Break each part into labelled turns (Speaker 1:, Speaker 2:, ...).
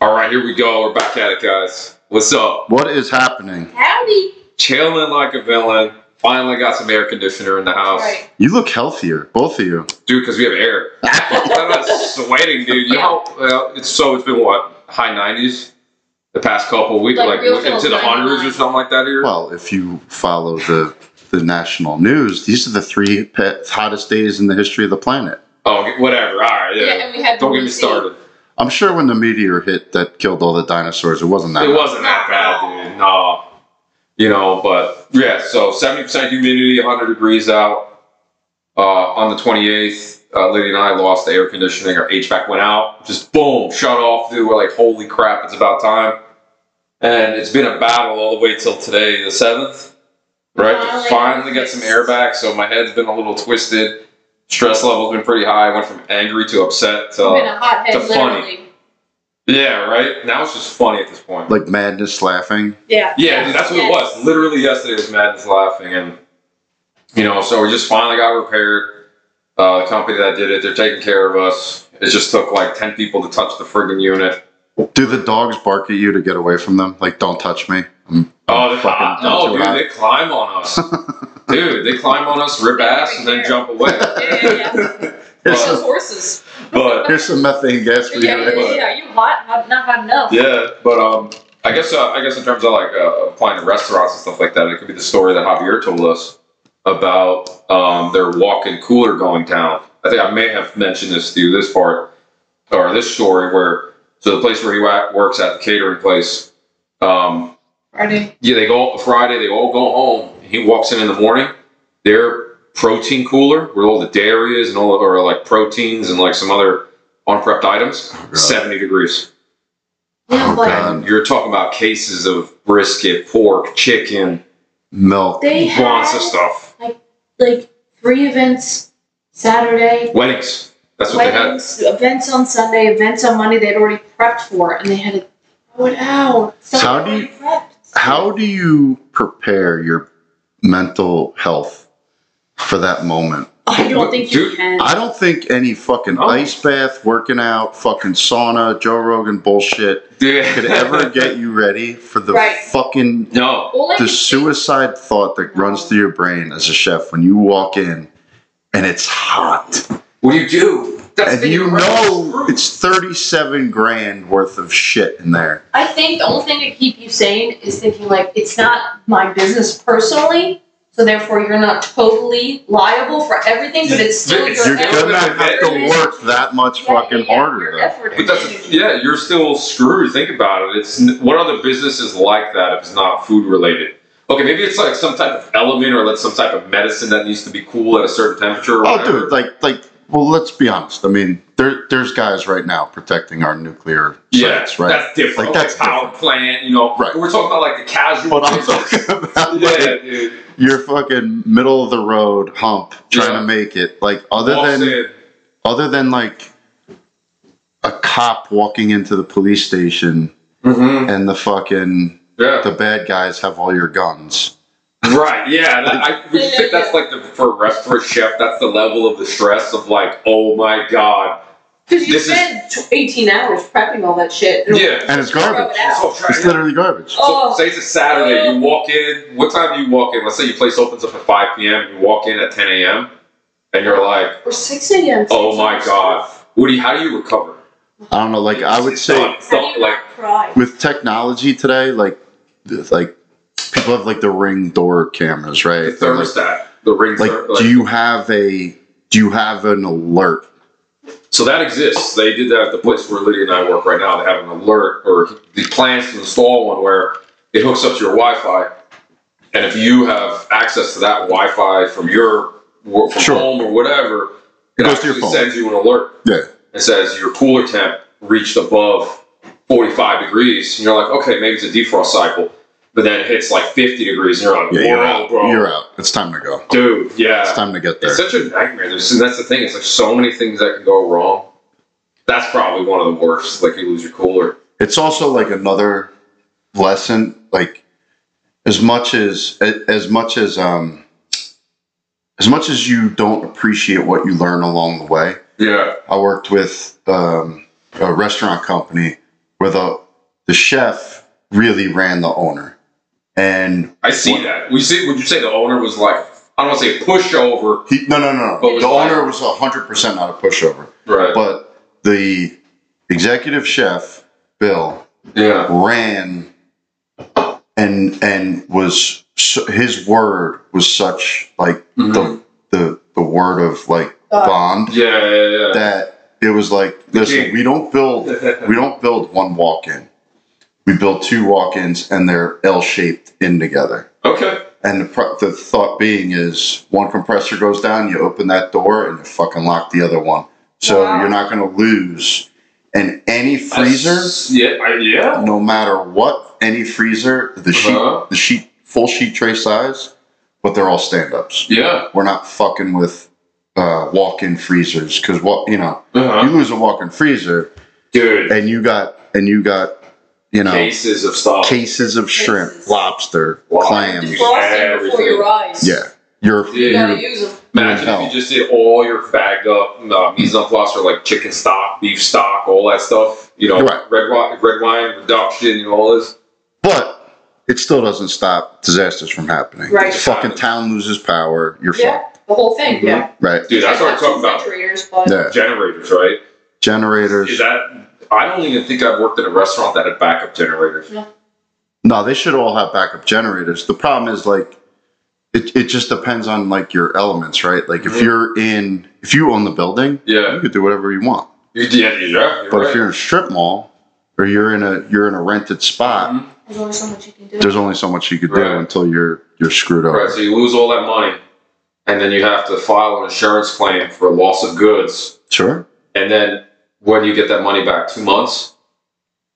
Speaker 1: here we go. We're back at it, guys. What's up?
Speaker 2: What is happening?
Speaker 3: Howdy.
Speaker 1: Chilling like a villain. Finally got some air conditioner in the house,
Speaker 3: Right.
Speaker 2: You look healthier, both of you.
Speaker 1: dude. Because we have air. I'm not sweating, dude. You
Speaker 3: Yeah.
Speaker 1: know, well, it's so it's been what high nineties the past couple weeks,
Speaker 3: Like
Speaker 1: like,
Speaker 3: real
Speaker 1: into the
Speaker 3: feels
Speaker 1: hundreds
Speaker 3: 99.
Speaker 1: or something like that here.
Speaker 2: Well, if you follow the the national news, these are the three pe- hottest days in the history of the planet.
Speaker 1: oh, okay, whatever. All right,
Speaker 3: Yeah,
Speaker 1: yeah.
Speaker 3: and we had
Speaker 1: Don't get me
Speaker 3: Lucy.
Speaker 1: started.
Speaker 2: I'm sure when the meteor hit that killed all the dinosaurs, it wasn't that.
Speaker 1: It wasn't that bad, dude. No. You know, but yeah, so 70% humidity, 100 degrees out. Uh, on the 28th, uh, Lady and I lost the air conditioning. Our HVAC went out. Just boom, shut off, dude. We're like, holy crap, it's about time. And it's been a battle all the way till today, the 7th. Right?
Speaker 3: Finally.
Speaker 1: Finally, got some air back, so my head's been a little twisted. Stress level's been pretty high. I went from angry to upset to.
Speaker 3: I've been a hothead,
Speaker 1: Uh, it's a funny.
Speaker 3: literally.
Speaker 1: yeah, right? Now it's just funny at this point.
Speaker 2: Like madness, laughing.
Speaker 3: Yeah.
Speaker 1: Yeah, dude, that's what it
Speaker 3: Yes.
Speaker 1: was. Literally yesterday was Madden's laughing, and you know, so we just finally got repaired. Uh, the company that did it, they're taking care of us. It just took like ten people to touch the friggin' unit.
Speaker 2: Do the dogs bark at you to get away from them? Like, don't touch me. I'm-
Speaker 1: Oh, they're
Speaker 2: Fucking
Speaker 1: hot.
Speaker 2: don't
Speaker 1: No,
Speaker 2: do
Speaker 1: dude,
Speaker 2: that.
Speaker 1: they climb on us. dude, they climb on us, rip ass, and then jump away.
Speaker 3: Yeah, yeah, yeah.
Speaker 2: Here's
Speaker 3: Those
Speaker 2: some,
Speaker 3: horses.
Speaker 1: But
Speaker 2: here's some methane gas for you.
Speaker 3: Yeah, yeah, yeah, yeah. You hot? Not, not hot enough.
Speaker 1: yeah, but um, I guess uh, I guess in terms of like uh, applying to restaurants and stuff like that, it could be the story that Javier told us about um, their walk-in cooler going down. I think I may have mentioned this to you this part or this story where so the place where he wa- works at the catering place. Um,
Speaker 3: Friday.
Speaker 1: yeah, they go Friday. They all go home. He walks in in the morning. Their protein cooler with all the dairy is and all or like proteins and like some other unprepped items.
Speaker 2: God.
Speaker 1: Seventy degrees.
Speaker 3: Yeah,
Speaker 2: Oh,
Speaker 3: like,
Speaker 2: God.
Speaker 1: And you're talking about cases of brisket, pork, chicken,
Speaker 2: Milk.
Speaker 3: They
Speaker 1: lots
Speaker 3: had
Speaker 1: of stuff.
Speaker 3: like three events Saturday,
Speaker 1: Weddings. That's what
Speaker 3: weddings, events on Sunday, events on Monday. They'd already prepped for, and they had to throw it out. So
Speaker 2: How
Speaker 3: they
Speaker 2: do you-
Speaker 3: already prepped.
Speaker 2: How do you prepare your mental health for that moment?
Speaker 3: Oh, I don't think you
Speaker 1: Dude,
Speaker 3: can.
Speaker 2: I don't think any fucking
Speaker 1: Oh.
Speaker 2: ice bath, working out, fucking sauna, Joe Rogan bullshit
Speaker 1: they had.
Speaker 2: could ever get you ready for the
Speaker 3: Right.
Speaker 2: fucking
Speaker 1: No.
Speaker 3: All I
Speaker 2: the
Speaker 3: can think-
Speaker 2: suicide thought that
Speaker 3: No.
Speaker 2: runs through your brain as a chef when you walk in and it's hot
Speaker 1: What do you do? That's the
Speaker 2: and
Speaker 1: thing,
Speaker 2: you
Speaker 1: right?
Speaker 2: know it's 37 grand worth of shit in there.
Speaker 3: I think the only thing to keep you sane is thinking like it's not my business personally, so therefore you're not totally liable for everything, but it's still
Speaker 1: It's-
Speaker 3: your
Speaker 2: You're
Speaker 1: Yeah,
Speaker 3: effort.
Speaker 2: gonna have to
Speaker 3: yeah.
Speaker 2: work that much
Speaker 3: Yeah,
Speaker 2: fucking
Speaker 3: yeah,
Speaker 2: harder
Speaker 3: your
Speaker 2: though.
Speaker 3: effort
Speaker 1: But
Speaker 3: and
Speaker 1: that's,
Speaker 3: energy.
Speaker 1: yeah, you're still screwed. Think about it. It's what other business is like that if it's not food related? Okay, maybe it's like some type of element or like some type of medicine that needs to be cool at a certain temperature. Or
Speaker 2: Oh,
Speaker 1: whatever.
Speaker 2: dude, like, like, well, let's be honest. I mean, there, there's guys right now protecting our nuclear
Speaker 1: yeah,
Speaker 2: sites, right?
Speaker 1: that's different.
Speaker 2: Like, that's
Speaker 1: Okay, power plant, you know.
Speaker 2: Right.
Speaker 1: We're talking about like the casual.
Speaker 2: But I'm
Speaker 1: business.
Speaker 2: talking about
Speaker 1: yeah,
Speaker 2: like,
Speaker 1: dude.
Speaker 2: your fucking middle of the road hump trying
Speaker 1: Yeah.
Speaker 2: to make it. Like, other
Speaker 1: Well
Speaker 2: than
Speaker 1: said.
Speaker 2: other than like a cop walking into the police station
Speaker 1: Mhm.
Speaker 2: and the fucking
Speaker 1: Yeah.
Speaker 2: the bad guys have all your guns.
Speaker 1: Right. Yeah. That, I would
Speaker 3: Yeah, yeah,
Speaker 1: think that's
Speaker 3: yeah.
Speaker 1: like the for rest for chef. That's the level of the stress of like, oh my god.
Speaker 3: Because you
Speaker 1: This is-
Speaker 3: spend tw 18 hours prepping all that shit.
Speaker 1: Yeah.
Speaker 2: And it's
Speaker 3: Throw
Speaker 2: garbage.
Speaker 3: it out.
Speaker 1: So,
Speaker 2: It's literally garbage.
Speaker 3: Oh.
Speaker 1: say it's a Saturday. You walk in. What time do you walk in? Let's say your place opens up at five p.m. You walk in at ten a.m. and you're like,
Speaker 3: Or 6 a.m.
Speaker 1: oh my god, Woody, how do you recover?
Speaker 2: I don't know. Like, I would
Speaker 1: It's
Speaker 2: say
Speaker 1: done. It's
Speaker 3: How do
Speaker 1: done.
Speaker 3: you
Speaker 1: Like,
Speaker 3: not cry?
Speaker 2: with technology today, like, th- like people have like the ring door cameras,
Speaker 1: the
Speaker 2: right? They're, like,
Speaker 1: thermostat, the ring.
Speaker 2: like
Speaker 1: ther-
Speaker 2: do you have a do you have an alert
Speaker 1: So that exists. They did that at the place where Lydia and I work right now. They have an alert or the plans to install one where it hooks up to your Wi-Fi, and if you have access to that Wi-Fi from your wo- from
Speaker 2: Sure.
Speaker 1: home or whatever,
Speaker 2: It
Speaker 1: it
Speaker 2: goes to your
Speaker 1: actually
Speaker 2: phone.
Speaker 1: sends you an alert.
Speaker 2: Yeah.
Speaker 1: It says your cooler temp reached above 45 degrees, and you're like, okay, maybe it's a defrost cycle. But then it hits like 50 degrees, and you're like,
Speaker 2: Yeah, you're
Speaker 1: whoa, bro,
Speaker 2: you're out it's time to go
Speaker 1: dude, yeah.
Speaker 2: it's time to get there
Speaker 1: It's such a nightmare. There's, and that's the thing. It's like so many things that can go wrong. That's probably one of the worst. Like you lose your cooler.
Speaker 2: it's also like another lesson like as much as as much as um as much as you don't appreciate what you learn along the way
Speaker 1: Yeah.
Speaker 2: i worked with um, a restaurant company where the the chef really ran the owner. And
Speaker 1: I see
Speaker 2: What-
Speaker 1: that. We see. Would you say the owner was like? I don't want to say pushover.
Speaker 2: he, no, no, no,
Speaker 1: But
Speaker 2: no.
Speaker 1: was
Speaker 2: The
Speaker 1: I-
Speaker 2: owner was 100% not a pushover.
Speaker 1: Right.
Speaker 2: But the executive chef, Bill,
Speaker 1: yeah.
Speaker 2: ran and and was su- his word was such like
Speaker 1: Mhm.
Speaker 2: the the the word of like bond
Speaker 1: Uh, Yeah. Yeah. Yeah.
Speaker 2: that it was like listen
Speaker 1: king.
Speaker 2: we don't build we don't build one walk-in we build two walk-ins and they're l-shaped in together
Speaker 1: okay.
Speaker 2: and the, pro- the thought being is one compressor goes down, you open that door and you fucking lock the other one. So
Speaker 3: Wow.
Speaker 2: you're not going to lose. And any freezer,
Speaker 1: That's- Yeah. I, yeah.
Speaker 2: no matter what, any freezer, the sheet,
Speaker 1: Uh-huh.
Speaker 2: the sheet, full sheet tray size, but they're all stand ups.
Speaker 1: Yeah.
Speaker 2: We're not fucking with uh, walk in freezers because what you know,
Speaker 1: Uh-huh.
Speaker 2: you lose a walk in freezer
Speaker 1: Dude.
Speaker 2: and you got and you got you know
Speaker 1: Cases of stuff.
Speaker 2: cases of shrimp,
Speaker 3: Cases.
Speaker 2: lobster,
Speaker 1: Wow.
Speaker 2: clams.
Speaker 3: Frosting before your eyes.
Speaker 2: Yeah, you're
Speaker 3: You
Speaker 1: Yeah.
Speaker 3: gotta use them.
Speaker 1: Imagine
Speaker 2: Hell.
Speaker 1: if you just did all your fagged up uh, mise en place or like chicken stock, beef stock, all that stuff. You know,
Speaker 2: You're right.
Speaker 1: red wine, red wine reduction, and all this.
Speaker 2: But it still doesn't stop disasters from happening.
Speaker 3: Right.
Speaker 2: The fucking town loses power. You're
Speaker 3: Yeah,
Speaker 2: fucked.
Speaker 3: the whole
Speaker 1: Mm-hmm.
Speaker 3: thing. Yeah.
Speaker 2: Right.
Speaker 1: Dude, that's what I'm
Speaker 3: Not
Speaker 1: talking about.
Speaker 3: refrigerators, but
Speaker 2: Yeah.
Speaker 1: Generators, right? Is
Speaker 2: Generators.
Speaker 1: that? I don't even think I've worked in a restaurant that had backup generators.
Speaker 2: No, they should all have backup generators. The problem is like it, it just depends on like your elements, right? Like if
Speaker 1: Mhm.
Speaker 2: you're in if you own the building,
Speaker 1: Yeah.
Speaker 2: you could do whatever you want.
Speaker 1: You, yeah, yeah. You're
Speaker 2: But
Speaker 1: right.
Speaker 2: if you're in a strip mall or you're in a you're in a rented spot,
Speaker 1: Mhm.
Speaker 3: there's only so much you can do.
Speaker 2: there's only so much you could
Speaker 1: Mm-hmm. Right.
Speaker 2: do until you're you're screwed over.
Speaker 1: Right, so you lose all that money, and then you have to file an insurance claim for loss of goods,
Speaker 2: Sure.
Speaker 1: and then when you get that money back, two months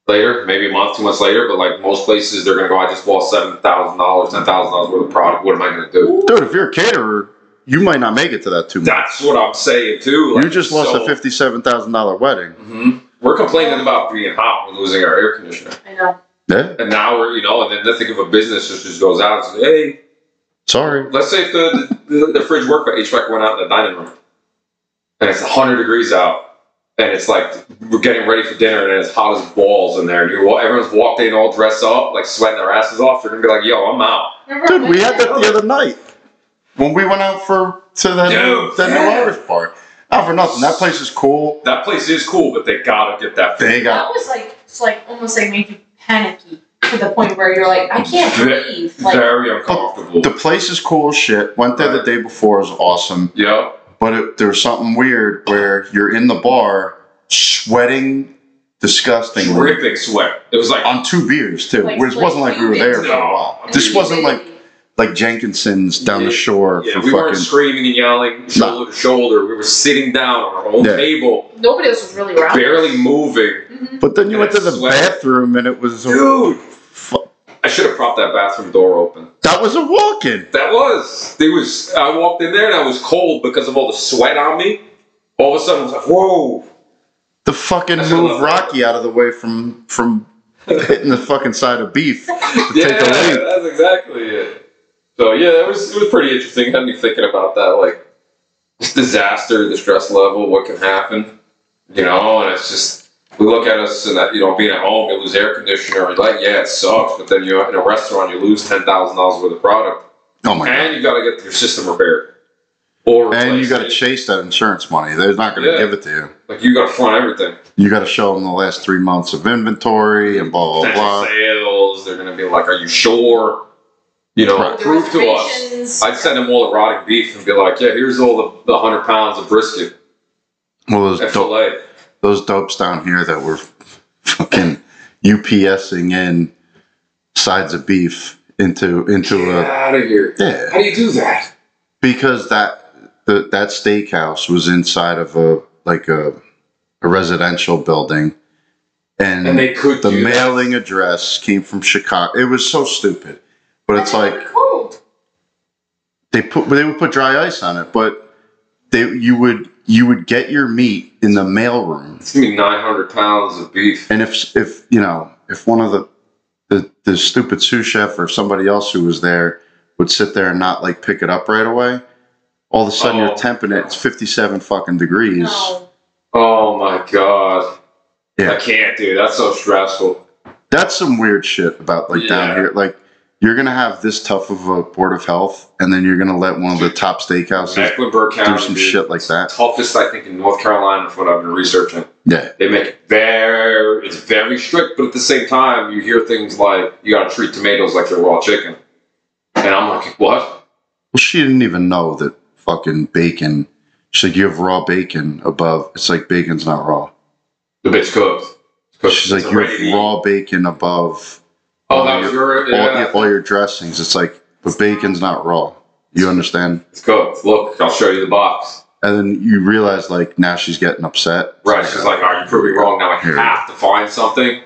Speaker 1: later, maybe a month, two months later, but like most places, they're gonna go, I just lost seven thousand dollars, ten thousand dollars worth of product. What am I gonna do?
Speaker 2: Dude, if you're a caterer, you might not make it to that two months.
Speaker 1: That's what I'm saying too.
Speaker 2: You just lost a fifty-seven thousand dollar wedding.
Speaker 1: Mm-hmm. We're complaining about being hot and losing our air conditioner,
Speaker 3: I know.
Speaker 2: Yeah,
Speaker 1: and now we're you know, and then think of a business that just goes out and says, hey,
Speaker 2: sorry.
Speaker 1: Let's say if the, the, the fridge worked, but HVAC went out in the dining room, and it's 100 degrees out, and it's like we're getting ready for dinner, and it's hot as balls in there, and you're, everyone's walked in all dressed up, like sweating their asses off. They're gonna be like, "Yo, I'm out."
Speaker 3: Remember
Speaker 2: Dude,
Speaker 3: when
Speaker 2: we had
Speaker 3: did-
Speaker 2: that the other night when we went out for to that
Speaker 1: Dude,
Speaker 2: that
Speaker 1: yeah.
Speaker 2: new Irish bar. Not for nothing. That place is cool.
Speaker 1: That place is cool, but they gotta get that.
Speaker 2: They
Speaker 3: That
Speaker 2: got
Speaker 3: was like, it's like almost like made you panicky to the point where you're like, I can't
Speaker 1: Ve-
Speaker 3: breathe. Like,
Speaker 1: very uncomfortable.
Speaker 2: the place is cool as shit. Went there the
Speaker 1: Right.
Speaker 2: day before is awesome,
Speaker 1: yeah,
Speaker 2: but it, there was something weird where you're in the bar sweating disgustingly
Speaker 1: dripping sweat. It was like
Speaker 2: on two beers too.
Speaker 3: Like-
Speaker 2: Which
Speaker 3: like
Speaker 2: wasn't like we were there for a
Speaker 1: humid.
Speaker 2: while.
Speaker 1: No.
Speaker 2: This wasn't like
Speaker 3: humidity.
Speaker 2: like Jenkinson's down the
Speaker 1: Yeah.
Speaker 2: shore
Speaker 1: yeah,
Speaker 2: for
Speaker 1: we weren't
Speaker 2: fucking
Speaker 1: screaming and yelling shoulder to shoulder. We were sitting down on our own
Speaker 2: Yeah.
Speaker 1: table,
Speaker 3: nobody else was really around.
Speaker 1: barely moving.
Speaker 3: Mhm.
Speaker 2: But then you went to the
Speaker 1: Sweat.
Speaker 2: bathroom and it was a,
Speaker 1: Dude,
Speaker 2: fu-
Speaker 1: I should have propped that bathroom door open.
Speaker 2: that was a walk-in.
Speaker 1: That was. It was. I walked in there and I was cold because of all the sweat on me. All of a sudden, I was like, "Whoa!"
Speaker 2: The fucking
Speaker 1: That's
Speaker 2: move
Speaker 1: another-
Speaker 2: Rocky out of the way from from hitting the fucking side of beef. To
Speaker 1: Yeah,
Speaker 2: take a leak.
Speaker 1: that's exactly it. So yeah, that was it was pretty interesting. Had me thinking about that, like this disaster, the stress level, what can happen, you know. And it's just we look at us and that you know being at home, you lose air conditioner. You're like, yeah, it sucks, but then you're in a restaurant, you lose ten thousand dollars worth of product,
Speaker 2: Oh my god!
Speaker 1: and you got to get your system repaired or
Speaker 2: And you
Speaker 1: replaced.
Speaker 2: got to chase that insurance money. They're not going to
Speaker 1: Yeah.
Speaker 2: give it to you.
Speaker 1: like you got to front everything.
Speaker 2: You got to show them the last three months of inventory and blah blah
Speaker 1: potential
Speaker 2: blah.
Speaker 1: sales. They're going to be like, "Are you sure?" You know,
Speaker 2: Right.
Speaker 1: prove to us.
Speaker 3: Reservations.
Speaker 1: I'd send them all the rotting beef and be like, "Yeah, here's all the, the hundred pounds of brisket
Speaker 2: Well,
Speaker 1: at
Speaker 2: those dope,
Speaker 1: fillet."
Speaker 2: those dopes down here that were fucking UPSing in sides of beef into into
Speaker 1: Get out of here!
Speaker 2: a yeah.
Speaker 1: How do you do that?
Speaker 2: because that the, that steakhouse was inside of a like a, a residential building and,
Speaker 1: And they could
Speaker 2: Mm. the
Speaker 1: do that.
Speaker 2: mailing address came from chicago it was so stupid but it's
Speaker 3: And they
Speaker 2: like
Speaker 3: were cold.
Speaker 2: they put they would put dry ice on it but they you would you would get your meat in the mailroom
Speaker 1: It's gonna be nine hundred pounds of beef.
Speaker 2: and if if you know if one of the the, the stupid sous chef or somebody else who was there would sit there and not like pick it up right away all of a sudden
Speaker 1: Oh.
Speaker 2: you're temping it it's 57 fucking degrees
Speaker 3: No.
Speaker 1: Oh my god!
Speaker 2: Yeah.
Speaker 1: I can't, dude. That's so stressful.
Speaker 2: That's some weird shit about like
Speaker 1: Yeah.
Speaker 2: down here. Like you're gonna have this tough of a board of health, and then you're gonna let one of the top steakhouses
Speaker 1: Mecklenburg County
Speaker 2: do some
Speaker 1: dude,
Speaker 2: shit like that.
Speaker 1: toughest I think in North Carolina from what I've been researching.
Speaker 2: Yeah,
Speaker 1: They make it very it's very strict, but at the same time you hear things like you gotta treat tomatoes like they're raw chicken. And I'm like, what?
Speaker 2: Well, she didn't even know that fucking bacon. She's like, you have raw bacon above. It's like bacon's not raw.
Speaker 1: The bitch cooked. It's cooked.
Speaker 2: She's like,
Speaker 1: It's
Speaker 2: you
Speaker 1: ready to eat."
Speaker 2: have raw bacon above
Speaker 1: Oh, that was your
Speaker 2: all,
Speaker 1: yeah.
Speaker 2: all your dressings. It's like, but bacon's not raw. You understand?
Speaker 1: It's cooked. Look, I'll show you the box.
Speaker 2: And then you realize, like, now she's getting upset.
Speaker 1: Right. She's like, all right, you proved me wrong. Now I
Speaker 2: Here.
Speaker 1: have to find something.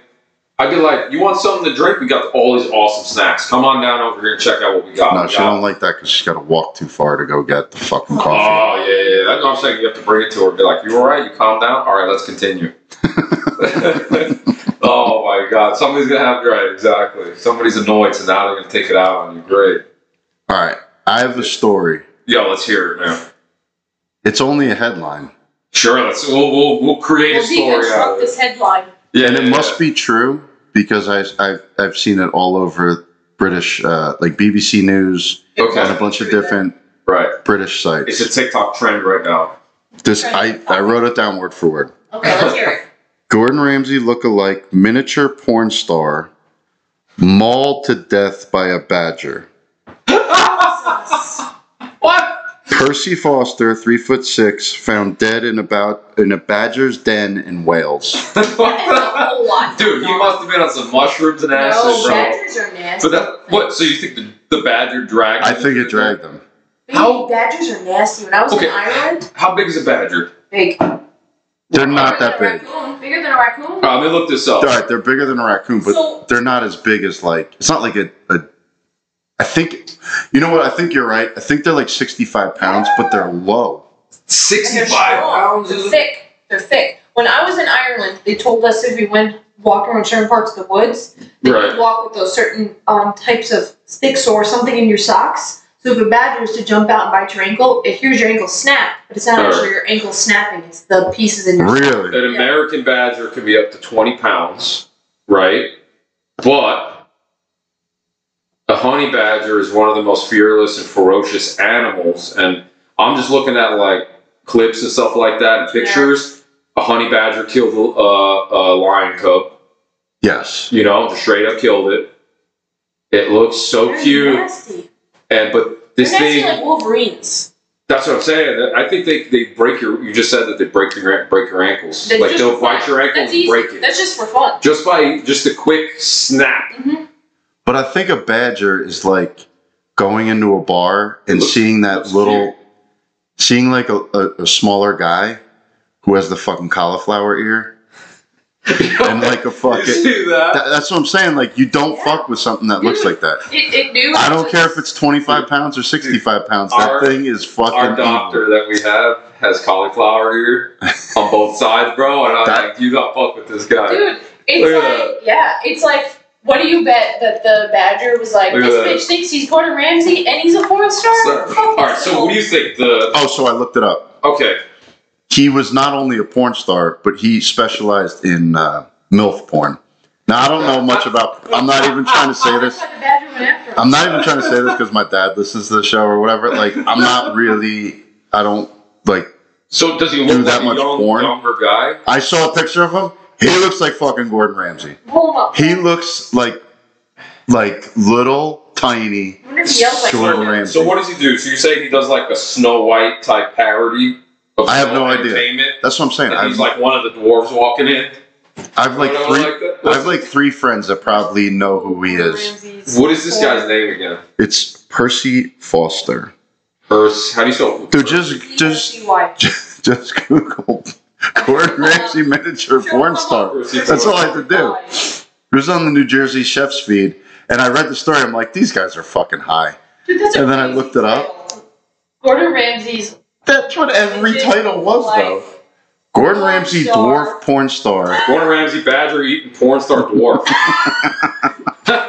Speaker 1: I'd be like, you want something to drink? We got all these awesome snacks. Come on down over here and check out what we got.
Speaker 2: No,
Speaker 1: We
Speaker 2: she
Speaker 1: got-
Speaker 2: don't like that because she's got to walk too far to go get the fucking coffee.
Speaker 1: Oh, yeah, yeah. yeah. That's what I'm saying. You have to bring it to her and be like, you all right? You calm down? All right, let's continue. oh, my God. Somebody's going to have, right, exactly. Somebody's annoyed, so now they're going to take it out on you. Great.
Speaker 2: All right, I have a story.
Speaker 1: Yeah, let's hear it now.
Speaker 2: It's only a headline,
Speaker 1: Sure, let's, we'll, we'll, we'll create
Speaker 3: We'll
Speaker 1: a story out
Speaker 3: deconstruct
Speaker 1: of it.
Speaker 3: this headline.
Speaker 1: Yeah,
Speaker 2: and it must be true because I, I've I've seen it all over British, uh, like BBC News and
Speaker 1: Okay,
Speaker 2: a bunch of different
Speaker 1: right.
Speaker 2: British
Speaker 1: It's
Speaker 2: sites.
Speaker 1: a TikTok trend right now.
Speaker 2: This I, I wrote it down word for word.
Speaker 3: Okay, let's hear it.
Speaker 2: Gordon Ramsay look-alike miniature porn star mauled to death by a badger.
Speaker 1: What?
Speaker 2: Percy Foster, three foot six, found dead in about in a badger's den in Wales.
Speaker 3: That is a whole lot.
Speaker 1: Dude, he must have been on some mushrooms and acid,
Speaker 3: No,
Speaker 1: bro.
Speaker 3: badgers are nasty.
Speaker 1: But that what? So you think the, the badger dragged?
Speaker 2: I
Speaker 1: him
Speaker 2: think
Speaker 1: into
Speaker 2: it
Speaker 1: the-
Speaker 2: dragged them.
Speaker 1: How-
Speaker 3: Baby, badgers are nasty. When I was
Speaker 1: Okay.
Speaker 3: in Ireland,
Speaker 1: How big is a badger?
Speaker 3: big.
Speaker 2: They're not that big.
Speaker 3: Bigger than a raccoon.
Speaker 1: Uh, let me look this up.
Speaker 2: All right, they're bigger than a raccoon, but
Speaker 3: So-
Speaker 2: they're not as big as like. It's not like a. a I think, you know what? I think you're right. I think they're like 65 pounds, but they're low.
Speaker 3: And they're
Speaker 1: Sixty-five
Speaker 3: strong.
Speaker 1: pounds.
Speaker 3: They're
Speaker 1: Is
Speaker 3: thick. They're thick. When I was in Ireland, they told us if we went walking around certain parts of the woods, that
Speaker 1: Right.
Speaker 3: you walk with those certain um, types of sticks or something in your socks. So if a badger was to jump out and bite your ankle, it hears your ankle snap, but it's not
Speaker 1: Alright.
Speaker 3: actually your ankle snapping; it's the pieces in your.
Speaker 1: an
Speaker 2: Really?
Speaker 1: American badger could be up to twenty pounds, right? But a honey badger is one of the most fearless and ferocious animals, and I'm just looking at like clips and stuff like that and pictures. A honey badger killed a, a lion cub.
Speaker 2: Yes.
Speaker 1: you know, straight up killed it. It looks so
Speaker 3: They're
Speaker 1: cute,
Speaker 3: Nasty.
Speaker 1: and but
Speaker 3: They're
Speaker 1: this
Speaker 3: nasty
Speaker 1: thing.
Speaker 3: like wolverines.
Speaker 1: that's what I'm saying. I think they, they break your. You just said that they break your break your ankles.
Speaker 3: They're
Speaker 1: like
Speaker 3: just
Speaker 1: they'll
Speaker 3: for fun.
Speaker 1: bite your ankle
Speaker 3: That's
Speaker 1: and
Speaker 3: easy.
Speaker 1: break it
Speaker 3: That's just for fun.
Speaker 1: just by just a quick snap.
Speaker 3: hmm
Speaker 2: But I think a badger is like going into a bar and
Speaker 1: Looks-
Speaker 2: seeing that
Speaker 1: looks
Speaker 2: little, seeing like a, a, a smaller guy who has the fucking cauliflower ear and like a
Speaker 1: you
Speaker 2: fucking.
Speaker 1: see that?
Speaker 2: That, that's what I'm saying. Like you don't
Speaker 3: Yeah.
Speaker 2: fuck with something that looks like that.
Speaker 3: It, it knew.
Speaker 2: I don't care if it's 25 pounds or 65 pounds.
Speaker 1: Our-
Speaker 2: That thing is fucking.
Speaker 1: Our doctor that we have has cauliflower ear on both sides, bro. And I'm
Speaker 2: That-
Speaker 1: like, you got fuck with this guy.
Speaker 3: Dude, it's
Speaker 1: Look at
Speaker 3: like yeah, it's like what do you bet that the badger was like?
Speaker 1: Look at
Speaker 3: This
Speaker 1: that.
Speaker 3: bitch thinks he's Gordon Ramsay and he's a porn star.
Speaker 1: So-
Speaker 3: Fuck
Speaker 1: all right.
Speaker 3: this
Speaker 1: So what do you think? The
Speaker 2: Oh, so I looked it up.
Speaker 1: okay.
Speaker 2: He was not only a porn star, but he specialized in uh, milf porn. Now I don't know much about. I'm not even trying to say
Speaker 3: asshole.
Speaker 2: this.
Speaker 3: That's why the badger went after him.
Speaker 2: I'm not even trying to say this because my dad listens to the show or whatever. Like I'm not really. I don't like.
Speaker 1: So does he
Speaker 2: Do
Speaker 1: look
Speaker 2: that
Speaker 1: like a
Speaker 2: much
Speaker 1: young,
Speaker 2: porn?
Speaker 1: younger guy?
Speaker 2: I saw a picture of him. He looks like fucking Gordon Ramsay.
Speaker 3: Pull him up.
Speaker 2: He looks like like little tiny.
Speaker 3: I wonder if he yells like
Speaker 2: Gordon
Speaker 3: that.
Speaker 2: Ramsay.
Speaker 1: So what does he do? So you're saying he does like a Snow White type parody? Of
Speaker 2: I have
Speaker 1: Snow
Speaker 2: no
Speaker 1: White
Speaker 2: idea.
Speaker 1: Entertainment,
Speaker 2: That's what I'm saying.
Speaker 1: and
Speaker 2: I've,
Speaker 1: he's like one of the dwarves walking in.
Speaker 2: I've like
Speaker 1: You know,
Speaker 2: three.
Speaker 1: that?
Speaker 2: I have like three friends that probably know who he is.
Speaker 3: Ramsay's
Speaker 1: what is this
Speaker 3: porn.
Speaker 1: guy's name again?
Speaker 2: It's Percy Foster.
Speaker 1: Hers. How do you spell?
Speaker 2: Dude, just just
Speaker 3: C-O-C-Y.
Speaker 2: just Google Gordon Ramsay miniature porn star. That's all I have to do. It was on the New Jersey Chef's feed, and I read the story. I'm like, these guys are fucking high.
Speaker 3: Dude, that's a
Speaker 2: And then I
Speaker 3: crazy
Speaker 2: looked it up.
Speaker 3: title. Gordon Ramsay's
Speaker 2: That's what every
Speaker 3: Legit
Speaker 2: title was
Speaker 3: life.
Speaker 2: though. Gordon
Speaker 3: Porn
Speaker 2: Ramsay
Speaker 3: star.
Speaker 2: dwarf porn star.
Speaker 1: Gordon Ramsay badger eating porn star dwarf.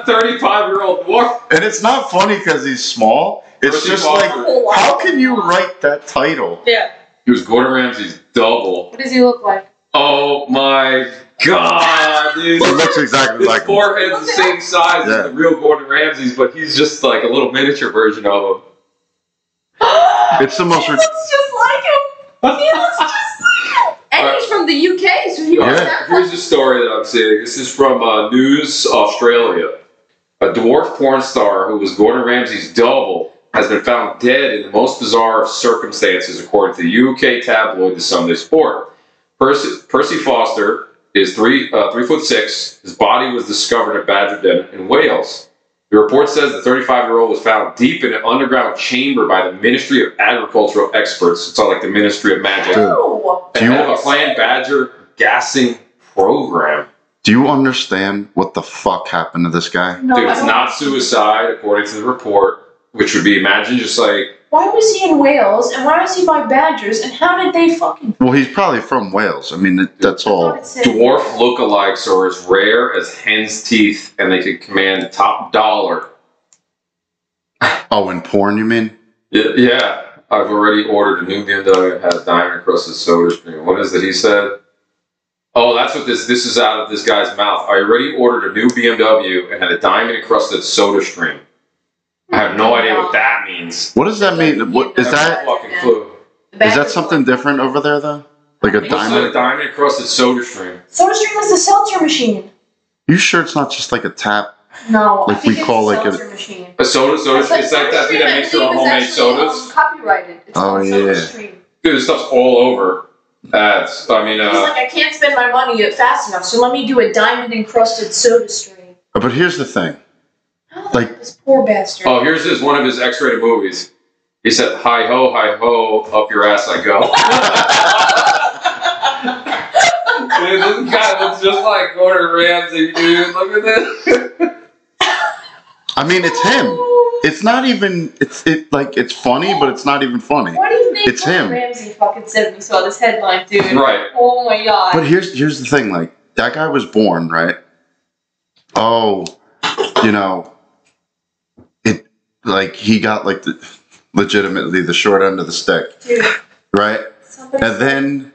Speaker 1: Thirty-five year old dwarf.
Speaker 2: And it's not funny because he's small. It's
Speaker 1: Percy
Speaker 2: just
Speaker 1: Foster.
Speaker 2: like,
Speaker 3: whole life.
Speaker 2: how can you write that title?
Speaker 3: Yeah.
Speaker 1: He was Gordon Ramsay's double.
Speaker 3: What does he look like?
Speaker 1: Oh my god, dude.
Speaker 2: It looks exactly
Speaker 1: His
Speaker 2: like him.
Speaker 1: forehead's the same size
Speaker 2: Yeah.
Speaker 1: as the real Gordon Ramsay's, but he's just like a little miniature version of him.
Speaker 2: It's the most.
Speaker 3: He
Speaker 2: Re-
Speaker 3: looks just like him. He looks just like him. And he's from the UK, so he
Speaker 2: Yeah.
Speaker 1: All
Speaker 3: was
Speaker 1: right,
Speaker 3: that
Speaker 1: Here's a story that I'm seeing. This is from uh, News Australia. A dwarf porn star who was Gordon Ramsay's double has been found dead in the most bizarre of circumstances, according to the UK tabloid The Sunday Sport. Percy, Percy Foster is three uh, three foot six. His body was discovered at Badger Den in Wales. The report says the 35 year old was found deep in an underground chamber by the Ministry of Agricultural experts. It's not like the Ministry of Magic.
Speaker 3: No.
Speaker 2: Do you
Speaker 1: have a planned badger gassing program?
Speaker 2: Do you understand what the fuck happened to this guy?
Speaker 3: No,
Speaker 1: Dude,
Speaker 3: I
Speaker 1: it's
Speaker 3: don't-
Speaker 1: not suicide, according to the report, which would be imagine just like,
Speaker 3: Why was he in Wales and why was he by Badgers and how did they fucking
Speaker 2: Well, he's probably from Wales. I mean, it- that's
Speaker 3: I thought
Speaker 2: Oh, all.
Speaker 3: it said-
Speaker 1: dwarf lookalikes are as rare as hen's teeth and they could command top dollar.
Speaker 2: Oh, in porn, you mean?
Speaker 1: Y- yeah, I've already ordered a new BMW and has diamond crusted soda stream. What is it he said? Oh, that's what this this is out of this guy's mouth. I already ordered a new BMW and had a diamond encrusted soda stream. I have no idea what that means.
Speaker 2: What does that mean? What is
Speaker 1: I
Speaker 2: that?
Speaker 1: have no fucking clue.
Speaker 2: Is that something different over there though? Like a
Speaker 1: Looks
Speaker 3: What's
Speaker 1: like a
Speaker 2: diamond?
Speaker 1: diamond encrusted soda stream.
Speaker 3: Soda Stream is the seltzer machine.
Speaker 2: You sure it's not just like a tap?
Speaker 3: No, I
Speaker 2: Like
Speaker 3: think
Speaker 2: we
Speaker 3: it's
Speaker 2: call,
Speaker 3: the
Speaker 2: like, a-
Speaker 3: seltzer machine.
Speaker 1: A soda, soda stream. It's like that thing that makes your own homemade sodas.
Speaker 3: um, Copyrighted. It's
Speaker 2: Oh,
Speaker 3: called Soda
Speaker 2: yeah.
Speaker 3: Stream.
Speaker 1: Dude, this stuff's all over ads. I mean,
Speaker 3: He's
Speaker 1: uh,
Speaker 3: like, I can't spend my money fast enough, so let me do a diamond encrusted Soda Stream.
Speaker 2: But here's the thing. Like-
Speaker 3: this poor bastard.
Speaker 1: oh, here's his one of his X-rated movies. He said, "Hi ho, hi ho, up your ass I go." dude, this guy looks just like Gordon Ramsay, dude. Look at this.
Speaker 2: I mean, it's him. It's not even. It's it like it's funny, but it's not even funny.
Speaker 3: What do you think
Speaker 2: It's
Speaker 3: Gordon
Speaker 2: him.
Speaker 3: Ramsay fucking said when he saw this headline, dude?
Speaker 1: right.
Speaker 3: Oh my god.
Speaker 2: But here's here's the thing. Like that guy was born right. Oh, you know, it like he got like the legitimately the short end of the stick,
Speaker 3: dude,
Speaker 2: right?
Speaker 3: somebody
Speaker 2: and then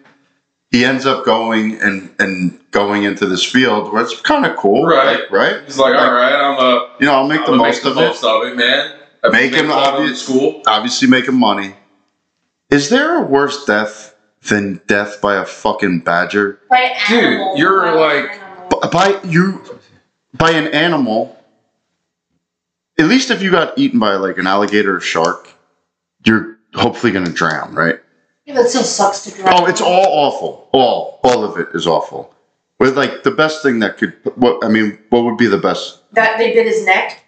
Speaker 2: he ends up going and and going into this field where it's kind of cool,
Speaker 1: Right.
Speaker 2: like, right?
Speaker 1: He's like, "All right, I'm uh,
Speaker 2: You know, I'll make
Speaker 1: I'm
Speaker 2: the
Speaker 1: gonna
Speaker 2: most
Speaker 1: make the
Speaker 2: of it.
Speaker 1: most of it, man. I'm
Speaker 2: Make
Speaker 1: making
Speaker 2: him
Speaker 1: fun of it in
Speaker 2: obvious-
Speaker 1: school."
Speaker 2: Obviously, making money. Is there a worse death than death by a fucking badger?
Speaker 3: by an
Speaker 1: Dude,
Speaker 3: animal.
Speaker 1: you're
Speaker 3: by an
Speaker 1: like-
Speaker 3: animal.
Speaker 2: B- By you, by an animal. At least if you got eaten by like an alligator or shark, you're hopefully gonna drown, right?
Speaker 3: Yeah, that still sucks to drive.
Speaker 2: Oh, it's all awful. All, all of it is awful. With like the best thing that could, what I mean, what would be the best?
Speaker 3: that they bit his neck.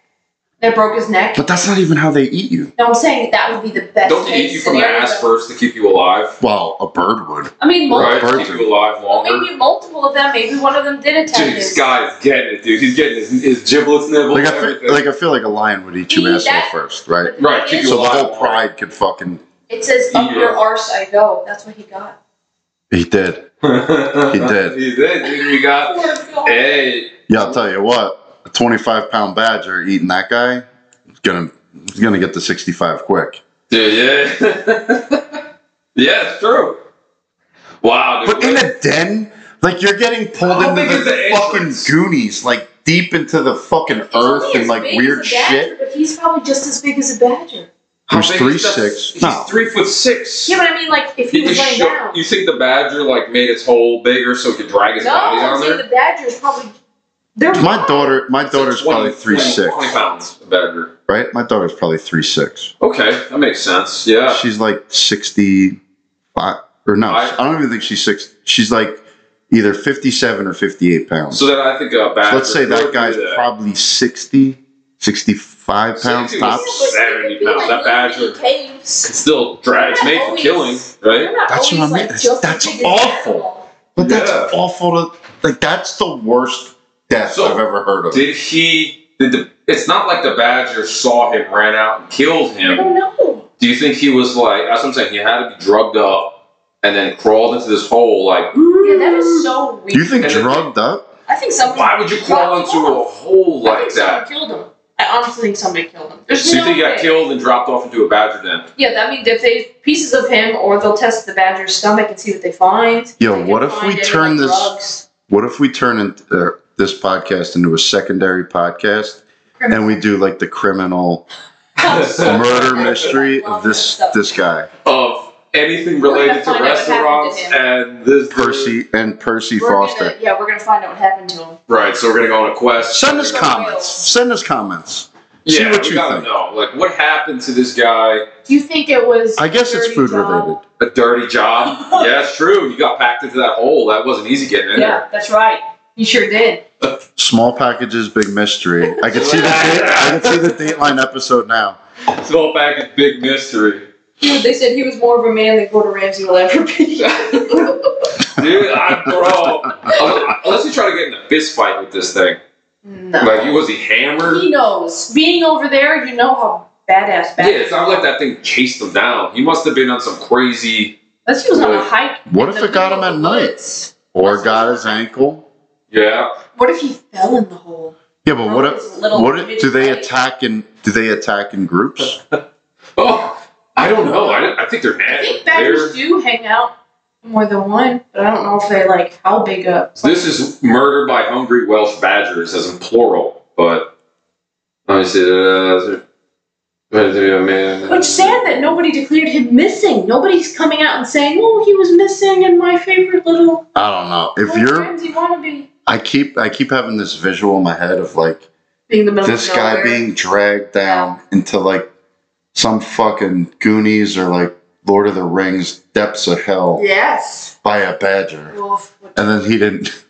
Speaker 3: They broke his neck.
Speaker 2: But that's not even how they eat you.
Speaker 3: No, I'm saying that would be the best.
Speaker 1: Don't they
Speaker 3: case
Speaker 1: eat you from the
Speaker 3: scenario.
Speaker 1: ass first to keep you alive?
Speaker 2: Well, a bird would.
Speaker 3: I mean, multiple.
Speaker 1: Right, to
Speaker 2: Birds
Speaker 1: keep
Speaker 2: do.
Speaker 1: you alive longer.
Speaker 3: Maybe multiple of them. Maybe one of them did attack
Speaker 1: Dude,
Speaker 3: him.
Speaker 1: this guy's getting it, dude. He's getting his, his giblets nibbled.
Speaker 2: Like I,
Speaker 1: everything.
Speaker 2: feel, like I feel like a lion would eat your
Speaker 3: Eat
Speaker 2: asshole
Speaker 3: that.
Speaker 2: first, right?
Speaker 3: But the
Speaker 1: Right,
Speaker 3: thing
Speaker 1: keep
Speaker 3: is,
Speaker 2: So the
Speaker 1: alive.
Speaker 2: whole pride could fucking.
Speaker 3: It says up
Speaker 1: Yeah.
Speaker 3: your arse I go. That's what he got.
Speaker 2: He did. He did.
Speaker 1: he did, dude. We got.
Speaker 3: Poor Oh God.
Speaker 1: Hey,
Speaker 2: Yeah, I'll tell you what. A twenty-five pound badger eating that guy, is gonna is gonna get to sixty-five quick.
Speaker 1: dude. Yeah. yeah, it's true. Wow, dude.
Speaker 2: But in a den, like you're getting pulled
Speaker 1: How
Speaker 2: into
Speaker 1: big is
Speaker 2: the,
Speaker 1: the
Speaker 2: fucking
Speaker 1: entrance?
Speaker 2: Goonies, like deep into the fucking
Speaker 3: He's only
Speaker 2: earth and
Speaker 3: as
Speaker 2: like
Speaker 3: big
Speaker 2: weird
Speaker 3: as a badger,
Speaker 2: shit.
Speaker 3: But he's probably just as big as a badger.
Speaker 1: How
Speaker 2: He's
Speaker 1: big
Speaker 2: three
Speaker 1: is that?
Speaker 2: six.
Speaker 1: He's
Speaker 2: No.
Speaker 1: three foot six.
Speaker 3: Yeah, but I mean, like if he
Speaker 1: He- he
Speaker 3: was laying
Speaker 1: shook-
Speaker 3: down.
Speaker 1: you think the badger like made its hole bigger so it could drag his
Speaker 3: no,
Speaker 1: body
Speaker 3: I'm
Speaker 1: on
Speaker 3: saying
Speaker 1: there?
Speaker 3: the badger's probably. They're
Speaker 2: My daughter, my
Speaker 1: It's like
Speaker 2: daughter's
Speaker 1: 20
Speaker 2: probably three
Speaker 1: 20
Speaker 2: six,
Speaker 1: Twenty pounds, a badger.
Speaker 2: right? My daughter's probably three six.
Speaker 1: Okay, that makes sense. Yeah.
Speaker 2: She's like sixty five, or no,
Speaker 1: I-
Speaker 2: I, don't even think she's six. She's like either fifty seven or fifty eight pounds.
Speaker 1: So then I think a badger.
Speaker 2: So let's say that
Speaker 1: could
Speaker 2: guy's
Speaker 1: do that.
Speaker 2: probably 60, 65 pounds
Speaker 1: 60 was-
Speaker 2: tops.
Speaker 1: 70 pounds, that badger-
Speaker 3: Caves.
Speaker 1: It's still drag. It's made for killing, right?
Speaker 3: They're not
Speaker 2: That's what
Speaker 3: always,
Speaker 2: I mean.
Speaker 3: like, just
Speaker 2: That's
Speaker 3: as big as
Speaker 2: awful.
Speaker 3: animal.
Speaker 2: But that's
Speaker 1: Yeah.
Speaker 2: awful to like that's the worst death
Speaker 1: So,
Speaker 2: I've ever heard of.
Speaker 1: Did he? Did the? It's not like the badger saw him, ran out, and killed
Speaker 3: I
Speaker 1: him.
Speaker 3: don't know.
Speaker 1: Do you think he was like? That's what I'm saying. He had to be drugged up, and then crawled into this hole. Like,
Speaker 3: Yeah, that is so weird.
Speaker 2: you think
Speaker 1: And then-
Speaker 2: drugged up?
Speaker 3: I think someone.
Speaker 1: why would you crawl into a hole
Speaker 3: I
Speaker 1: like
Speaker 3: think someone
Speaker 1: that?
Speaker 3: killed him. I honestly think somebody killed him. There's
Speaker 1: So you
Speaker 3: no
Speaker 1: think he
Speaker 3: way.
Speaker 1: got killed and dropped off into a badger den?
Speaker 3: Yeah, I mean, if they pieces of him, or they'll test the badger's stomach and see what they find.
Speaker 2: Yo,
Speaker 3: They
Speaker 2: what
Speaker 3: can
Speaker 2: if we
Speaker 3: find any,
Speaker 2: turn
Speaker 3: like,
Speaker 2: this
Speaker 3: drugs.
Speaker 2: What if we turn in, uh, this podcast into a secondary podcast and we do like the criminal murder mystery of this this guy,
Speaker 1: of anything
Speaker 3: We're gonna
Speaker 1: related to
Speaker 3: find out what happened
Speaker 1: restaurants
Speaker 3: to
Speaker 1: and this dude.
Speaker 2: Percy and Percy
Speaker 3: We're
Speaker 2: Foster?
Speaker 3: Gonna, yeah, we're gonna find out what happened to him.
Speaker 1: Right, so we're gonna go on a quest.
Speaker 2: Send us
Speaker 3: We're
Speaker 1: comments.
Speaker 3: gonna-
Speaker 2: comments. Send us comments. See
Speaker 1: Yeah,
Speaker 2: what
Speaker 1: we
Speaker 2: you
Speaker 1: gotta
Speaker 2: think.
Speaker 1: know. Like, what happened to this guy?
Speaker 3: Do you think it was?
Speaker 2: I guess it's
Speaker 3: dirty
Speaker 2: food
Speaker 3: job?
Speaker 2: related.
Speaker 1: A dirty job? yeah, it's true. You got packed into that hole. That wasn't easy getting in
Speaker 3: Yeah, that's right. You sure did.
Speaker 2: Small packages, big mystery. I can see the date, I can see the Dateline episode now.
Speaker 1: there. Small package, big mystery.
Speaker 3: Dude, they said he was more of a man than Gordon Ramsay will ever be.
Speaker 1: Dude, I, bro. unless- Unless you try to get in a fist fight with this thing.
Speaker 3: no.
Speaker 1: Like, he was he hammered?
Speaker 3: He knows. Being over there, you know how badass
Speaker 1: Yeah,
Speaker 3: bad.
Speaker 1: it's not like that thing chased him down. He must have been on some crazy.
Speaker 3: Unless he was on a hike.
Speaker 2: What
Speaker 3: in
Speaker 2: if
Speaker 3: the
Speaker 2: it got him at
Speaker 3: middle of the
Speaker 2: night
Speaker 3: woods.
Speaker 2: or got his ankle?
Speaker 1: Yeah.
Speaker 3: What if he fell in the hole?
Speaker 2: Yeah, but what if
Speaker 3: His little
Speaker 2: what if, do they
Speaker 3: mini-fight.
Speaker 2: attack in do they attack in groups?
Speaker 1: Oh, I don't know. I, don't- I think they're
Speaker 3: I
Speaker 1: mad.
Speaker 3: think badgers do hang out more than one, but I don't know if they like how big a.
Speaker 1: This is murder by hungry Welsh badgers, as in plural. But let me see. Uh, there's a man.
Speaker 3: Which sad that nobody declared him missing. Nobody's coming out and saying, "Oh, he was missing in my favorite little
Speaker 2: I don't know. If
Speaker 3: Gordon
Speaker 2: you're
Speaker 3: Ramsay wannabe."
Speaker 2: I keep I keep having this visual in my head of like
Speaker 3: Being the middle
Speaker 2: this
Speaker 3: of
Speaker 2: guy
Speaker 3: nowhere.
Speaker 2: being dragged down into like some fucking Goonies or like Lord of the Rings depths of hell
Speaker 3: Yes.
Speaker 2: by a badger,
Speaker 3: Oof.
Speaker 2: and then he didn't.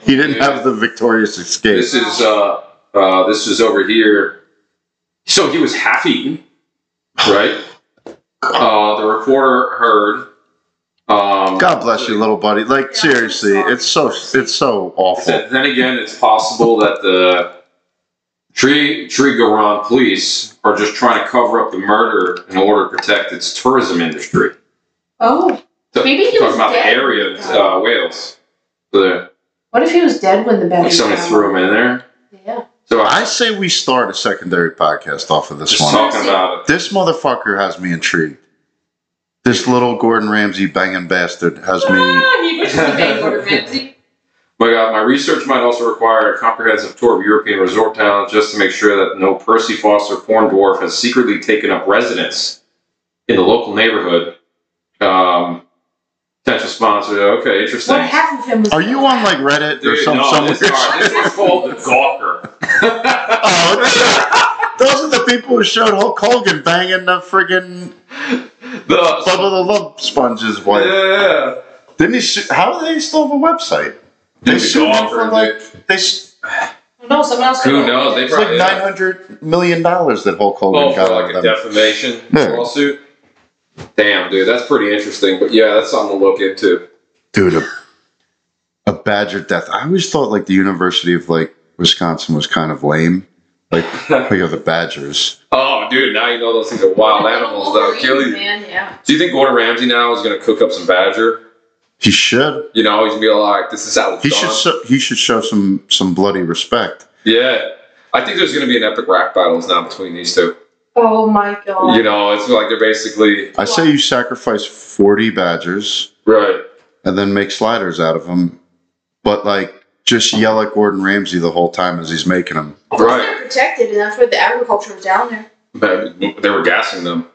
Speaker 2: He didn't have the victorious escape.
Speaker 1: This is uh, uh, this is over here. So he was half eaten, right? Uh, the reporter heard. Um,
Speaker 2: God bless you, little buddy. Like
Speaker 3: Yeah,
Speaker 2: seriously,
Speaker 3: I'm sorry.
Speaker 2: it's so it's so awful.
Speaker 1: Said, then again, it's possible that the Tree Trigaran police are just trying to cover up the murder in order to protect its tourism industry.
Speaker 3: Oh.
Speaker 1: T-
Speaker 3: Maybe he
Speaker 1: talking
Speaker 3: was
Speaker 1: about
Speaker 3: dead.
Speaker 1: the area of uh, Wales. The,
Speaker 3: What if he was dead when the
Speaker 1: like
Speaker 3: badgers?
Speaker 1: somebody
Speaker 3: found
Speaker 1: threw him in there.
Speaker 3: Yeah.
Speaker 1: So I
Speaker 2: I say we start a secondary podcast off of this
Speaker 1: just
Speaker 2: one.
Speaker 1: talking about it.
Speaker 2: This motherfucker has me intrigued. This little Gordon Ramsay banging bastard has me.
Speaker 3: Ah, he was banged Gordon Ramsay.
Speaker 1: My God, my research might also require a comprehensive tour of European resort towns just to make sure that no Percy Foster porn dwarf has secretly taken up residence in the local neighborhood. Um, potential sponsor. Okay, interesting.
Speaker 3: What half of him was?
Speaker 2: Are you on like Reddit or
Speaker 1: Dude,
Speaker 2: some
Speaker 1: no,
Speaker 2: some
Speaker 1: this,
Speaker 2: weird
Speaker 1: alright, this is called the Gawker.
Speaker 2: Oh, those are the people who showed Hulk Hogan banging the friggin'
Speaker 1: the,
Speaker 2: Bubba the Love Sponge's
Speaker 1: yeah,
Speaker 2: wife. Didn't he? Sue, how do they still have a website? They
Speaker 1: Dude,
Speaker 2: sued him for
Speaker 1: Gawker,
Speaker 2: like they. s-
Speaker 3: No, someone else.
Speaker 1: Who knows? They
Speaker 2: It's like
Speaker 1: probably
Speaker 2: nine hundred million dollars that Hulk Hogan
Speaker 1: Oh,
Speaker 2: got
Speaker 1: for
Speaker 2: out
Speaker 1: like a
Speaker 2: of them.
Speaker 1: defamation
Speaker 2: Yeah.
Speaker 1: lawsuit. Damn, dude, that's pretty interesting. But yeah, that's something to look into.
Speaker 2: Dude, a, a badger death. I always thought like the University of like Wisconsin was kind of lame. Like, we have the Badgers.
Speaker 1: Oh, dude, now you know those things are wild animals that'll kill you.
Speaker 3: Man, yeah.
Speaker 1: Do you think Gordon Ramsay now is gonna cook up some badger?
Speaker 2: He should.
Speaker 1: You know, he's gonna be like, "This is how it's
Speaker 2: He
Speaker 1: done.
Speaker 2: should. So, he should show some some bloody respect.
Speaker 1: yeah, I think there's gonna be an epic rap battles now between these two.
Speaker 3: Oh my god.
Speaker 1: You know, it's like they're basically
Speaker 2: I say you sacrifice forty Badgers.
Speaker 1: right.
Speaker 2: and then make sliders out of them. But like, just yell at Gordon Ramsay the whole time as he's making them.
Speaker 1: Right.
Speaker 3: They're protected, and that's where the agriculture was down there.
Speaker 1: They were gassing them.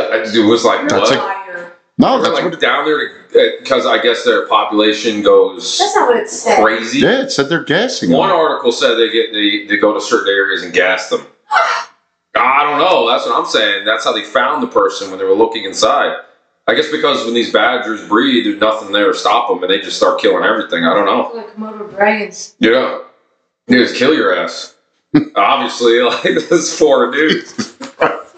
Speaker 1: It was like what?
Speaker 2: That's a-
Speaker 3: Fire.
Speaker 2: No,
Speaker 1: They're
Speaker 2: that's
Speaker 1: like
Speaker 2: what.
Speaker 1: down there because I guess their population goes
Speaker 3: That's not what it said.
Speaker 1: crazy.
Speaker 2: Yeah, it said they're gassing.
Speaker 1: One
Speaker 2: Them.
Speaker 1: article said they get they, they go to certain areas and gas them. I don't know. That's what I'm saying. That's how they found the person when they were looking inside. I guess because when these badgers breed, there's nothing there to stop them, and they just start killing everything. I don't know.
Speaker 3: Like Komodo dragons.
Speaker 1: Yeah, they just kill your ass. Obviously, like this is foreign dudes.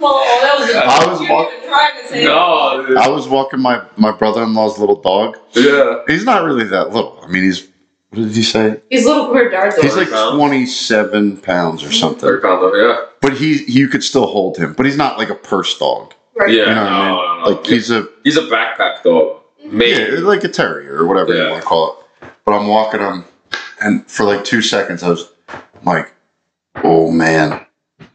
Speaker 3: Well, that was. A,
Speaker 2: I was wa-
Speaker 3: even trying to
Speaker 1: No, dude.
Speaker 2: I was walking my my brother in law's little dog.
Speaker 1: yeah,
Speaker 2: He's not really that little. I mean, he's what did he say?
Speaker 3: He's little Gordardor.
Speaker 2: He's like
Speaker 1: pounds.
Speaker 2: twenty seven pounds or something.
Speaker 1: they're kind of yeah,
Speaker 2: But he you could still hold him. But he's not like a purse dog.
Speaker 3: right.
Speaker 1: yeah.
Speaker 2: You know what I
Speaker 1: no, no, no.
Speaker 2: Like he's a
Speaker 1: He's a backpack dog. Maybe.
Speaker 2: yeah, like a terrier or whatever
Speaker 1: Yeah.
Speaker 2: you want to call it. But I'm walking him, and for like two seconds, I was I'm like, "Oh man!"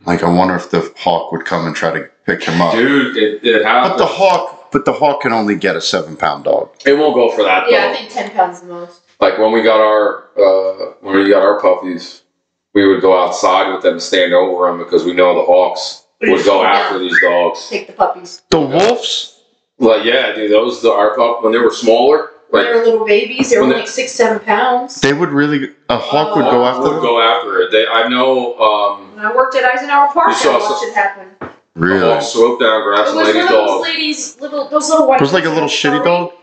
Speaker 2: Like I wonder if the hawk would come and try to pick him up.
Speaker 1: Dude, it, it
Speaker 2: but the
Speaker 1: happened.
Speaker 2: hawk But the hawk can only get a seven pound dog.
Speaker 1: It won't go for that
Speaker 3: Yeah, I
Speaker 1: though.
Speaker 3: think ten pounds is the most.
Speaker 1: Like when we got our uh, when we got our puppies, we would go outside with them and stand over them because we know the hawks would go after these dogs.
Speaker 3: Take the puppies.
Speaker 2: The wolves?
Speaker 1: Like yeah, dude, those the our pup when they were smaller,
Speaker 3: When
Speaker 1: like
Speaker 3: they were little babies, they were
Speaker 1: When they-
Speaker 3: like six, seven pounds.
Speaker 2: They would really. A hawk would go
Speaker 1: hawk
Speaker 2: after
Speaker 1: would
Speaker 2: them?
Speaker 1: go after it. They I know um,
Speaker 3: When I worked at Eisenhower Park,
Speaker 1: You saw
Speaker 3: I watched
Speaker 1: some-
Speaker 3: it happen. It
Speaker 1: the
Speaker 2: Really?
Speaker 1: hawks swooped down, grabbed some
Speaker 3: was one of
Speaker 1: lady's
Speaker 3: those
Speaker 1: dog,
Speaker 3: ladies, little those little white.
Speaker 2: It was like a
Speaker 3: ones
Speaker 2: little
Speaker 3: that were
Speaker 2: shitty dog?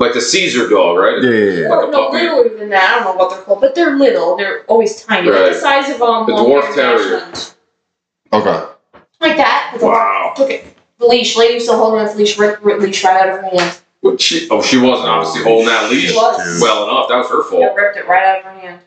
Speaker 1: like the Caesar dog, right?
Speaker 2: Yeah, yeah, yeah.
Speaker 1: Like a
Speaker 3: Or, no,
Speaker 1: puppy.
Speaker 3: littler than that. I don't know what they're called, but they're little. They're always tiny. They're
Speaker 1: Right.
Speaker 3: the size of um,
Speaker 1: The
Speaker 3: long
Speaker 1: dwarf
Speaker 3: hair
Speaker 1: terrier.
Speaker 3: Dachshund.
Speaker 2: Okay.
Speaker 3: Like that. with a
Speaker 1: Wow.
Speaker 3: Look at the leash. Lady was still holding on to the leash, ripped ripped the leash right out of her hand.
Speaker 1: What she, oh, she wasn't obviously holding that leash
Speaker 3: She was.
Speaker 1: well enough. That was her
Speaker 3: Yeah,
Speaker 1: fault.
Speaker 3: ripped it right out of her hand.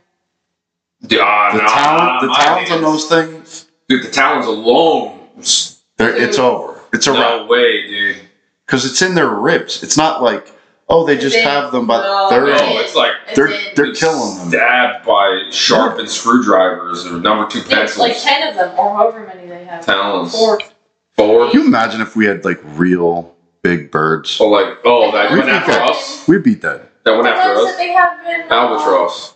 Speaker 1: Dude, ah,
Speaker 2: The
Speaker 1: nah,
Speaker 2: talent, the
Speaker 1: my
Speaker 2: talents on
Speaker 1: hands.
Speaker 2: those things,
Speaker 1: Dude, the talons alone. It's
Speaker 2: they're, it's over. It's a wrap.
Speaker 1: no way, dude.
Speaker 2: Because it's in their ribs. It's not like, oh, they just
Speaker 3: They-
Speaker 2: have them, but
Speaker 3: no,
Speaker 2: they're.
Speaker 1: No,
Speaker 3: Right.
Speaker 1: it's like
Speaker 3: And
Speaker 2: They're-
Speaker 3: then
Speaker 2: they're- killing them.
Speaker 1: Stabbed by sharpened screwdrivers or number two
Speaker 3: there's
Speaker 1: pencils.
Speaker 3: like ten of them, or however many they have.
Speaker 1: talons.
Speaker 3: Four.
Speaker 1: Four.
Speaker 2: Can you imagine if we had like real big birds?
Speaker 1: Oh, like oh, that
Speaker 2: We
Speaker 1: went
Speaker 2: think
Speaker 1: after
Speaker 2: that-
Speaker 1: us.
Speaker 2: We'd be dead.
Speaker 1: That went
Speaker 3: The
Speaker 1: after
Speaker 3: ones that
Speaker 1: us.
Speaker 3: they have in, uh,
Speaker 1: Albatross.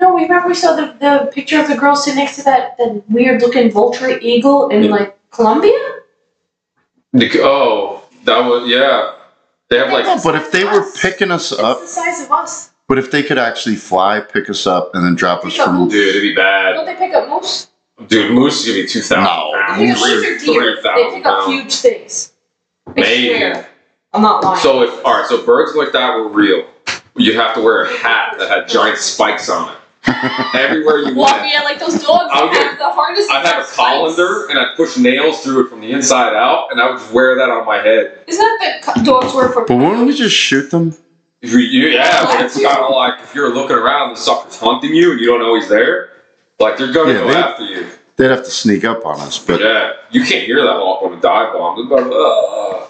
Speaker 3: No, we remember we saw the, the picture of the girl sitting next to that, that weird looking vulture eagle in
Speaker 1: Yeah.
Speaker 3: like Colombia.
Speaker 1: The- oh, that was yeah. They have like
Speaker 2: No, but if they were picking us
Speaker 3: It's
Speaker 2: up,
Speaker 3: the size of us.
Speaker 2: but if they could actually fly, pick us up, and then drop us from.
Speaker 1: dude, it'd be
Speaker 3: Don't
Speaker 1: bad.
Speaker 3: they pick up moose?
Speaker 1: Dude, moose give me two
Speaker 2: No.
Speaker 1: thousand pounds.
Speaker 3: They pick up moose or deer.
Speaker 1: Three
Speaker 3: They
Speaker 1: thousand
Speaker 3: pick up
Speaker 1: pounds.
Speaker 3: huge things. I
Speaker 1: Maybe.
Speaker 3: swear. I'm not lying.
Speaker 1: So if all right, so birds like that were real, you'd have to wear a hat that had giant spikes on it. Everywhere you
Speaker 3: Well,
Speaker 1: went,
Speaker 3: I mean, I like those dogs
Speaker 1: I would
Speaker 3: that
Speaker 1: get-
Speaker 3: have the hardest.
Speaker 1: I'd have a
Speaker 3: spikes.
Speaker 1: colander and I'd push nails through it from the inside out, and I would just wear that on my head.
Speaker 3: Isn't that the co- dogs were for?
Speaker 2: But wouldn't we just shoot them?
Speaker 1: If you, you- yeah, but it's kind of like if you're looking around, the sucker's hunting you, and you don't know he's there. Like they're gonna
Speaker 2: Yeah,
Speaker 1: go
Speaker 2: they-
Speaker 1: after you.
Speaker 2: They'd have to sneak up on us.
Speaker 1: But
Speaker 2: But
Speaker 1: yeah, you can't hear that hawk on a dive bomb. It's about, uh,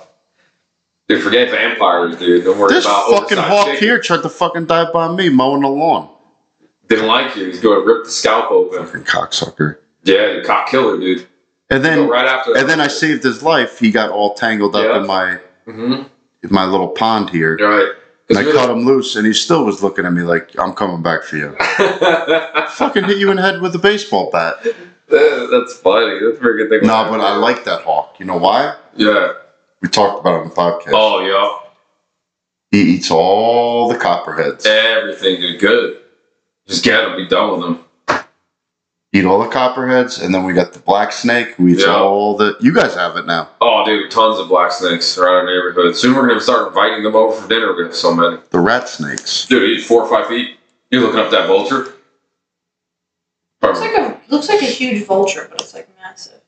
Speaker 1: dude, forget vampires, dude. Don't worry
Speaker 2: this
Speaker 1: about
Speaker 2: fucking
Speaker 1: oversized
Speaker 2: hawk
Speaker 1: chicken.
Speaker 2: here tried to fucking dive by me mowing the lawn.
Speaker 1: Didn't like you. He's gonna rip the scalp open.
Speaker 2: Fucking cocksucker.
Speaker 1: Yeah, you cock killer, dude.
Speaker 2: And
Speaker 1: Go
Speaker 2: then
Speaker 1: right after that.
Speaker 2: and then I saved his life. He got all tangled up
Speaker 1: Yeah.
Speaker 2: in my
Speaker 1: Mm-hmm.
Speaker 2: in my little pond here.
Speaker 1: You're right.
Speaker 2: And I cut him loose, and he still was looking at me like, "I'm coming back for you." fucking hit you in the head with a baseball bat.
Speaker 1: That's funny. That's a very good thing.
Speaker 2: No, but I like that hawk. You know why?
Speaker 1: Yeah.
Speaker 2: We talked about it on the podcast.
Speaker 1: Oh,
Speaker 2: He eats all the copperheads.
Speaker 1: yeah. Everything is good. Just get them. Be done with them.
Speaker 2: Eat all the copperheads, and then we got the black snake who eats
Speaker 1: Yeah.
Speaker 2: all the. You guys have it now.
Speaker 1: Oh, dude, tons of black snakes around our neighborhood. Soon we're gonna start inviting them over for dinner. We're gonna have so many.
Speaker 2: The rat snakes.
Speaker 1: Dude, he's four or five feet. You looking up that vulture?
Speaker 3: Looks like a looks like a huge vulture, but it's like massive.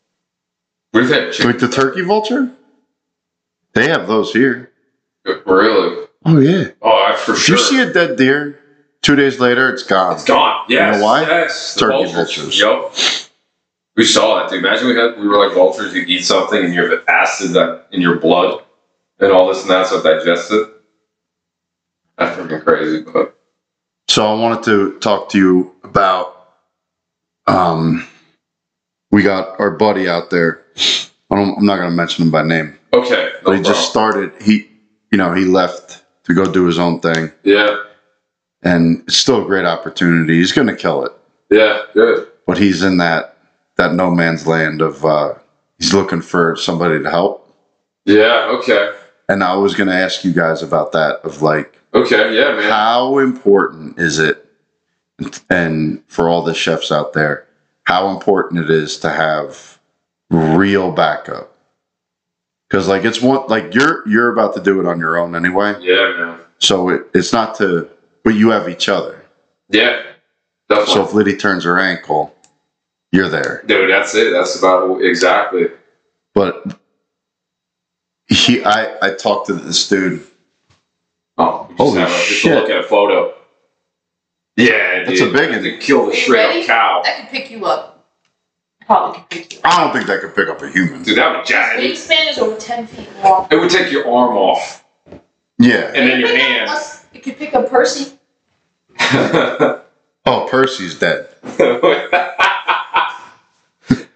Speaker 1: We've had
Speaker 2: Like
Speaker 1: chicken.
Speaker 2: the turkey vulture. They have those here.
Speaker 1: Really?
Speaker 2: Oh yeah.
Speaker 1: Oh, that's for
Speaker 2: If
Speaker 1: sure.
Speaker 2: you see a dead deer, two days later it's gone.
Speaker 1: It's gone. Yes.
Speaker 2: Um, know why?
Speaker 1: Yes. The
Speaker 2: Turkey vultures.
Speaker 1: Yup. We saw that. Dude. Imagine we had we were like vultures. You eat something and you have acid that in your blood, and all this and that so it digests it. That's freaking crazy. But
Speaker 2: So I wanted to talk to you about. Um, we got our buddy out there. I don't, I'm not going to mention him by name.
Speaker 1: okay. No
Speaker 2: but he just
Speaker 1: problem.
Speaker 2: started he you know he left to go do his own thing
Speaker 1: yeah.
Speaker 2: and it's still a great opportunity he's going to kill it
Speaker 1: Yeah. Good.
Speaker 2: but he's in that that no man's land of uh he's looking for somebody to help
Speaker 1: Yeah. Okay.
Speaker 2: and i was going to ask you guys about that of like
Speaker 1: Okay. Yeah, man.
Speaker 2: how important is it and for all the chefs out there how important it is to have real backup because like it's one like you're you're about to do it on your own anyway
Speaker 1: Yeah, man.
Speaker 2: So it, it's not to, but you have each other.
Speaker 1: Yeah. Definitely.
Speaker 2: So if Liddy turns her ankle, you're there.
Speaker 1: Dude, that's it. That's about exactly.
Speaker 2: But he, I, I talked to this dude.
Speaker 1: Oh, we just
Speaker 2: Holy
Speaker 1: have a- just
Speaker 2: shit.
Speaker 1: Look at a photo. Yeah,
Speaker 2: That's a
Speaker 1: dude.
Speaker 2: big 'un.
Speaker 1: They kill the
Speaker 3: Are you
Speaker 1: shit out
Speaker 3: ready?
Speaker 1: of cow.
Speaker 3: That could pick you up. Probably could pick you up.
Speaker 2: I don't think that could pick up a human.
Speaker 1: Dude, that would jack.
Speaker 3: His wingspan is over ten feet long.
Speaker 1: It would take your arm off.
Speaker 2: Yeah.
Speaker 1: And then your
Speaker 3: It could pick up
Speaker 1: hand.
Speaker 3: us. It could pick up Percy.
Speaker 2: Oh, Percy's dead.
Speaker 1: Legit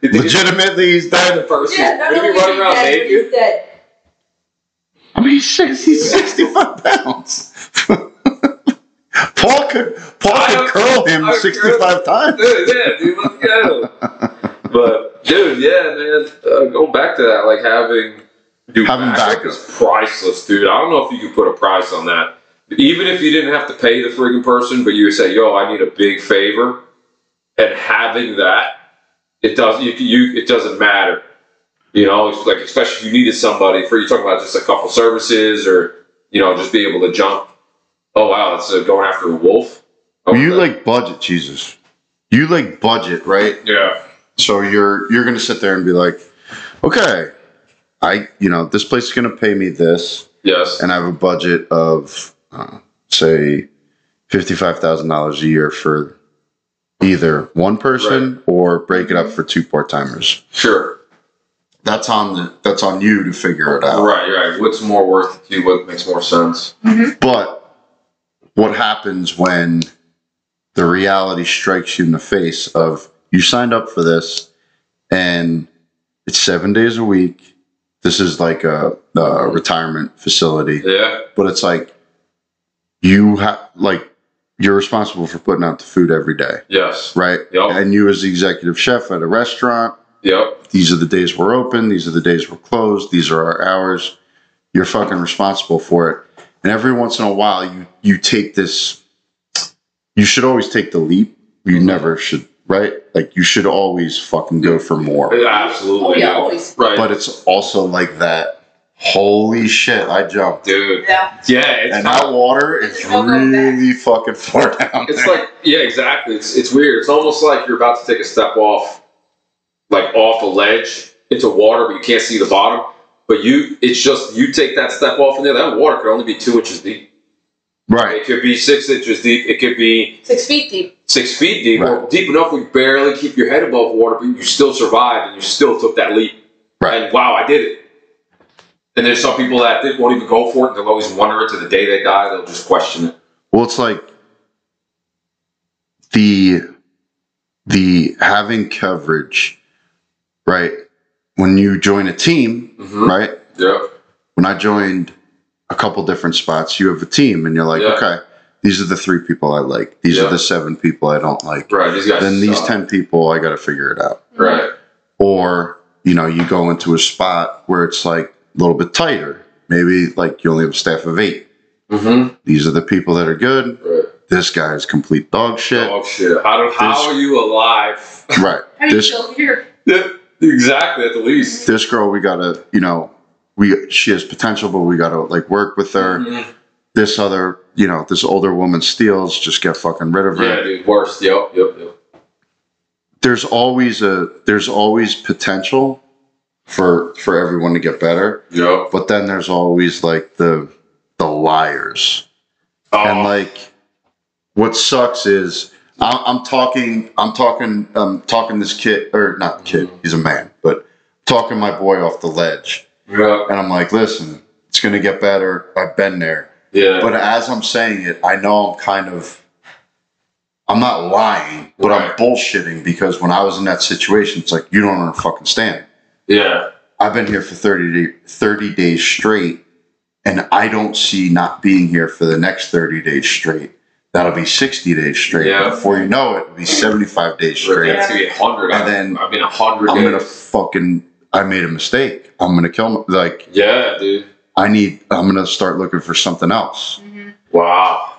Speaker 2: Legitimately, he's dead.
Speaker 1: person.
Speaker 3: Yeah, not
Speaker 1: We'd be
Speaker 3: only is
Speaker 1: running
Speaker 3: he
Speaker 1: around
Speaker 3: dead,
Speaker 1: naked.
Speaker 3: he's dead.
Speaker 2: I mean, shit, he's 65 pounds. Paul could Paul
Speaker 1: I
Speaker 2: could
Speaker 1: don't-
Speaker 2: curl him
Speaker 1: I would
Speaker 2: 65 times.
Speaker 1: Dude, yeah, dude, let's go. But dude, yeah, man, uh, going back to that, like having dude,
Speaker 2: Having
Speaker 1: backup
Speaker 2: backup.
Speaker 1: is priceless, dude. I don't know if you could put a price on that. Even if you didn't have to pay the friggin' person, but you would say, "Yo, I need a big favor," and having that, it doesn't you, you it doesn't matter. You know, it's like especially if you needed somebody for you talking about just a couple services or you know just being able to jump. Oh wow, that's uh, going after a wolf.
Speaker 2: You
Speaker 1: Okay.
Speaker 2: like budget, Jesus. You like budget, right?
Speaker 1: yeah.
Speaker 2: So you're you're gonna sit there and be like, okay, I you know this place is gonna pay me this,
Speaker 1: Yes.
Speaker 2: and I have a budget of uh, say fifty five thousand dollars a year for either one person or break it up for two part timers.
Speaker 1: Sure.
Speaker 2: That's on the, that's on you to figure it out.
Speaker 1: Right, right. What's more worth it to you? What makes more sense?
Speaker 2: But what happens when the reality strikes you in the face of you signed up for this and it's seven days a week. This is like a, a retirement facility,
Speaker 1: Yeah.
Speaker 2: but it's like you have like you're responsible for putting out the food every day,
Speaker 1: Yes.
Speaker 2: right?
Speaker 1: Yep.
Speaker 2: And you as the executive chef at a restaurant,
Speaker 1: Yep.
Speaker 2: these are the days we're open, these are the days we're closed, these are our hours. You're fucking responsible for it. And every once in a while you you take this you should always take the leap. You
Speaker 1: Mm-hmm.
Speaker 2: never should, right? Like you should always fucking go for more.
Speaker 1: Absolutely.
Speaker 3: Oh, yeah,
Speaker 1: dude.
Speaker 3: always.
Speaker 1: Right.
Speaker 2: But it's also like that holy shit, I jumped.
Speaker 1: dude.
Speaker 3: Yeah.
Speaker 1: Yeah, it's
Speaker 2: And
Speaker 1: not,
Speaker 2: that water is
Speaker 3: There's no going back.
Speaker 2: really fucking far down.
Speaker 1: it's
Speaker 2: there.
Speaker 1: like yeah, exactly. It's it's weird. It's almost like you're about to take a step off like off a ledge into water, but you can't see the bottom. But you it's just you take that step off in there, that water could only be two inches deep.
Speaker 2: right.
Speaker 1: It could be six inches deep, it could be
Speaker 3: Six feet deep.
Speaker 1: six feet deep, or
Speaker 2: Right.
Speaker 1: deep enough we barely keep your head above water, but you still survived and you still took that leap.
Speaker 2: Right.
Speaker 1: And wow, I did it. And there's some people that did, won't even go for it. and They'll always wonder it to the day they die. They'll just question it.
Speaker 2: Well, it's like the the having coverage, right? When you join a team,
Speaker 1: Mm-hmm.
Speaker 2: right?
Speaker 1: Yep.
Speaker 2: When I joined a couple different spots, you have a team, and you're like,
Speaker 1: Yeah.
Speaker 2: okay, these are the three people I like. These
Speaker 1: Yeah.
Speaker 2: are the seven people I don't like.
Speaker 1: Right. These guys.
Speaker 2: Then these
Speaker 1: suck.
Speaker 2: ten people, I got to figure it out.
Speaker 1: Right.
Speaker 2: Or you know, you go into a spot where it's like a little bit tighter. Maybe like you only have a staff of eight.
Speaker 1: Mm-hmm.
Speaker 2: These are the people that are good.
Speaker 1: Right.
Speaker 2: This guy is complete dog shit.
Speaker 1: Oh shit! How, do, how
Speaker 2: This-
Speaker 1: are you alive?
Speaker 2: Right.
Speaker 3: How do you
Speaker 2: This
Speaker 3: still here?
Speaker 1: exactly. At the least.
Speaker 2: this girl we gotta you know we she has potential but we gotta like work with her
Speaker 3: Mm-hmm.
Speaker 1: Mhm.
Speaker 2: this other you know this older woman steals just get fucking rid of her
Speaker 1: Yeah, dude. Worst. Yep. Yep. Yep.
Speaker 2: there's always a there's always potential for for everyone to get better
Speaker 1: Yep.
Speaker 2: but then there's always like the the liars
Speaker 1: Oh,
Speaker 2: and like what sucks is I'm, I'm talking i'm talking i'm talking this kid or not kid
Speaker 1: Mm-hmm.
Speaker 2: he's a man but talking my boy off the ledge
Speaker 1: yep.
Speaker 2: And I'm like, listen, it's going to get better. I've been there.
Speaker 1: Yeah.
Speaker 2: But as I'm saying it, I know I'm kind of, I'm not lying, but I'm
Speaker 1: Right.
Speaker 2: bullshitting because when I was in that situation, it's like, you don't want to fucking stand.
Speaker 1: yeah.
Speaker 2: I've been here for 30, day, 30 days straight, and I don't see not being here for the next 30 days straight. That'll be 60 days straight.
Speaker 1: Yeah.
Speaker 2: Before you know it, it'll be 75 days straight.
Speaker 1: It's gonna be a hundred.
Speaker 2: And
Speaker 1: I've-
Speaker 2: then
Speaker 1: I've been a hundred.
Speaker 2: I'm going to
Speaker 1: days.
Speaker 2: fucking, I made a mistake. I'm going to kill, my, like,
Speaker 1: Yeah, dude.
Speaker 2: I need, I'm going to start looking for something else.
Speaker 3: Mm-hmm.
Speaker 1: Wow.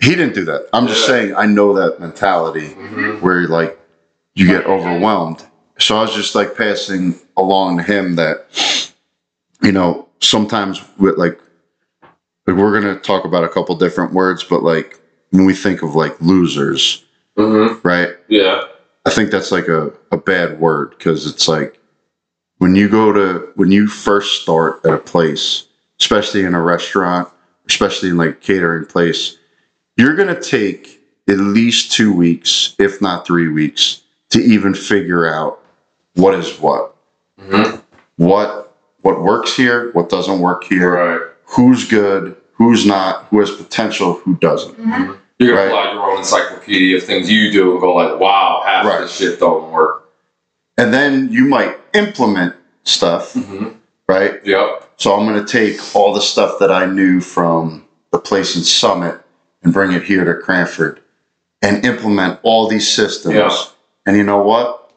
Speaker 2: He didn't do that. I'm just
Speaker 1: Yeah.
Speaker 2: saying, I know that mentality
Speaker 1: Mhm.
Speaker 2: where like you get overwhelmed. So I was just like passing along to him that, you know, sometimes with like, like we're going to talk about a couple different words, but like when we think of like losers,
Speaker 1: Mm-hmm.
Speaker 2: right?
Speaker 1: Yeah.
Speaker 2: I think that's like a, a bad word because it's like when you go to when you first start at a place, especially in a restaurant, especially in like catering place, you're gonna take at least two weeks, if not three weeks, to even figure out what is what,
Speaker 1: Mm-hmm.
Speaker 2: what what works here, what doesn't work here,
Speaker 1: Right.
Speaker 2: who's good, who's not, who has potential, who doesn't.
Speaker 1: You're
Speaker 2: Right.
Speaker 1: gonna apply your own encyclopedia of things you do and go like, wow, half
Speaker 2: Right.
Speaker 1: this shit don't work.
Speaker 2: And then you might implement stuff,
Speaker 1: Mm-hmm.
Speaker 2: right?
Speaker 1: Yep.
Speaker 2: So I'm going to take all the stuff that I knew from the place in Summit and bring it here to Cranford and implement all these systems.
Speaker 1: Yeah.
Speaker 2: And you know what?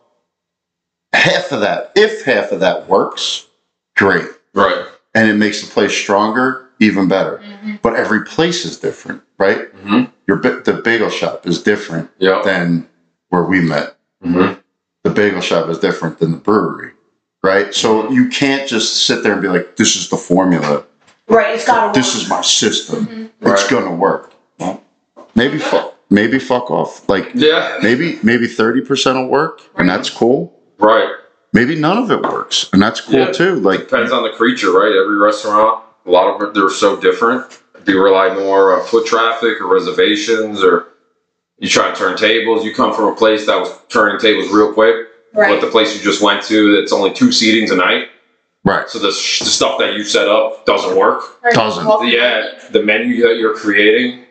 Speaker 2: Half of that, if half of that works, great.
Speaker 1: Right.
Speaker 2: And it makes the place stronger, even better.
Speaker 3: Mhm.
Speaker 2: But every place is different, right?
Speaker 1: Mm-hmm.
Speaker 2: Your ba- the bagel shop is different
Speaker 1: Yeah.
Speaker 2: than where we met
Speaker 1: Mm-hmm.
Speaker 2: the bagel shop is different than the brewery, right? So you can't just sit there and be like, this is the formula.
Speaker 3: Right, it's gotta work.
Speaker 2: This is my system.
Speaker 3: Mhm.
Speaker 2: It's
Speaker 1: Right.
Speaker 2: going to work. Well, maybe fuck, maybe fuck off. Like
Speaker 1: Yeah.
Speaker 2: maybe, maybe 30% will work and that's cool.
Speaker 1: Right.
Speaker 2: Maybe none of it works and that's cool
Speaker 1: Yeah.
Speaker 2: too. Like,
Speaker 1: Depends on the creature, right? Every restaurant, a lot of them, they're so different. Do you rely more on foot traffic or reservations or you try to turn tables? You come from a place that was turning tables real quick, but
Speaker 3: Right.
Speaker 1: the place you just went to, it's only two seatings a night.
Speaker 2: right.
Speaker 1: So the, sh- the stuff that you set up doesn't work.
Speaker 3: right.
Speaker 2: doesn't.
Speaker 3: Well,
Speaker 1: Yeah, the menu that you're creating,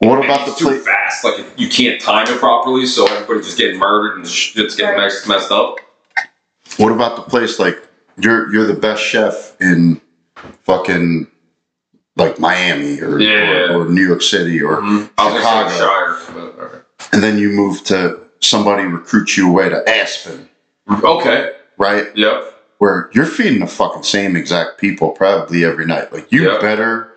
Speaker 2: What
Speaker 1: maybe
Speaker 2: about the
Speaker 1: it's too
Speaker 2: place?
Speaker 1: fast. Like you can't time it properly, so everybody's just getting murdered and shit's getting
Speaker 3: Right.
Speaker 1: messed, messed up.
Speaker 2: What about the place? Like you're, you're the best chef in fucking like Miami or,
Speaker 1: Yeah.
Speaker 2: or, or New York city or
Speaker 1: Mhm. I was gonna say
Speaker 2: Chicago.
Speaker 1: Shire, but, all right.
Speaker 2: and then you move to somebody recruits you away to Aspen,
Speaker 1: Okay.
Speaker 2: right?
Speaker 1: Yep.
Speaker 2: Where you're feeding the fucking same exact people probably every night. Like you
Speaker 1: Yeah.
Speaker 2: better,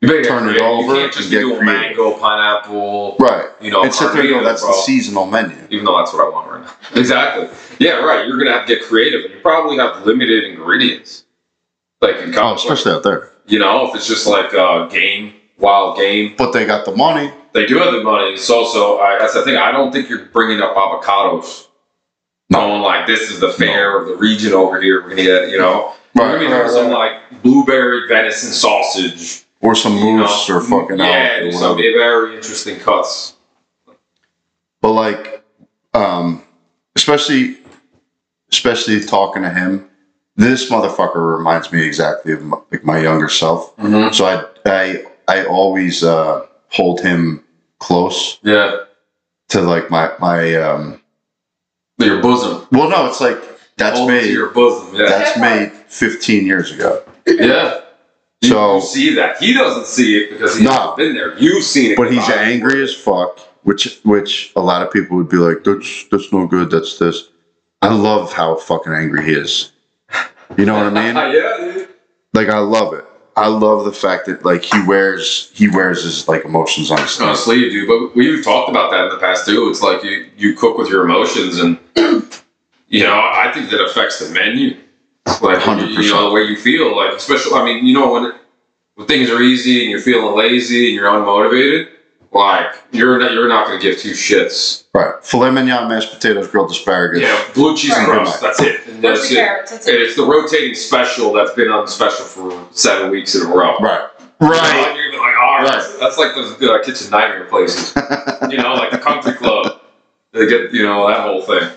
Speaker 1: You better get
Speaker 2: Turn it
Speaker 1: creative.
Speaker 2: over
Speaker 1: You can't just
Speaker 2: and get
Speaker 1: do a
Speaker 2: creative.
Speaker 1: mango, pineapple.
Speaker 2: right?
Speaker 1: You know,
Speaker 2: and sit there and go,
Speaker 1: carnitas,
Speaker 2: that's
Speaker 1: Oh, bro."
Speaker 2: the seasonal menu.
Speaker 1: Even though that's what I want right now. exactly. Yeah. Right. You're gonna have to get creative, and you probably have limited ingredients. Like in
Speaker 2: Oh,
Speaker 1: college,
Speaker 2: especially out there.
Speaker 1: you know, if it's just like a game, wild game,
Speaker 2: But they got the money.
Speaker 1: they do have the money. It's also I, that's the thing. I don't think you're bringing up avocados.
Speaker 2: No.
Speaker 1: Going like this is the fair of the region over here. We're gonna get you know. I mean,
Speaker 2: Right,
Speaker 1: there's some
Speaker 2: right.
Speaker 1: like blueberry venison sausage.
Speaker 2: Or some
Speaker 1: you know,
Speaker 2: moose or fucking
Speaker 1: yeah,
Speaker 2: elk or
Speaker 1: do
Speaker 2: whatever.
Speaker 1: some very interesting cuts.
Speaker 2: But like, um, especially, especially talking to him, this motherfucker reminds me exactly of my, like my younger self.
Speaker 1: Mm-hmm.
Speaker 2: So I, I, I always uh, hold him close.
Speaker 1: Yeah,
Speaker 2: to like my my um
Speaker 1: your bosom.
Speaker 2: well no it's like that's
Speaker 1: Hold it to
Speaker 2: me
Speaker 1: your bosom. Yeah,
Speaker 2: that's me 15 years ago
Speaker 1: yeah. You-
Speaker 2: So-
Speaker 1: you see that he doesn't see it because he's
Speaker 2: No.
Speaker 1: been there. You've seen it,
Speaker 2: but he's
Speaker 1: Bob.
Speaker 2: angry as fuck which which a lot of people would be like that's that's no good that's this i love how fucking angry he is you know what i mean
Speaker 1: yeah, dude.
Speaker 2: like i love it i love the fact that like he wears he wears his like emotions on his
Speaker 1: on a
Speaker 2: sleeve
Speaker 1: sleeve, dude. But we've talked about that in the past too. It's like you you cook with your emotions, and you know I think that affects the menu. Like you- you
Speaker 2: 100%.
Speaker 1: know the way you feel, like especially I mean you know when when things are easy and you're feeling lazy and you're unmotivated, like you're not, you're not gonna give two shits.
Speaker 2: right filet mignon mashed potatoes grilled asparagus
Speaker 1: Yeah, blue cheese
Speaker 3: Right.
Speaker 1: crust. That's it. And
Speaker 3: Where's
Speaker 1: that's
Speaker 3: the
Speaker 1: it.
Speaker 3: carrots? That's
Speaker 1: And
Speaker 3: it.
Speaker 1: it's the rotating special that's been on special for seven weeks in a row.
Speaker 2: right
Speaker 1: You
Speaker 2: right
Speaker 1: know, you're gonna be like, oh,
Speaker 2: Right.
Speaker 1: that's, that's like the uh, kitchen nightmare places. you know, like the country club. They get, you know, that whole thing.